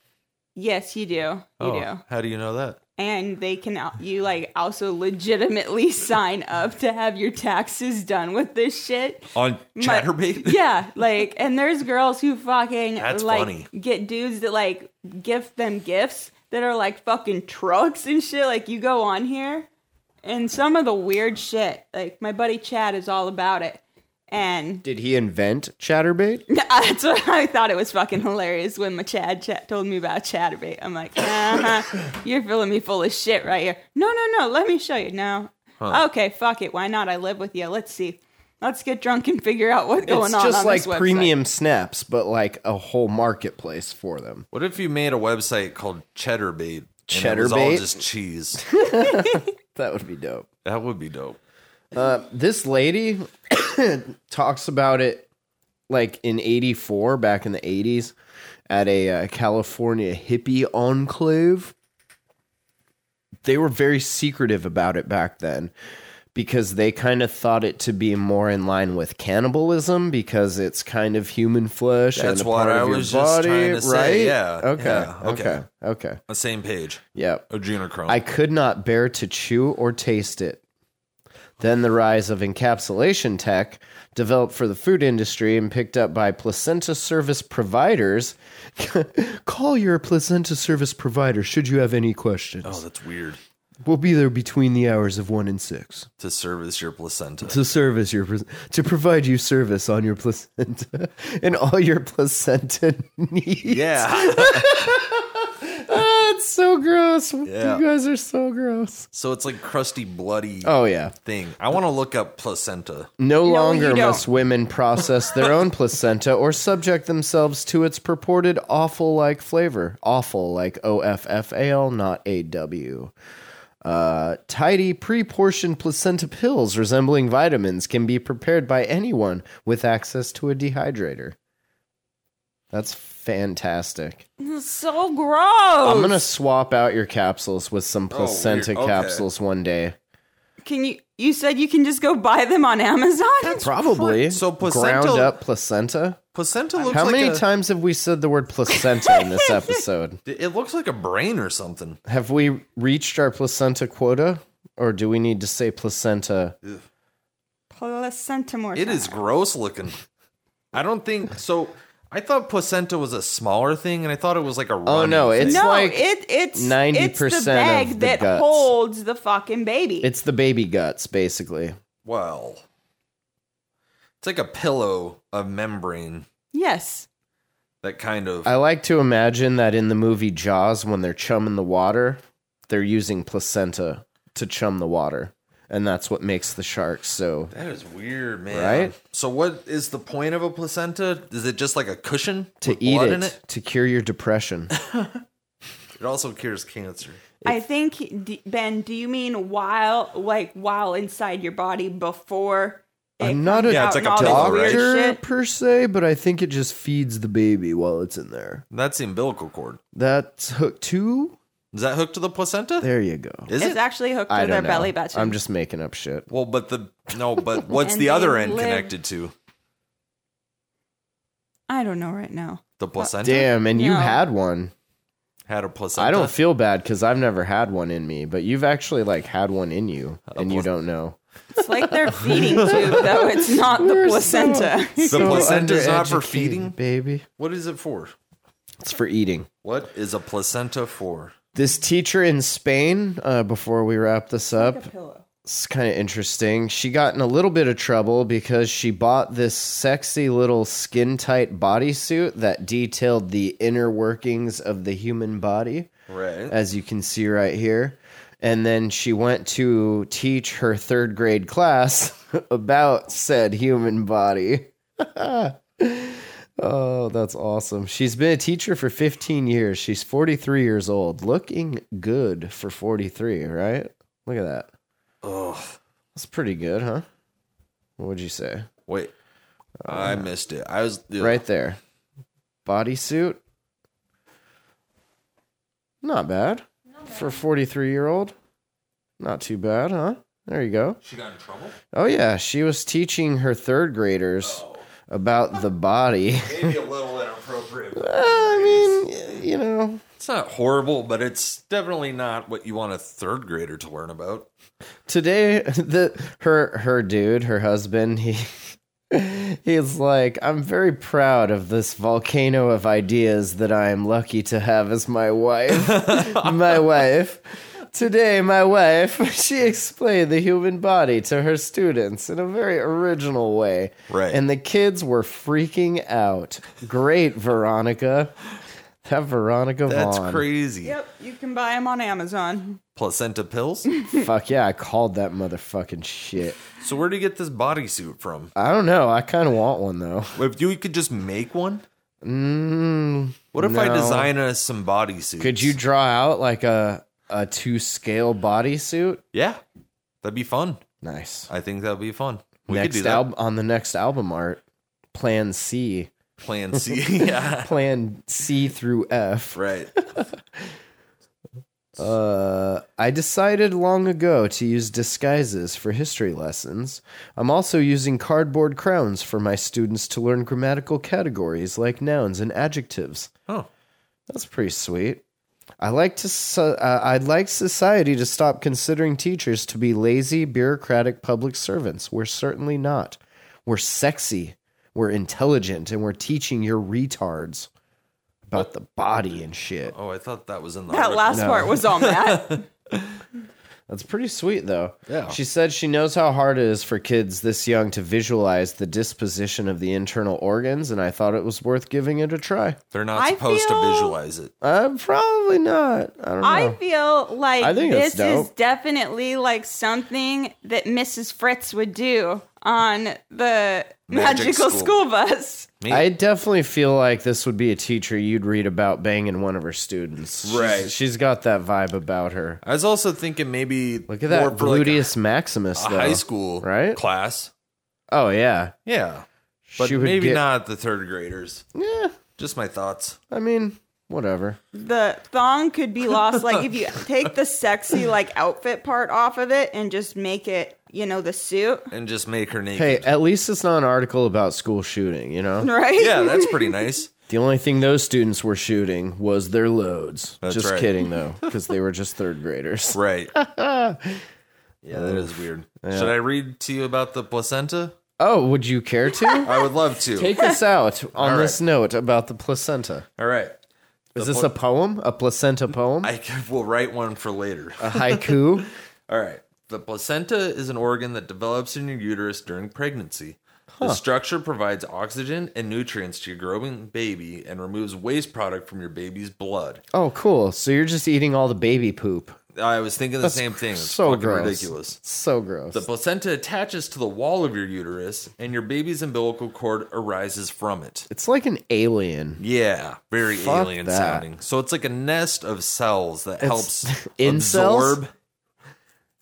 [SPEAKER 2] Yes, you do. You
[SPEAKER 3] oh,
[SPEAKER 2] do.
[SPEAKER 3] how do you know that?
[SPEAKER 2] and they can al- you like also legitimately [laughs] sign up to have your taxes done with this shit.
[SPEAKER 3] On
[SPEAKER 2] My-
[SPEAKER 3] [laughs] Chatterbait?
[SPEAKER 2] yeah, like and there's girls who fucking
[SPEAKER 3] That's
[SPEAKER 2] like
[SPEAKER 3] funny.
[SPEAKER 2] get dudes that like gift them gifts that are like fucking trucks and shit. Like you go on here and some of the weird shit. Like my buddy Chad is all about it. And
[SPEAKER 1] Did he invent ChatterBait?
[SPEAKER 2] that's what I thought it was fucking hilarious when my Chad chat told me about Chatterbait. I'm like, uh-huh, you're filling me full of shit right here. No, no, no. Let me show you. No. Okay, fuck it. Why not? I live with you. Let's see. Let's get drunk and figure out what's going
[SPEAKER 1] it's
[SPEAKER 2] on.
[SPEAKER 1] just
[SPEAKER 2] on
[SPEAKER 1] like
[SPEAKER 2] this website.
[SPEAKER 1] premium snaps, but like a whole marketplace for them.
[SPEAKER 3] What if you made a website called Cheddarbait? and it was all
[SPEAKER 1] Cheddarbait? [laughs]
[SPEAKER 3] just cheese.
[SPEAKER 1] That would be dope.
[SPEAKER 3] that would be dope.
[SPEAKER 1] This lady [coughs] talks about it like in 84, back in the 80s, at a uh, California hippie enclave. They were very secretive about it back then because they kind of thought it to be more in line with cannibalism because it's kind of human flesh and
[SPEAKER 3] That's
[SPEAKER 1] a
[SPEAKER 3] what
[SPEAKER 1] part
[SPEAKER 3] I
[SPEAKER 1] of your
[SPEAKER 3] was just
[SPEAKER 1] body,
[SPEAKER 3] trying to
[SPEAKER 1] right?
[SPEAKER 3] say, yeah,
[SPEAKER 1] Okay,
[SPEAKER 3] yeah,
[SPEAKER 1] okay.
[SPEAKER 3] okay.
[SPEAKER 1] Okay. Okay.
[SPEAKER 3] The same page.
[SPEAKER 1] Yep.
[SPEAKER 3] Adrenochrome.
[SPEAKER 1] I could not bear to chew or taste it. Then the rise of encapsulation tech, developed for the food industry and picked up by placenta service providers. [laughs] Call your placenta service provider should you have any questions.
[SPEAKER 3] oh, that's weird.
[SPEAKER 1] We'll be there between the hours of 1 and 6
[SPEAKER 3] To service your placenta.
[SPEAKER 1] [laughs] to service your pla- to provide you service on your placenta [laughs] and all your placenta needs.
[SPEAKER 3] yeah.
[SPEAKER 1] That's so gross.
[SPEAKER 3] Yeah.
[SPEAKER 1] You guys are so gross.
[SPEAKER 3] [laughs] So it's like crusty, bloody
[SPEAKER 1] Oh yeah.
[SPEAKER 3] thing. I want to look up placenta.
[SPEAKER 1] No, longer
[SPEAKER 2] you don't.
[SPEAKER 1] must women process their
[SPEAKER 3] [laughs]
[SPEAKER 1] own placenta or subject themselves to its purported awful like flavor. Awful like O F F A L, not A W. Uh, tidy pre portioned placenta pills resembling vitamins can be prepared by anyone with access to a dehydrator. That's fantastic.
[SPEAKER 2] It's so gross.
[SPEAKER 1] I'm going to swap out your capsules with some
[SPEAKER 3] Oh, weird.
[SPEAKER 1] placenta
[SPEAKER 3] Okay.
[SPEAKER 1] capsules one day.
[SPEAKER 2] Can you? You said you can just go buy them on Amazon.
[SPEAKER 1] Probably.
[SPEAKER 3] So
[SPEAKER 1] ground
[SPEAKER 3] placental-
[SPEAKER 1] up placenta.
[SPEAKER 3] Placenta looks
[SPEAKER 1] How
[SPEAKER 3] like
[SPEAKER 1] many
[SPEAKER 3] a,
[SPEAKER 1] times have we said the word placenta in
[SPEAKER 3] [laughs]
[SPEAKER 1] this episode?
[SPEAKER 3] It looks like a brain or something.
[SPEAKER 1] Have we reached our placenta quota? Or do we need to say placenta?
[SPEAKER 2] Placenta more.
[SPEAKER 3] It is gross looking. I don't think so. I thought placenta was a smaller thing, and I thought it was like a.
[SPEAKER 1] Oh, no,
[SPEAKER 3] runny thing.
[SPEAKER 1] it's
[SPEAKER 2] no,
[SPEAKER 1] like
[SPEAKER 2] it it's
[SPEAKER 1] 90%
[SPEAKER 2] it's
[SPEAKER 1] of
[SPEAKER 2] the bag
[SPEAKER 1] the
[SPEAKER 2] that
[SPEAKER 1] guts.
[SPEAKER 2] holds the fucking baby.
[SPEAKER 1] It's the baby guts, basically.
[SPEAKER 3] well. It's like a pillow, a membrane
[SPEAKER 2] yes.
[SPEAKER 3] that kind of.
[SPEAKER 1] I like to imagine that in the movie Jaws, when they're chumming the water, they're using placenta to chum the water. And that's what makes the sharks so.
[SPEAKER 3] that is weird, man.
[SPEAKER 1] Right?
[SPEAKER 3] So, what is the point of a placenta? Is it just like a cushion
[SPEAKER 1] To
[SPEAKER 3] with
[SPEAKER 1] eat
[SPEAKER 3] blood
[SPEAKER 1] it,
[SPEAKER 3] in it?
[SPEAKER 1] to cure your depression.
[SPEAKER 3] It also cures cancer.
[SPEAKER 2] I think D- Ben, do you mean while like while inside your body before? [laughs] it
[SPEAKER 1] I'm not a
[SPEAKER 2] comes
[SPEAKER 3] Yeah, it's
[SPEAKER 2] out
[SPEAKER 3] like a
[SPEAKER 2] and all
[SPEAKER 3] pillow,
[SPEAKER 2] this
[SPEAKER 3] right?
[SPEAKER 2] weird
[SPEAKER 1] doctor
[SPEAKER 2] shit?
[SPEAKER 1] per se, but I think it just feeds the baby while it's in there.
[SPEAKER 3] That's the umbilical cord.
[SPEAKER 1] That's hook two.
[SPEAKER 3] Is that hooked to the placenta?
[SPEAKER 1] There you go.
[SPEAKER 3] Is
[SPEAKER 2] It's
[SPEAKER 3] it?
[SPEAKER 2] actually hooked
[SPEAKER 1] I
[SPEAKER 2] to
[SPEAKER 1] don't
[SPEAKER 2] their
[SPEAKER 1] know.
[SPEAKER 2] belly button.
[SPEAKER 1] I'm just making up shit.
[SPEAKER 3] well, but the no,
[SPEAKER 2] [laughs]
[SPEAKER 3] but what's
[SPEAKER 2] And
[SPEAKER 3] the other
[SPEAKER 2] they
[SPEAKER 3] end
[SPEAKER 2] live-
[SPEAKER 3] connected to?
[SPEAKER 2] I don't know right now.
[SPEAKER 3] The placenta
[SPEAKER 1] Damn, and you
[SPEAKER 2] No.
[SPEAKER 1] had one.
[SPEAKER 3] had a placenta.
[SPEAKER 1] I don't feel bad because I've never had one in me, but you've actually like had one in you, and you
[SPEAKER 3] plus-
[SPEAKER 1] don't know.
[SPEAKER 2] It's like
[SPEAKER 1] [laughs]
[SPEAKER 2] their feeding tube, though. It's not the placenta.
[SPEAKER 1] The
[SPEAKER 3] placenta's not for feeding?
[SPEAKER 1] baby.
[SPEAKER 3] What is it for?
[SPEAKER 1] It's for eating.
[SPEAKER 3] What is a placenta for?
[SPEAKER 1] This teacher in Spain, uh, before we wrap this up, it's kind of interesting. She got in a little bit of trouble because she bought this sexy little skin tight bodysuit that detailed the inner workings of the human body.
[SPEAKER 3] Right.
[SPEAKER 1] as you can see right here. And then she went to teach her third grade class [laughs] about said human body. [laughs] oh, that's awesome. She's been a teacher for 15 years. She's 43 years old. Looking good for 43, right? Look at that. Uh,
[SPEAKER 3] Oh,
[SPEAKER 1] That's pretty good, huh? What would you say?
[SPEAKER 3] wait. I missed it. I was yeah.
[SPEAKER 1] uh, Right there. Bodysuit. Not bad. For 43 year old. Not too bad, huh? There you go.
[SPEAKER 3] She got in trouble.
[SPEAKER 1] Oh, yeah. She was teaching her third graders about the body.
[SPEAKER 3] Maybe a little inappropriate.
[SPEAKER 1] Uh, I mean, you know,
[SPEAKER 3] it's not horrible, but it's definitely not what you want a third grader to learn about.
[SPEAKER 1] today [laughs] the her her dude her husband he [laughs] he's like i'm very proud of this volcano of ideas that i am lucky to have as my
[SPEAKER 3] [laughs]
[SPEAKER 1] wife my wife today my wife [laughs] she explained the human body to her students in a very original way
[SPEAKER 3] Right.
[SPEAKER 1] and the kids were freaking out great veronica that veronica
[SPEAKER 3] That's
[SPEAKER 1] Vaughn.
[SPEAKER 3] crazy.
[SPEAKER 2] Yep, you can buy them on Amazon.
[SPEAKER 3] Placenta
[SPEAKER 2] [laughs]
[SPEAKER 3] pills.
[SPEAKER 1] fuck yeah i called that motherfucking shit
[SPEAKER 3] so where do you get this bodysuit from?
[SPEAKER 1] I don't know. I kind of want one though.
[SPEAKER 3] If you could just make one.
[SPEAKER 1] Mm,
[SPEAKER 3] What if I
[SPEAKER 1] no.
[SPEAKER 3] design us some bodysuits?
[SPEAKER 1] Could you draw out like a a two scale bodysuit?
[SPEAKER 3] Yeah, that'd be fun.
[SPEAKER 1] Nice.
[SPEAKER 3] I think that'd be fun. We could do
[SPEAKER 1] Next
[SPEAKER 3] that.
[SPEAKER 1] album on the next album art, Plan C,
[SPEAKER 3] Plan C.
[SPEAKER 1] [laughs]
[SPEAKER 3] [laughs] yeah.
[SPEAKER 1] Plan C through F.
[SPEAKER 3] Right.
[SPEAKER 1] Uh, I decided long ago to use disguises for history lessons. I'm also using cardboard crowns for my students to learn grammatical categories like nouns and adjectives.
[SPEAKER 3] Oh.
[SPEAKER 1] That's pretty sweet. I like to. So, uh, I'd like society to stop considering teachers to be lazy, bureaucratic public servants. We're certainly not. We're sexy. We're intelligent, and we're teaching your retards about the body and shit.
[SPEAKER 3] Oh, I thought that was in the
[SPEAKER 2] That
[SPEAKER 1] [laughs]
[SPEAKER 3] article.
[SPEAKER 2] last part was all that.
[SPEAKER 1] That's pretty sweet, though.
[SPEAKER 3] Yeah.
[SPEAKER 1] She said she knows how hard it is for kids this young to visualize the disposition of the internal organs, and I thought it was worth giving it a try.
[SPEAKER 3] They're not
[SPEAKER 2] I
[SPEAKER 3] supposed to
[SPEAKER 2] feel-
[SPEAKER 3] visualize it.
[SPEAKER 1] Uh, probably not. I don't know.
[SPEAKER 2] I feel like
[SPEAKER 1] I think that's
[SPEAKER 2] this is
[SPEAKER 1] dope.
[SPEAKER 2] definitely like something that Mrs. Fritz would do on the magical
[SPEAKER 3] school.
[SPEAKER 2] school. bus.
[SPEAKER 3] Me-
[SPEAKER 1] I definitely feel like this would be a teacher you'd read about banging one of her students. She's-
[SPEAKER 3] Right.
[SPEAKER 1] she's got that vibe about her.
[SPEAKER 3] I was also thinking maybe
[SPEAKER 1] Look at that
[SPEAKER 3] more for like a-
[SPEAKER 1] gluteus maximus,
[SPEAKER 3] a
[SPEAKER 1] though.
[SPEAKER 3] high school
[SPEAKER 1] right?
[SPEAKER 3] class.
[SPEAKER 1] Oh yeah,
[SPEAKER 3] Yeah, but
[SPEAKER 1] She would
[SPEAKER 3] maybe
[SPEAKER 1] get-
[SPEAKER 3] not the third graders.
[SPEAKER 1] yeah.
[SPEAKER 3] Just my thoughts.
[SPEAKER 1] I mean, whatever.
[SPEAKER 2] The thong could be lost like
[SPEAKER 3] [laughs]
[SPEAKER 2] if you take the sexy like outfit part off of it and just make it, you know, the suit, [laughs]
[SPEAKER 3] And just make her naked.
[SPEAKER 1] Hey, at least it's not an article about school shooting. You know,
[SPEAKER 2] right?
[SPEAKER 3] Yeah, that's pretty nice.
[SPEAKER 1] the only thing those students were shooting was their loads.
[SPEAKER 3] That's
[SPEAKER 1] just
[SPEAKER 3] right.
[SPEAKER 1] kidding though, because they were just third graders. [laughs]
[SPEAKER 3] Right. yeah, that is weird. Should I read to you about the placenta?
[SPEAKER 1] Oh, would you care
[SPEAKER 3] [laughs]
[SPEAKER 1] to
[SPEAKER 3] I would love to.
[SPEAKER 1] take us out on
[SPEAKER 3] All
[SPEAKER 1] this
[SPEAKER 3] right.
[SPEAKER 1] note about the placenta?
[SPEAKER 3] All right.
[SPEAKER 1] Is this a poem? A placenta poem?
[SPEAKER 3] I [laughs] will write one for later. [laughs]
[SPEAKER 1] a haiku?
[SPEAKER 3] All right. The placenta is an organ that develops in your uterus during pregnancy. The structure provides oxygen and nutrients to your growing baby and removes waste product from your baby's blood.
[SPEAKER 1] oh, cool. So you're just eating all the baby poop.
[SPEAKER 3] I was thinking the same thing. It's
[SPEAKER 1] so
[SPEAKER 3] fucking
[SPEAKER 1] gross.
[SPEAKER 3] ridiculous.
[SPEAKER 1] So gross.
[SPEAKER 3] The placenta attaches to the wall of your uterus, and your baby's umbilical cord arises from it.
[SPEAKER 1] it's like an alien.
[SPEAKER 3] Yeah, very
[SPEAKER 1] Fuck
[SPEAKER 3] alien
[SPEAKER 1] that.
[SPEAKER 3] sounding. So it's like a nest of cells that
[SPEAKER 1] It's- [laughs]
[SPEAKER 3] helps
[SPEAKER 1] Incels?
[SPEAKER 3] absorb.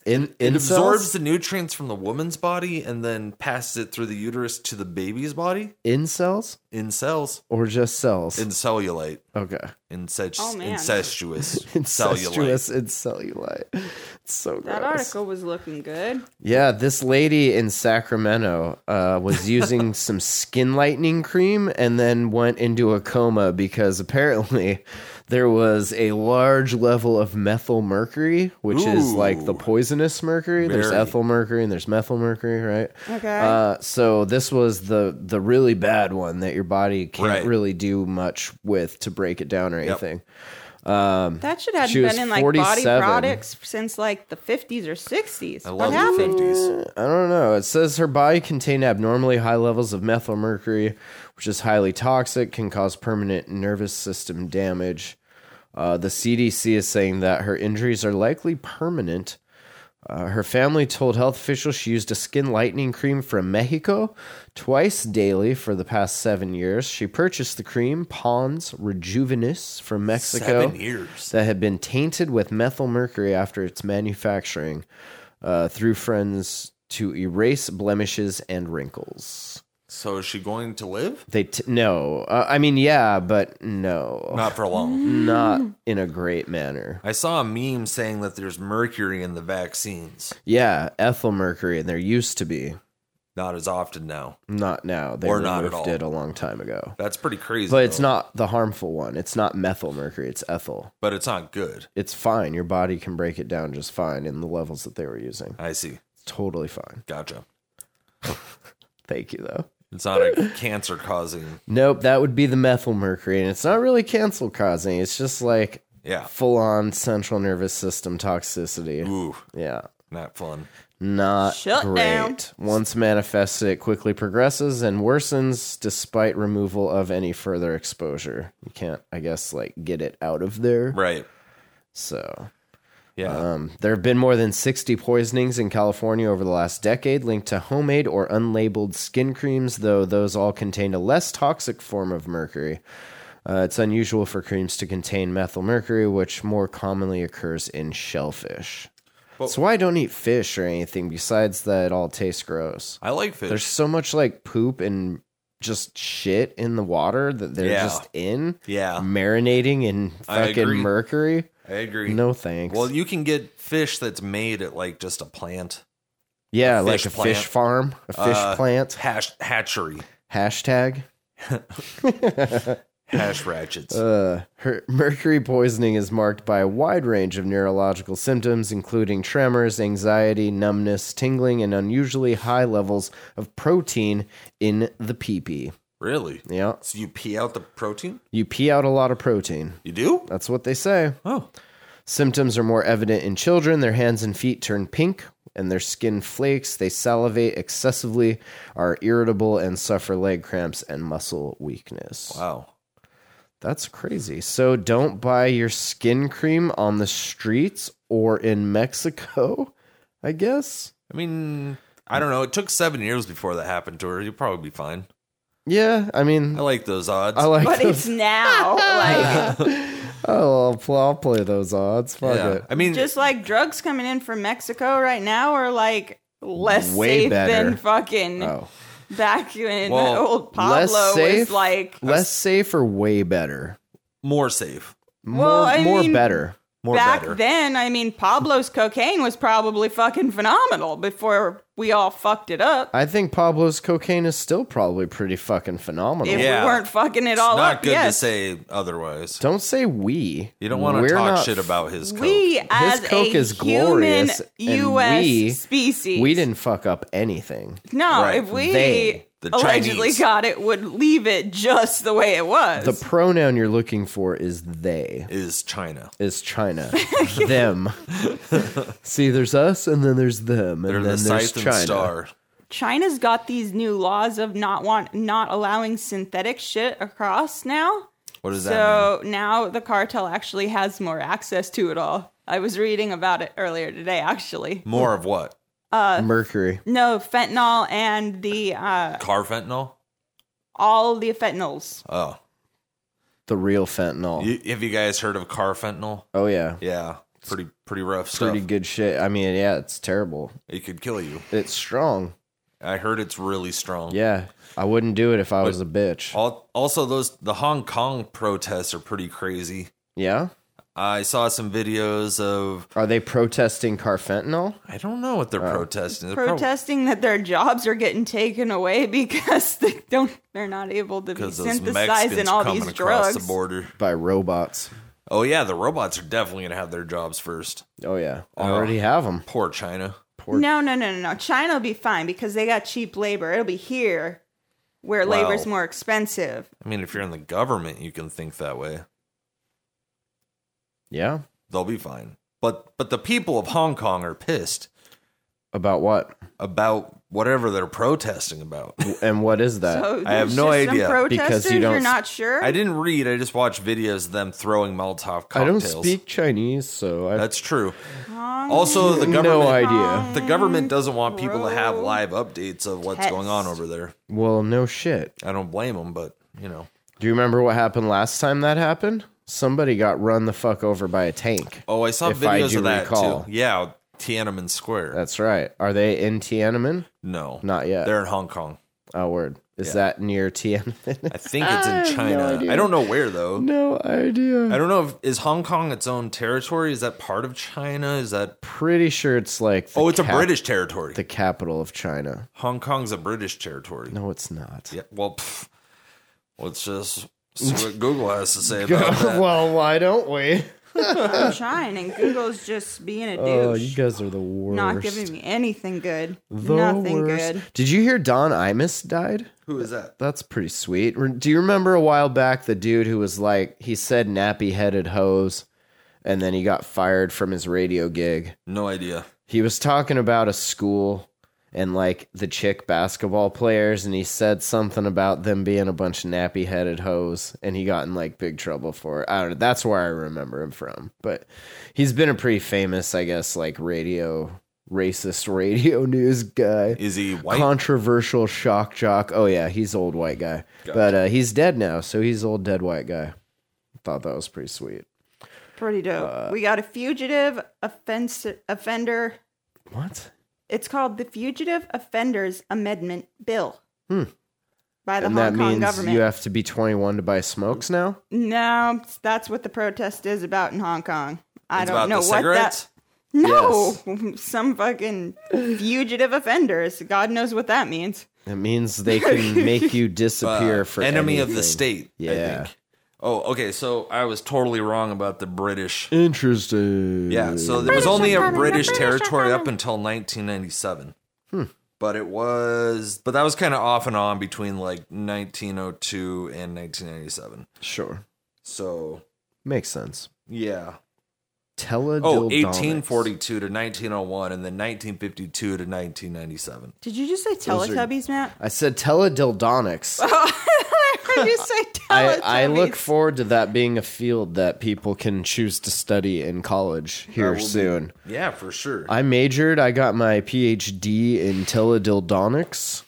[SPEAKER 1] In,
[SPEAKER 3] It
[SPEAKER 1] incels?
[SPEAKER 3] absorbs the nutrients from the woman's body and then passes it through the uterus to the baby's body
[SPEAKER 1] incels
[SPEAKER 3] in cells,
[SPEAKER 1] or just cells?
[SPEAKER 3] in cellulite,
[SPEAKER 1] okay.
[SPEAKER 3] incest-
[SPEAKER 2] Oh, man.
[SPEAKER 3] incestuous,
[SPEAKER 1] [laughs] Incestuous
[SPEAKER 3] cellulite.
[SPEAKER 1] in cellulite. It's so gross.
[SPEAKER 2] That article was looking good.
[SPEAKER 1] Yeah, this lady in Sacramento uh,
[SPEAKER 3] [laughs]
[SPEAKER 1] was using some skin lightening cream and then went into a coma because apparently there was a large level of methyl mercury, which is like the
[SPEAKER 3] Ooh.
[SPEAKER 1] poisonous mercury. There's
[SPEAKER 3] Very.
[SPEAKER 1] ethyl mercury and there's methyl mercury, right?
[SPEAKER 2] Okay.
[SPEAKER 1] Uh, so this was the the really bad one that your body can't
[SPEAKER 3] Right.
[SPEAKER 1] really do much with to break it down or anything.
[SPEAKER 2] That should have
[SPEAKER 1] She was
[SPEAKER 2] been in like body
[SPEAKER 1] 47.
[SPEAKER 2] products since like the 50s or 60s.
[SPEAKER 3] I
[SPEAKER 2] what
[SPEAKER 3] love the
[SPEAKER 2] happened?
[SPEAKER 3] fifties.
[SPEAKER 1] I don't know. It says her body contained abnormally high levels of methyl mercury, which is highly toxic, can cause permanent nervous system damage. Uh, the CDC is saying that her injuries are likely permanent. Uh, her family told health officials she used a skin lightening cream from Mexico twice daily for the past seven years. She purchased the cream, Pons Rejuvenis, from Mexico
[SPEAKER 3] Seven years.
[SPEAKER 1] that had been tainted with methyl mercury after its manufacturing uh, through friends to erase blemishes and wrinkles.
[SPEAKER 3] So is she going to live?
[SPEAKER 1] They t- no, uh, I mean yeah, but no,
[SPEAKER 3] Not for long.
[SPEAKER 2] Mm-hmm.
[SPEAKER 1] not in a great manner.
[SPEAKER 3] I saw a meme saying that there's mercury in the vaccines.
[SPEAKER 1] Yeah, ethyl mercury, and there used to be,
[SPEAKER 3] Not as often now.
[SPEAKER 1] not now. They
[SPEAKER 3] Or
[SPEAKER 1] removed
[SPEAKER 3] not at all.
[SPEAKER 1] it a long time ago.
[SPEAKER 3] That's pretty crazy.
[SPEAKER 1] But it's
[SPEAKER 3] though.
[SPEAKER 1] not the harmful one. It's not methyl mercury. It's ethyl.
[SPEAKER 3] But it's not good.
[SPEAKER 1] It's fine. Your body can break it down just fine in the levels that they were using.
[SPEAKER 3] I see.
[SPEAKER 1] It's totally fine.
[SPEAKER 3] Gotcha.
[SPEAKER 1] Thank you though.
[SPEAKER 3] It's
[SPEAKER 1] [laughs]
[SPEAKER 3] not a cancer causing.
[SPEAKER 1] Nope, that would be the methyl mercury, and it's not really cancel causing. It's just like
[SPEAKER 3] Yeah.
[SPEAKER 1] full on central nervous system toxicity.
[SPEAKER 3] Ooh,
[SPEAKER 1] Yeah,
[SPEAKER 3] not fun.
[SPEAKER 1] not
[SPEAKER 2] Shut
[SPEAKER 1] great.
[SPEAKER 2] down.
[SPEAKER 1] Once manifested, it quickly progresses and worsens despite removal of any further exposure. You can't, I guess, like get it out of there.
[SPEAKER 3] Right.
[SPEAKER 1] So
[SPEAKER 3] Yeah.
[SPEAKER 1] Um, there have been more than 60 poisonings in California over the last decade linked to homemade or unlabeled skin creams, though those all contained a less toxic form of mercury. Uh, it's unusual for creams to contain methyl mercury, which more commonly occurs in shellfish. That's why I don't eat fish or anything besides that it all tastes gross.
[SPEAKER 3] I like fish.
[SPEAKER 1] There's so much like poop and just shit in the water that they're
[SPEAKER 3] Yeah.
[SPEAKER 1] just in,
[SPEAKER 3] Yeah.
[SPEAKER 1] marinating in
[SPEAKER 3] I
[SPEAKER 1] fucking
[SPEAKER 3] agree.
[SPEAKER 1] mercury.
[SPEAKER 3] I agree.
[SPEAKER 1] No thanks.
[SPEAKER 3] Well, you can get fish that's made at like just a plant.
[SPEAKER 1] Yeah,
[SPEAKER 3] a
[SPEAKER 1] like
[SPEAKER 3] fish
[SPEAKER 1] a
[SPEAKER 3] plant.
[SPEAKER 1] fish farm, a fish
[SPEAKER 3] Uh,
[SPEAKER 1] plant.
[SPEAKER 3] Hash hatchery.
[SPEAKER 1] Hashtag.
[SPEAKER 3] Hash ratchets.
[SPEAKER 1] [laughs] Uh, her, mercury poisoning is marked by a wide range of neurological symptoms, including tremors, anxiety, numbness, tingling, and unusually high levels of protein in the pee-pee.
[SPEAKER 3] really?
[SPEAKER 1] Yeah,
[SPEAKER 3] So you pee out the protein?
[SPEAKER 1] you pee out a lot of protein.
[SPEAKER 3] You do?
[SPEAKER 1] That's what they say.
[SPEAKER 3] Oh.
[SPEAKER 1] Symptoms are more evident in children. Their hands and feet turn pink and their skin flakes. They salivate excessively, are irritable, and suffer leg cramps and muscle weakness.
[SPEAKER 3] Wow.
[SPEAKER 1] That's crazy. So don't buy your skin cream on the streets or in Mexico, [laughs] I guess.
[SPEAKER 3] I mean, I don't know. It took seven years before that happened to her. You'll probably be fine.
[SPEAKER 1] Yeah, I mean,
[SPEAKER 3] I like those odds.
[SPEAKER 1] I like
[SPEAKER 2] But
[SPEAKER 1] [laughs]
[SPEAKER 3] [laughs]
[SPEAKER 1] those.
[SPEAKER 2] it's now. Like,
[SPEAKER 1] Oh, I'll, pl- I'll play those odds. Fuck
[SPEAKER 3] yeah.
[SPEAKER 1] it.
[SPEAKER 3] I mean,
[SPEAKER 2] just like drugs coming in from Mexico right now are like less
[SPEAKER 1] Way
[SPEAKER 2] safe
[SPEAKER 1] better.
[SPEAKER 2] than fucking
[SPEAKER 1] Oh,
[SPEAKER 2] back when
[SPEAKER 3] Well,
[SPEAKER 2] old
[SPEAKER 1] less
[SPEAKER 2] Pablo
[SPEAKER 1] safe?
[SPEAKER 2] was like
[SPEAKER 1] less safe or way better?
[SPEAKER 3] more safe,
[SPEAKER 1] More,
[SPEAKER 2] Well, I
[SPEAKER 1] more
[SPEAKER 2] mean-
[SPEAKER 1] better.
[SPEAKER 3] more
[SPEAKER 2] back
[SPEAKER 3] better.
[SPEAKER 2] then. I mean, Pablo's cocaine was probably fucking phenomenal before we all fucked it up.
[SPEAKER 1] I think Pablo's cocaine is still probably pretty fucking phenomenal.
[SPEAKER 2] If
[SPEAKER 3] Yeah.
[SPEAKER 2] we weren't fucking it
[SPEAKER 3] it's
[SPEAKER 2] all
[SPEAKER 3] not
[SPEAKER 2] up,
[SPEAKER 3] good
[SPEAKER 2] Oh, yes.
[SPEAKER 3] to say otherwise.
[SPEAKER 1] Don't say we.
[SPEAKER 3] You don't want
[SPEAKER 1] We're
[SPEAKER 3] to talk
[SPEAKER 1] not
[SPEAKER 3] shit about his coke.
[SPEAKER 2] we as
[SPEAKER 1] coke
[SPEAKER 2] a
[SPEAKER 1] is
[SPEAKER 2] human
[SPEAKER 1] glorious, and
[SPEAKER 2] U.S.
[SPEAKER 1] we-
[SPEAKER 2] species,
[SPEAKER 1] We didn't fuck up anything.
[SPEAKER 2] No,
[SPEAKER 3] Right.
[SPEAKER 2] if we
[SPEAKER 1] They,
[SPEAKER 3] the
[SPEAKER 2] allegedly
[SPEAKER 3] Chinese.
[SPEAKER 2] got it, would leave it just the way it was.
[SPEAKER 1] The pronoun you're looking for is they.
[SPEAKER 3] is China.
[SPEAKER 1] Is China them? [laughs] See, there's us, and then there's them, and
[SPEAKER 3] They're
[SPEAKER 1] then
[SPEAKER 3] the
[SPEAKER 1] there's
[SPEAKER 3] scythe
[SPEAKER 1] China.
[SPEAKER 3] and star.
[SPEAKER 2] China's got these new laws of not want not allowing synthetic shit across now.
[SPEAKER 3] What does that mean?
[SPEAKER 2] So now the cartel actually has more access to it all. I was reading about it earlier today, actually.
[SPEAKER 3] More of what?
[SPEAKER 1] Mercury.
[SPEAKER 2] No, fentanyl and the uh,
[SPEAKER 3] Carfentanyl?
[SPEAKER 2] all the fentanyls.
[SPEAKER 3] Oh.
[SPEAKER 1] The real fentanyl.
[SPEAKER 3] You, have you guys heard of carfentanyl?
[SPEAKER 1] oh yeah.
[SPEAKER 3] Yeah. Pretty pretty rough stuff.
[SPEAKER 1] Pretty good shit. I mean, yeah, it's terrible.
[SPEAKER 3] It could kill you.
[SPEAKER 1] It's strong.
[SPEAKER 3] I heard it's really strong.
[SPEAKER 1] Yeah. I wouldn't do it if I was a bitch.
[SPEAKER 3] Al- Also those the Hong Kong protests are pretty crazy.
[SPEAKER 1] Yeah?
[SPEAKER 3] I saw some videos of
[SPEAKER 1] Are they protesting carfentanil?
[SPEAKER 3] I don't know what they're
[SPEAKER 1] Oh.
[SPEAKER 3] protesting. They're prob-
[SPEAKER 2] Protesting that their jobs are getting taken away [laughs] because they don't they're not able to be
[SPEAKER 3] because those
[SPEAKER 2] synthesizing
[SPEAKER 3] Mexicans
[SPEAKER 2] all
[SPEAKER 3] coming
[SPEAKER 2] these
[SPEAKER 3] across
[SPEAKER 2] drugs.
[SPEAKER 3] the border.
[SPEAKER 1] By robots.
[SPEAKER 3] Oh yeah, the robots are definitely gonna have their jobs first.
[SPEAKER 1] Oh, yeah. Already have 'em. have them.
[SPEAKER 3] Poor China.
[SPEAKER 2] No, no, no, no, no. China will be fine because they got cheap labor. It'll be here where
[SPEAKER 3] Wow.
[SPEAKER 2] labor's more expensive.
[SPEAKER 3] I mean, if you're in the government, you can think that way.
[SPEAKER 1] Yeah?
[SPEAKER 3] They'll be fine. But but the people of Hong Kong are pissed
[SPEAKER 1] About what?
[SPEAKER 3] about whatever they're protesting about.
[SPEAKER 1] And what is that?
[SPEAKER 2] So
[SPEAKER 3] I have
[SPEAKER 2] there's
[SPEAKER 3] no
[SPEAKER 2] just some
[SPEAKER 3] idea,
[SPEAKER 1] because you
[SPEAKER 2] Oh, protesters,
[SPEAKER 1] don't
[SPEAKER 2] are
[SPEAKER 1] s-
[SPEAKER 2] not sure.
[SPEAKER 3] I didn't read. I just watched videos of them throwing Molotov cocktails.
[SPEAKER 1] I don't speak Chinese, so I
[SPEAKER 3] That's true.
[SPEAKER 2] Hong
[SPEAKER 3] Also, the
[SPEAKER 1] have
[SPEAKER 3] government
[SPEAKER 1] no idea.
[SPEAKER 3] the government doesn't want people to have
[SPEAKER 2] Bro.
[SPEAKER 3] live updates of what's going on
[SPEAKER 2] Test.
[SPEAKER 3] over there.
[SPEAKER 1] Well, no shit.
[SPEAKER 3] I don't blame them, but you know.
[SPEAKER 1] Do you remember what happened last time that happened? Somebody got run the fuck over by a tank.
[SPEAKER 3] Oh, I saw
[SPEAKER 1] If I
[SPEAKER 3] videos
[SPEAKER 1] do
[SPEAKER 3] of that
[SPEAKER 1] recall.
[SPEAKER 3] too. Yeah, Tiananmen Square.
[SPEAKER 1] That's right. Are they in Tiananmen?
[SPEAKER 3] no,
[SPEAKER 1] Not yet.
[SPEAKER 3] They're in Hong Kong.
[SPEAKER 1] Oh, word. Is that near Tiananmen?
[SPEAKER 3] I think
[SPEAKER 2] [laughs]
[SPEAKER 3] it's in China. I don't know where though.
[SPEAKER 1] [laughs] no idea.
[SPEAKER 3] I don't know if is Hong Kong its own territory? Is that part of China? Is that
[SPEAKER 1] Pretty sure it's like. the
[SPEAKER 3] Oh, it's a
[SPEAKER 1] cap-
[SPEAKER 3] British territory.
[SPEAKER 1] The capital of China.
[SPEAKER 3] Hong Kong's a British territory.
[SPEAKER 1] No, it's not.
[SPEAKER 3] Yeah. Well, pff, let's just see what Google has to say about
[SPEAKER 1] [laughs]
[SPEAKER 3] that.
[SPEAKER 1] well, why don't we?
[SPEAKER 2] I'm trying, and Google's just being a
[SPEAKER 1] Oh,
[SPEAKER 2] douche.
[SPEAKER 1] you guys are the worst.
[SPEAKER 2] not giving me anything good.
[SPEAKER 1] the
[SPEAKER 2] Nothing
[SPEAKER 1] worst.
[SPEAKER 2] good.
[SPEAKER 1] Did you hear Don Imus died?
[SPEAKER 3] Who is that?
[SPEAKER 1] That's pretty sweet. Re- Do you remember a while back the dude who was like he said nappy headed hose, and then he got fired from his radio gig.
[SPEAKER 3] No idea.
[SPEAKER 1] he was talking about a school and like the chick basketball players and he said something about them being a bunch of nappy headed hoes and he got in like big trouble for it. I don't know. That's where I remember him from. But he's been a pretty famous, I guess, like radio racist [laughs] radio news guy.
[SPEAKER 3] Is he white?
[SPEAKER 1] Controversial shock jock. Oh yeah, he's old white guy. But uh he's dead now, so he's old dead white guy. Thought that was pretty sweet.
[SPEAKER 2] Pretty dope.
[SPEAKER 1] Uh,
[SPEAKER 2] we got a fugitive offense offender.
[SPEAKER 1] What?
[SPEAKER 2] It's called the Fugitive Offenders Amendment Bill. By the
[SPEAKER 1] Hmm. And
[SPEAKER 2] Hong
[SPEAKER 1] that
[SPEAKER 2] Kong
[SPEAKER 1] means
[SPEAKER 2] government.
[SPEAKER 1] you have to be 21 to buy smokes now?
[SPEAKER 2] No, that's what the protest is about in Hong Kong. I
[SPEAKER 3] it's
[SPEAKER 2] don't
[SPEAKER 3] about
[SPEAKER 2] know
[SPEAKER 3] the
[SPEAKER 2] what
[SPEAKER 3] cigarettes.
[SPEAKER 2] that. No, [laughs] some fucking fugitive offenders. God knows what that means.
[SPEAKER 1] It means they
[SPEAKER 2] [laughs]
[SPEAKER 1] can make you disappear
[SPEAKER 3] Uh,
[SPEAKER 1] for
[SPEAKER 3] enemy of the
[SPEAKER 1] anything.
[SPEAKER 3] state.
[SPEAKER 1] Yeah.
[SPEAKER 3] I think. Oh, okay. So I was totally wrong about the British.
[SPEAKER 1] Interesting.
[SPEAKER 3] Yeah. So there was only a British territory up until 1997. Hmm. But it was, but that was kind of off and on between like 1902 and 1997.
[SPEAKER 1] Sure.
[SPEAKER 3] So
[SPEAKER 1] Makes sense.
[SPEAKER 3] yeah,
[SPEAKER 1] Teledildonics.
[SPEAKER 3] Oh, 1842 to 1901 and then 1952 to 1997.
[SPEAKER 2] Did you just say
[SPEAKER 1] [laughs]
[SPEAKER 2] Teletubbies, Matt? [laughs]
[SPEAKER 1] I said teledildonics.
[SPEAKER 2] I heard you say
[SPEAKER 1] I,
[SPEAKER 2] Teletubbies.
[SPEAKER 1] I look forward to that being a field that people can choose to study in college
[SPEAKER 3] I
[SPEAKER 1] here
[SPEAKER 3] will be-
[SPEAKER 1] soon.
[SPEAKER 3] Yeah, for sure.
[SPEAKER 1] I majored. I got my PhD in teledildonics.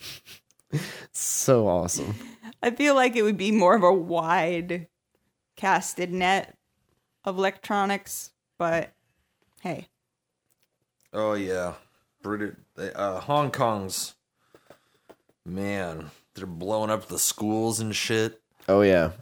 [SPEAKER 1] so awesome.
[SPEAKER 2] I feel like it would be more of a wide casted net of electronics, but hey,
[SPEAKER 3] oh yeah, British uh, Hong Kong's man, they're blowing up the schools and shit.
[SPEAKER 1] Oh yeah.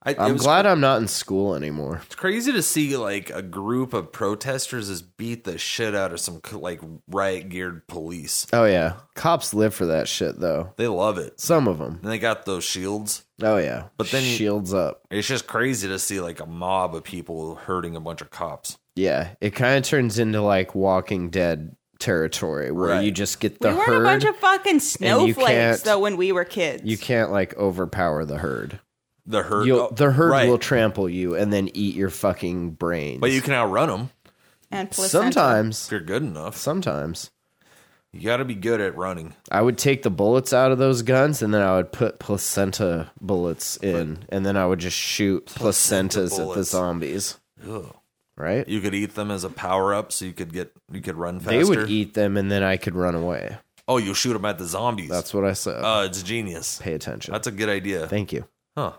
[SPEAKER 3] I, it
[SPEAKER 1] I'm
[SPEAKER 3] was
[SPEAKER 1] glad I'm not in school anymore.
[SPEAKER 3] It's crazy to see like a group of protesters just beat the shit out of some like riot geared police.
[SPEAKER 1] Oh yeah. Cops live for that shit though.
[SPEAKER 3] They love it.
[SPEAKER 1] Some of them.
[SPEAKER 3] And they got those shields.
[SPEAKER 1] Oh yeah.
[SPEAKER 3] But then you-
[SPEAKER 1] shields up.
[SPEAKER 3] It's just crazy to see like a mob of people hurting a bunch of cops.
[SPEAKER 1] Yeah. It kind of turns into like Walking Dead territory where
[SPEAKER 3] Right.
[SPEAKER 1] you just get
[SPEAKER 2] we
[SPEAKER 1] the
[SPEAKER 2] weren't
[SPEAKER 1] herd.
[SPEAKER 2] a bunch of fucking
[SPEAKER 1] you
[SPEAKER 2] snowflakes
[SPEAKER 1] can't-
[SPEAKER 2] though when we were kids.
[SPEAKER 1] you can't like overpower the herd.
[SPEAKER 3] The herd,
[SPEAKER 1] You'll,
[SPEAKER 3] oh,
[SPEAKER 1] the herd
[SPEAKER 3] right.
[SPEAKER 1] will trample you and then eat your fucking brains.
[SPEAKER 3] but you can outrun them
[SPEAKER 2] and placenta.
[SPEAKER 3] if
[SPEAKER 1] sometimes,
[SPEAKER 3] you're good enough.
[SPEAKER 1] sometimes
[SPEAKER 3] You got to be good at running.
[SPEAKER 1] I would take the bullets out of those guns and then I would put placenta bullets in, and then I would just shoot
[SPEAKER 3] Placenta
[SPEAKER 1] placentas at the
[SPEAKER 3] bullets.
[SPEAKER 1] zombies.
[SPEAKER 3] Ugh.
[SPEAKER 1] Right?
[SPEAKER 3] You could eat them as a power up, so you could get you could run faster.
[SPEAKER 1] they would eat them, and then I could run away.
[SPEAKER 3] Oh, you shoot them at the zombies.
[SPEAKER 1] That's what I said.
[SPEAKER 3] uh, it's genius.
[SPEAKER 1] Pay attention.
[SPEAKER 3] That's a good idea.
[SPEAKER 1] Thank you.
[SPEAKER 3] huh?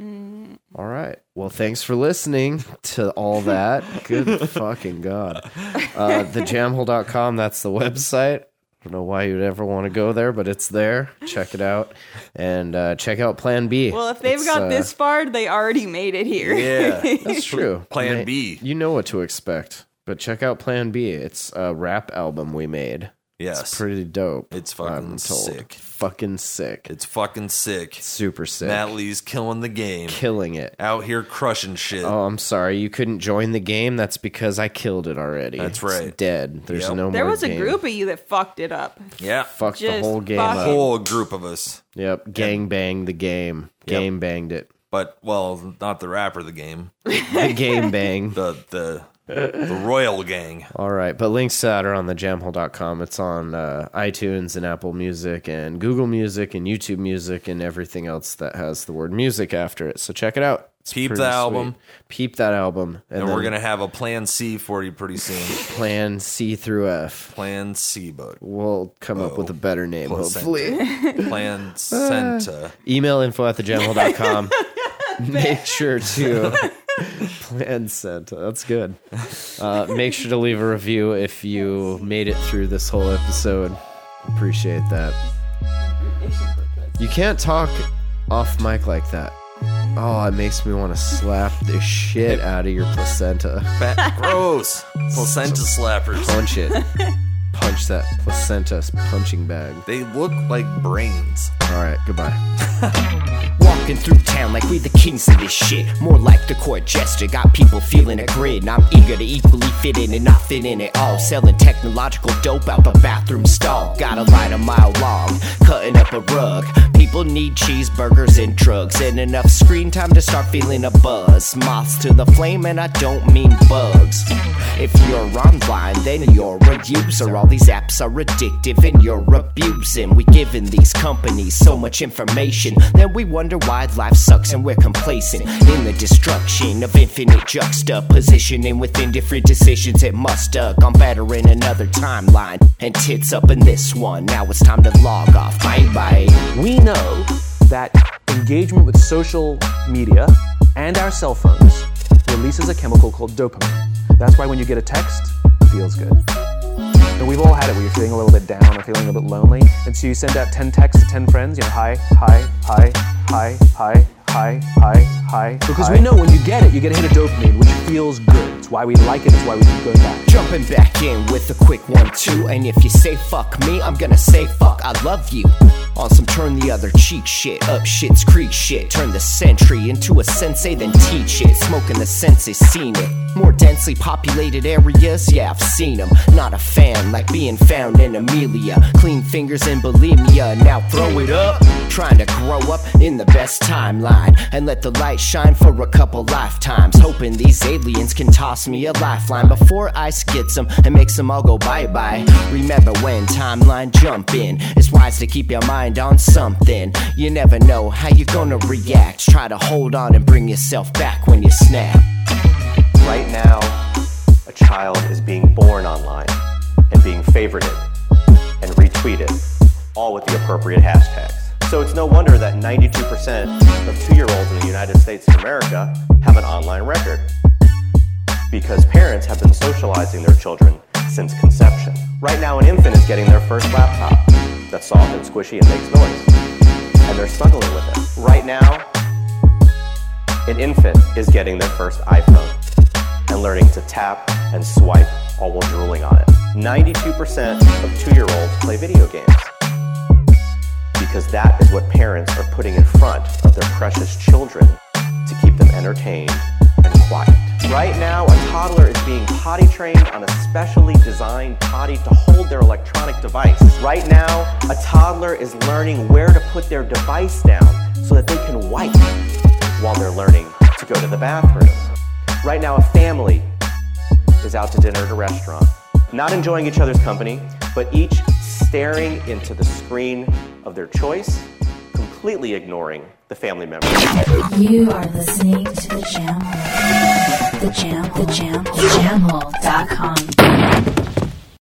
[SPEAKER 1] All right. Well, thanks for listening to all that.
[SPEAKER 3] [laughs]
[SPEAKER 1] Good fucking God. Uh, thejamhole.com, that's the website. I don't know why you'd ever want to go there, but it's there. Check it out. And uh, check out Plan B.
[SPEAKER 2] Well, if they've
[SPEAKER 1] It's,
[SPEAKER 2] got
[SPEAKER 1] uh,
[SPEAKER 2] this far, they already made it here.
[SPEAKER 1] [laughs]
[SPEAKER 3] Yeah.
[SPEAKER 1] That's true.
[SPEAKER 3] Plan
[SPEAKER 1] They-
[SPEAKER 3] B.
[SPEAKER 1] You know what to expect. But check out Plan B. It's a rap album we made.
[SPEAKER 3] yes.
[SPEAKER 1] It's pretty dope.
[SPEAKER 3] It's fucking sick.
[SPEAKER 1] Fucking sick. It's
[SPEAKER 3] It's fucking sick.
[SPEAKER 1] super sick.
[SPEAKER 3] Matt Lee's killing the game.
[SPEAKER 1] Killing it.
[SPEAKER 3] Out here crushing shit.
[SPEAKER 1] Oh, I'm sorry. You couldn't join the game. That's because I killed it already. It's
[SPEAKER 3] That's right.
[SPEAKER 1] dead. There's
[SPEAKER 3] Yep.
[SPEAKER 1] no
[SPEAKER 2] [laughs] There
[SPEAKER 1] more
[SPEAKER 2] was a
[SPEAKER 1] game.
[SPEAKER 2] group of you that fucked it up.
[SPEAKER 3] yeah.
[SPEAKER 1] Fuck the
[SPEAKER 2] just
[SPEAKER 1] whole game
[SPEAKER 3] A
[SPEAKER 1] up.
[SPEAKER 2] fucking-
[SPEAKER 3] whole group of us.
[SPEAKER 1] Yep. Gang banged the game. Game banged
[SPEAKER 2] [laughs]
[SPEAKER 1] it.
[SPEAKER 3] But well, not the rapper of the game.
[SPEAKER 1] The game bang.
[SPEAKER 3] The the the royal gang.
[SPEAKER 1] All right. But links to that are on thejamhole.com. It's on uh, iTunes and Apple Music and Google Music and YouTube Music and everything else that has the word music after it. So check it out. It's
[SPEAKER 3] Peep
[SPEAKER 1] pretty
[SPEAKER 3] the album.
[SPEAKER 1] sweet. Peep that album. And,
[SPEAKER 3] And
[SPEAKER 1] then
[SPEAKER 3] we're gonna have a plan C for you pretty
[SPEAKER 1] [laughs]
[SPEAKER 3] soon.
[SPEAKER 1] plan C through F.
[SPEAKER 3] plan
[SPEAKER 1] [laughs]
[SPEAKER 3] C but
[SPEAKER 1] We'll come up with a better name,
[SPEAKER 3] Oh, Placenta. [laughs]
[SPEAKER 1] hopefully.
[SPEAKER 3] Plan Senta.
[SPEAKER 1] email info at thejamhole.com. make sure to plan sent. That's good. Uh, make sure to leave a review if you made it through this whole episode. Appreciate that. You can't talk off mic like that. Oh, it makes me want to slap the shit out of your placenta.
[SPEAKER 3] Fat gross. Placenta slappers.
[SPEAKER 1] Punch it. Punch that placenta punching bag.
[SPEAKER 3] They look like brains.
[SPEAKER 1] All right, goodbye.
[SPEAKER 7] Walking through town like we the kings of this shit. More like the court jester. Got people feeling a grid. And I'm eager to equally fit in and not fit in at all. Selling technological dope out the bathroom stall. Got a line a mile long, cutting up a rug. People need cheeseburgers and drugs. And enough screen time to start feeling a buzz. Moths to the flame, and I don't mean bugs. If you're online, then you're a user. All these apps are addictive and you're abusing. We giving these companies so much information. Then we wonder why life sucks and we're complacent. In the destruction of infinite juxtapositioning within different decisions, it must duck. I'm better in another timeline. And tits up in this one. Now it's time to log off. Bye bye.
[SPEAKER 8] we know that engagement with social media and our cell phones releases a chemical called dopamine. That's why when you get a text, it feels good. And we've all had it where you're feeling a little bit down or feeling a little bit lonely. And so you send out 10 texts to 10 friends, you know, hi, hi, hi, hi, hi, hi, hi, hi. Because we know when you get it, you get a hit of dopamine, which feels good. It's why we like it, it's why we keep going back.
[SPEAKER 7] Jumping back in with a quick one, two. And if you say fuck me, I'm gonna say fuck, I love you. On some turn the other cheek shit, up shit's creek shit. Turn the sentry into a sensei, then teach it. Smoking the sensei, seen it. More densely populated areas, yeah, I've seen 'em. Not a fan, like being found in Amelia. Clean fingers in bulimia, now throw it up. Trying to grow up in the best timeline and let the light light shine for a couple lifetimes. Hoping these aliens can toss me a lifeline before ice gets them and makes them all go bye bye. Remember when timeline jumping, it's wise to keep your mind on something. You never know how you're gonna react. Try to hold on and bring yourself back when you snap.
[SPEAKER 9] Right now, a child is being born online and being favorited and retweeted, all with the appropriate hashtags. So it's no wonder that 92% of two year olds in the United States of America have an online record because parents have been socializing their children since conception. Right now, an infant is getting their first laptop that's soft and squishy and makes noise, and they're snuggling with it. Right now, an infant is getting their first iPhone and learning to tap and swipe all while drooling on it. 92% of two year olds play video games because that is what parents are putting in front of their precious children to keep them entertained and quiet. Right now, a toddler is being potty trained on a specially designed potty to hold their electronic device. Right now, a toddler is learning where to put their device down so that they can wipe while they're learning to go to the bathroom. Right now, a family is out to dinner at a restaurant, not enjoying each other's company, but each staring into the screen of their choice, completely ignoring the family member.
[SPEAKER 10] You are listening to the Jam Hole. The Jam, the Jam, the Jam Hole.com.